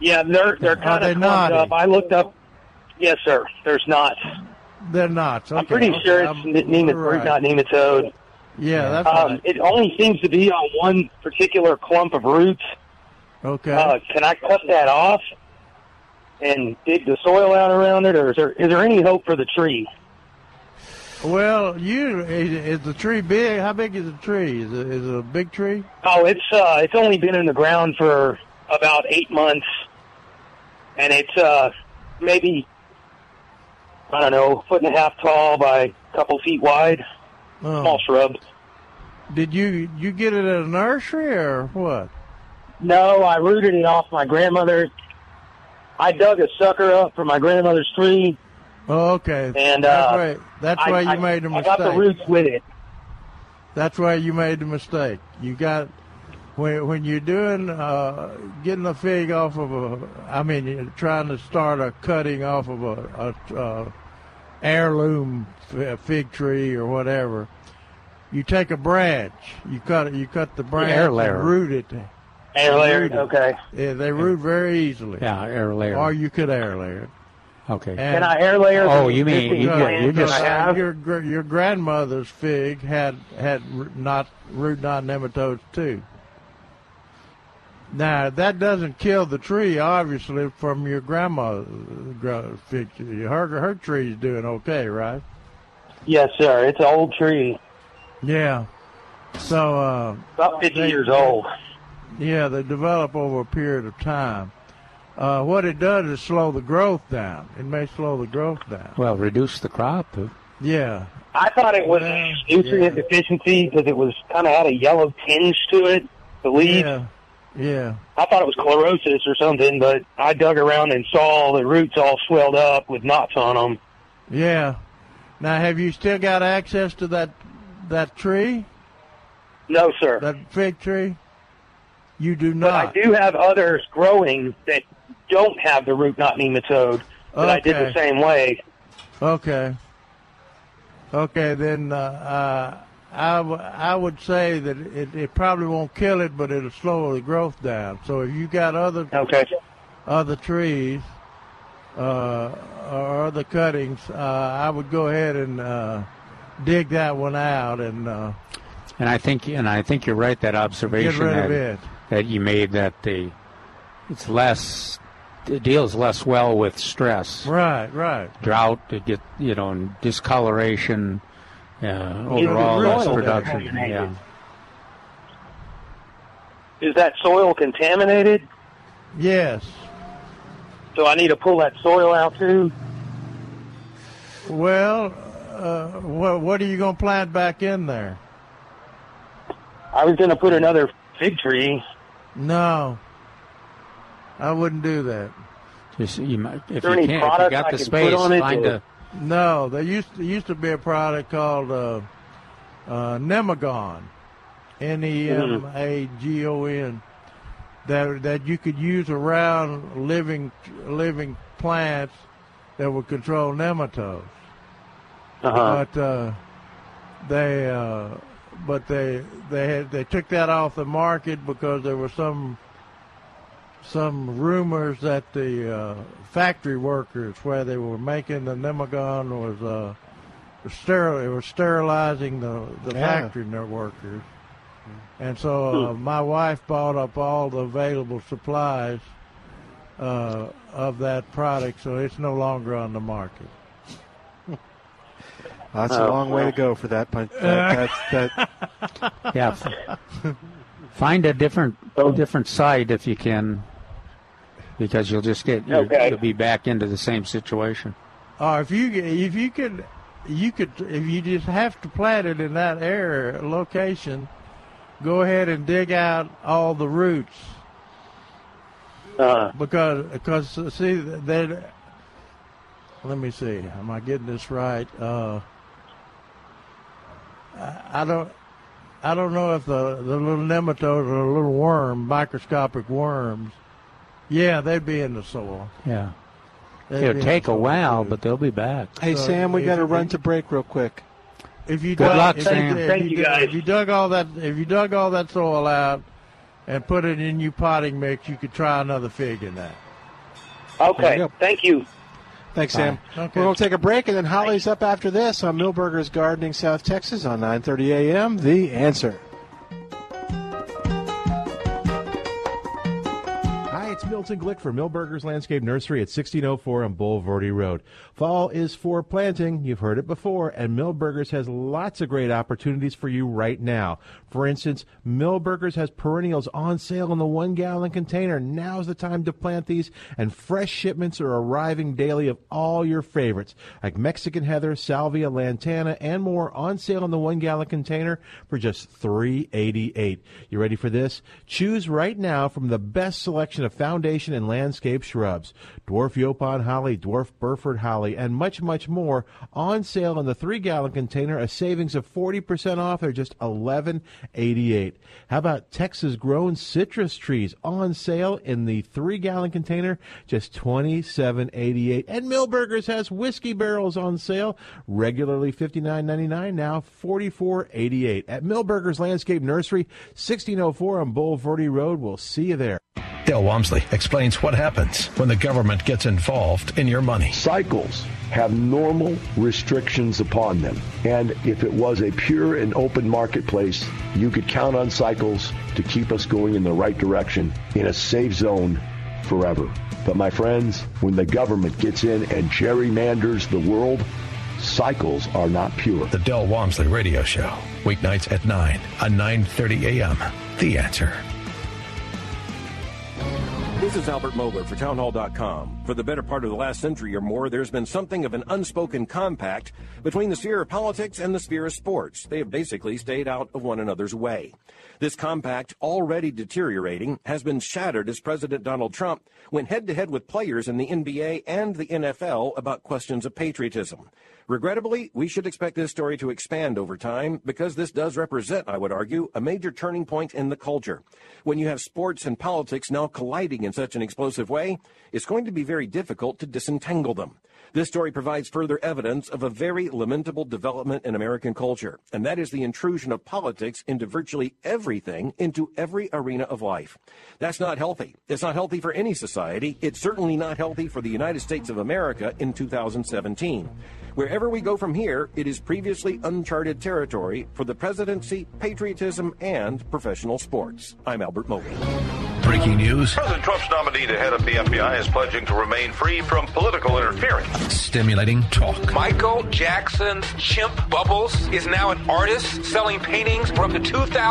S20: Yeah, they're they're
S3: Are
S20: kind
S3: they
S20: of clumped
S3: knotty?
S20: up. I looked up. Yes, sir. There's not.
S3: They're not.
S20: I'm pretty
S3: okay,
S20: sure it's
S3: I'm-
S20: ne- nemat-
S3: right.
S20: root knot nematode.
S3: Yeah, that's
S20: um,
S3: right.
S20: It only seems to be on one particular clump of roots.
S3: Okay.
S20: Uh, can I cut that off and dig the soil out around it, or is there is there any hope for the tree?
S3: well, you is, is the tree big? How big is the tree? Is it, is it a big tree?
S20: Oh, it's uh, it's only been in the ground for about eight months, and it's uh, maybe I don't know, a foot and a half tall by a couple feet wide,
S3: Oh.
S20: small shrub.
S3: Did you you get it at a nursery or what?
S20: No, I rooted it off my grandmother's. I dug a sucker up from my grandmother's tree,
S3: Oh, okay.
S20: and
S3: that's
S20: uh,
S3: right. That's
S20: I-
S3: why you
S20: I-
S3: made the
S20: I
S3: mistake.
S20: got the roots with it.
S3: That's why you made the mistake. You got when when you're doing uh, getting a fig off of a. I mean, you're trying to start a cutting off of a, a uh, heirloom f- fig tree or whatever. You take a branch. You cut it. You cut the branch.
S6: air
S3: and
S6: layer.
S3: root it.
S20: Air layer,
S3: Root it.
S20: okay.
S3: Yeah, they root very easily.
S6: Yeah, air layer.
S3: Or you could air layer.
S6: Okay.
S3: And-
S6: Oh, you mean you,
S3: No,
S6: you just
S3: no, your gr- your grandmother's fig had had r- not root knot nematodes too. Now that doesn't kill the tree, obviously, from your grandmother's gra- fig. tree. Her her tree's doing okay, right?
S20: Yes, sir. It's an old tree,
S3: Yeah. So uh,
S20: about fifty
S3: they-
S20: years old.
S3: Yeah, they develop over a period of time. Uh, what it does is slow the growth down. It may slow the growth down.
S6: well reduce the crop.
S3: Yeah.
S20: I thought it was nutrient deficiency because it was kind of had a yellow tinge to it, the leaves.
S3: Yeah. Yeah.
S20: I thought it was chlorosis or something, but I dug around and saw the roots all swelled up with knots on them.
S3: Yeah. Now, have you still got access to that that tree?
S20: No, sir.
S3: That fig tree. You do
S20: But I
S3: not.
S20: do have others growing that don't have the root knot nematode that I did the
S3: Okay.
S20: same way.
S3: Okay. Okay, then uh, uh, I w- I would say that it, it probably won't kill it, but it'll slow the growth down. So if you got other
S20: okay.
S3: other trees uh, or other cuttings, uh, I would go ahead and uh, dig that one out and. Uh,
S6: And I think and I think you're right that observation
S3: rid
S6: that,
S3: of it.
S6: that you made that the it's less it deals less well with stress.
S3: Right, right.
S6: Drought, it get you know, and discoloration, uh,
S20: It's
S6: overall less
S20: soil
S6: production.
S20: contaminated.
S6: Yeah.
S20: Is that soil contaminated?
S3: Yes.
S20: So I need to pull that soil out too.
S3: Well, uh, what, what are you going to plant back in there?
S20: I was going to put another fig tree.
S3: No, I wouldn't do that.
S6: Just, you might, if
S3: Is
S6: you
S3: there
S6: can,
S3: any
S6: if you
S3: product I
S6: got the
S3: can put
S6: space,
S3: on it
S6: find
S3: or-
S6: a
S3: No, there used there used to be a product called uh, uh, Nemagon, N E M A G O N, that that you could use around living living plants that would control nematodes.
S20: Uh-huh.
S3: But uh, they uh, but they they had, they took that off the market because there were some some rumors that the uh, factory workers where they were making the nemagon was uh, was steril they were sterilizing the the
S23: Yeah.
S3: factory ner- workers, and so uh, my wife bought up all the available supplies uh, of that product, so it's no longer on the market.
S23: That's a
S3: Oh,
S23: long way
S3: well.
S23: to go for that punch. That, that's, that,
S6: yeah, f- find a different different site if you can, because you'll just get you'll-
S3: Okay.
S6: you'll be back into the same situation.
S3: Or Uh, if you if you could you could if you just have to plant it in that area location, go ahead and dig out all the roots.
S20: Uh,
S3: because because see they let me see am I getting this right uh, I, I don't I don't know if the the little nematodes or the little worm microscopic worms yeah they'd be in the soil
S6: Yeah,
S3: They'd be
S6: it'll
S3: in
S6: take
S3: the
S6: a
S3: soil.
S6: while, but they'll be back.
S3: Hey, So Sam, we if- gotta run if- to
S23: break real quick.
S3: If you
S6: Good
S3: dug,
S6: luck,
S3: if
S6: Sam.
S3: You, if
S6: Thank
S3: you
S6: you,
S3: dug-
S6: guys.
S3: If you dug all that, if you dug all that soil out and put it in your potting mix, you could try another fig in that.
S23: There
S20: Okay.
S23: you go.
S20: Thank you.
S23: Thanks, Sam.
S3: Bye.
S23: We're going to take a break, and then Holly's up after this on Millburgers Gardening, South Texas, on 9:30 a.m. The answer.
S5: Hi, it's Milton Glick for Millburgers Landscape Nursery at 1604 on Bull Verde Road. Fall is for planting. You've heard it before, and Millburgers has lots of great opportunities for you right now. For instance, Millburgers has perennials on sale in the one gallon container. Now's the time to plant these, and fresh shipments are arriving daily of all your favorites, like Mexican heather, salvia, lantana, and more on sale in the one gallon container for just $3.88. You ready for this? Choose right now from the best selection of foundation and landscape shrubs. Dwarf Yopon holly, dwarf Burford holly, and much, much more on sale in the three gallon container, a savings of 40% off or just $11.88. How about Texas grown citrus trees on sale in the three gallon container, just $27.88. And Millburgers has whiskey barrels on sale, regularly $59.99, now $44.88. At Millburgers Landscape Nursery, 1604 on Bull Verde Road. We'll see you there.
S21: Dale Wamsley explains what happens when the government gets involved in your money.
S15: Cycles have normal restrictions upon them. And if it was a pure and open marketplace, you could count on cycles to keep us going in the right direction in a safe zone forever. But my friends, when the government gets in and gerrymanders the world, cycles are not pure.
S21: The Dell Wamsley Radio Show, weeknights at 9 on 9:30 a.m. The answer.
S12: This is Albert Moeller for townhall.com. For the better part of the last century or more, there's been something of an unspoken compact between the sphere of politics and the sphere of sports. They have basically stayed out of one another's way. This compact, already deteriorating, has been shattered as President Donald Trump went head to head with players in the NBA and the NFL about questions of patriotism. Regrettably, we should expect this story to expand over time because this does represent, I would argue, a major turning point in the culture. When you have sports and politics now colliding in such an explosive way, it's going to be very difficult to disentangle them. This story provides further evidence of a very lamentable development in American culture, and that is the intrusion of politics into virtually everything, into every arena of life. That's not healthy. It's not healthy for any society. It's certainly not healthy for the United States of America in 2017. Wherever we go from here, it is previously uncharted territory for the presidency, patriotism, and professional sports. I'm Albert Moeller.
S21: Breaking news,
S30: President Trump's nominee to head up the FBI is pledging to remain free from political interference.
S21: stimulating talk.
S18: Michael Jackson's chimp Bubbles is now an artist selling paintings for up to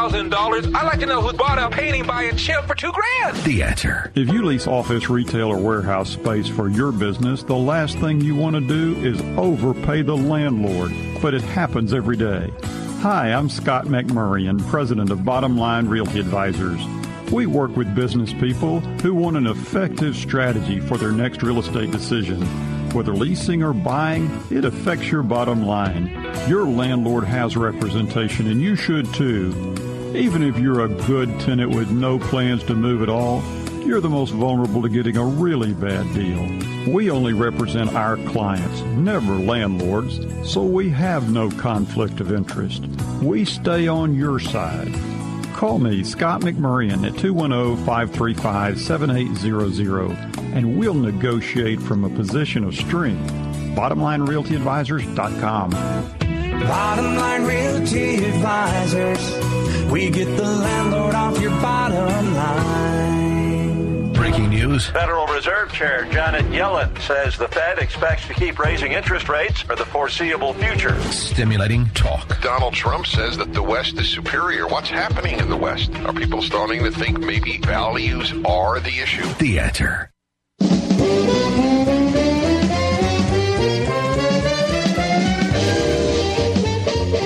S18: $2,000. I'd like to know who bought a painting by a chimp for two grand.
S21: The answer.
S19: If you lease office, retail, or warehouse space for your business, the last thing you want to do is overpay the landlord. but it happens every day. Hi, I'm Scott McMurray and president of Bottom Line Realty Advisors. We work with business people who want an effective strategy for their next real estate decision. Whether leasing or buying, it affects your bottom line. Your landlord has representation and you should too. Even if you're a good tenant with no plans to move at all, you're the most vulnerable to getting a really bad deal. We only represent our clients, never landlords, so we have no conflict of interest. We stay on your side. Call me, Scott McMurrian, at oh, 210 535 7800, and we'll negotiate from a position of strength. BottomLineRealtyAdvisors.com.
S31: Bottom Line Realty Advisors. We get the landlord off your bottom line.
S21: Breaking news.
S16: Federal Reserve Chair Janet Yellen says the Fed expects to keep raising interest rates for the foreseeable future.
S21: Stimulating talk.
S17: Donald Trump says that the West is superior. What's happening in the West? Are people starting to think maybe values are the issue?
S21: The answer.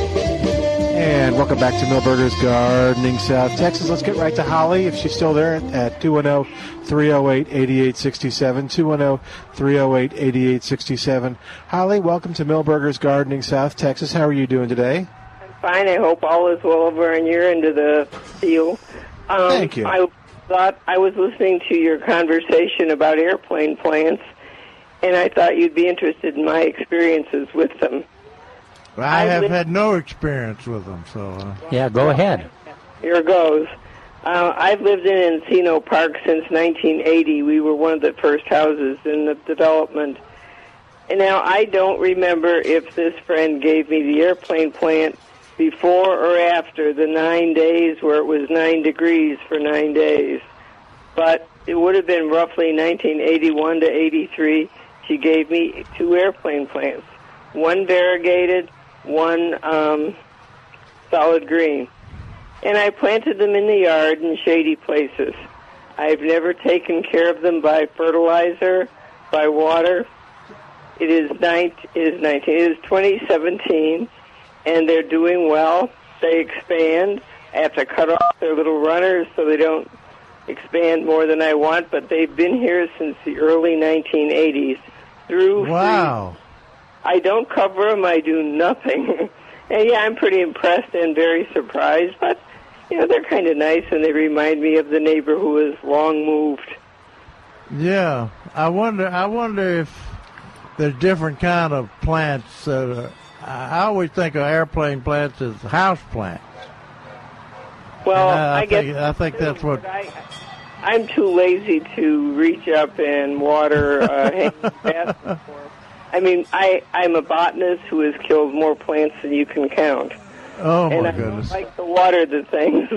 S5: And welcome back to Millburgers Gardening South Texas. Let's get right to Holly if she's still there at oh, 210 308 8867. 210 308 8867. Holly, welcome to Millburgers Gardening South Texas. How are you doing today?
S32: Fine. I hope all is well over on your end of the deal. Um,
S5: Thank you.
S32: I thought I was listening to your conversation about airplane plants, and I thought you'd be interested in my experiences with them.
S3: I
S32: I
S3: have
S32: live-
S3: had no experience with them, so. Uh,
S6: Yeah, go ahead.
S32: Here goes. Uh, I've lived in Encino Park since 1980. We were one of the first houses in the development. And now I don't remember if this friend gave me the airplane plant before or after the nine days where it was nine degrees for nine days. But it would have been roughly 1981 to 83. She gave me two airplane plants, one variegated, one um, solid green and I planted them in the yard in shady places. I've never taken care of them by fertilizer, by water. It is nine, it is nineteen, it is twenty seventeen, and they're doing well. They expand. I have to cut off their little runners so they don't expand more than I want. But they've been here since the early nineteen eighties through
S3: wow.
S32: I don't cover them. I do nothing. and yeah, I'm pretty impressed and very surprised. But you know, they're kind of nice, and they remind me of the neighbor who has long moved.
S3: Yeah, I wonder. I wonder if there's different kind of plants. That uh, I I always think of airplane plants as house plants.
S32: Well,
S3: And uh, I,
S32: I guess
S3: think, I think that's what.
S32: I'm too lazy to reach up and water. Uh, hanging baskets for 'em. I mean, I I'm a botanist who has killed more plants than you can count.
S3: Oh
S32: and
S3: my
S32: I don't
S3: goodness!
S32: like to water the things.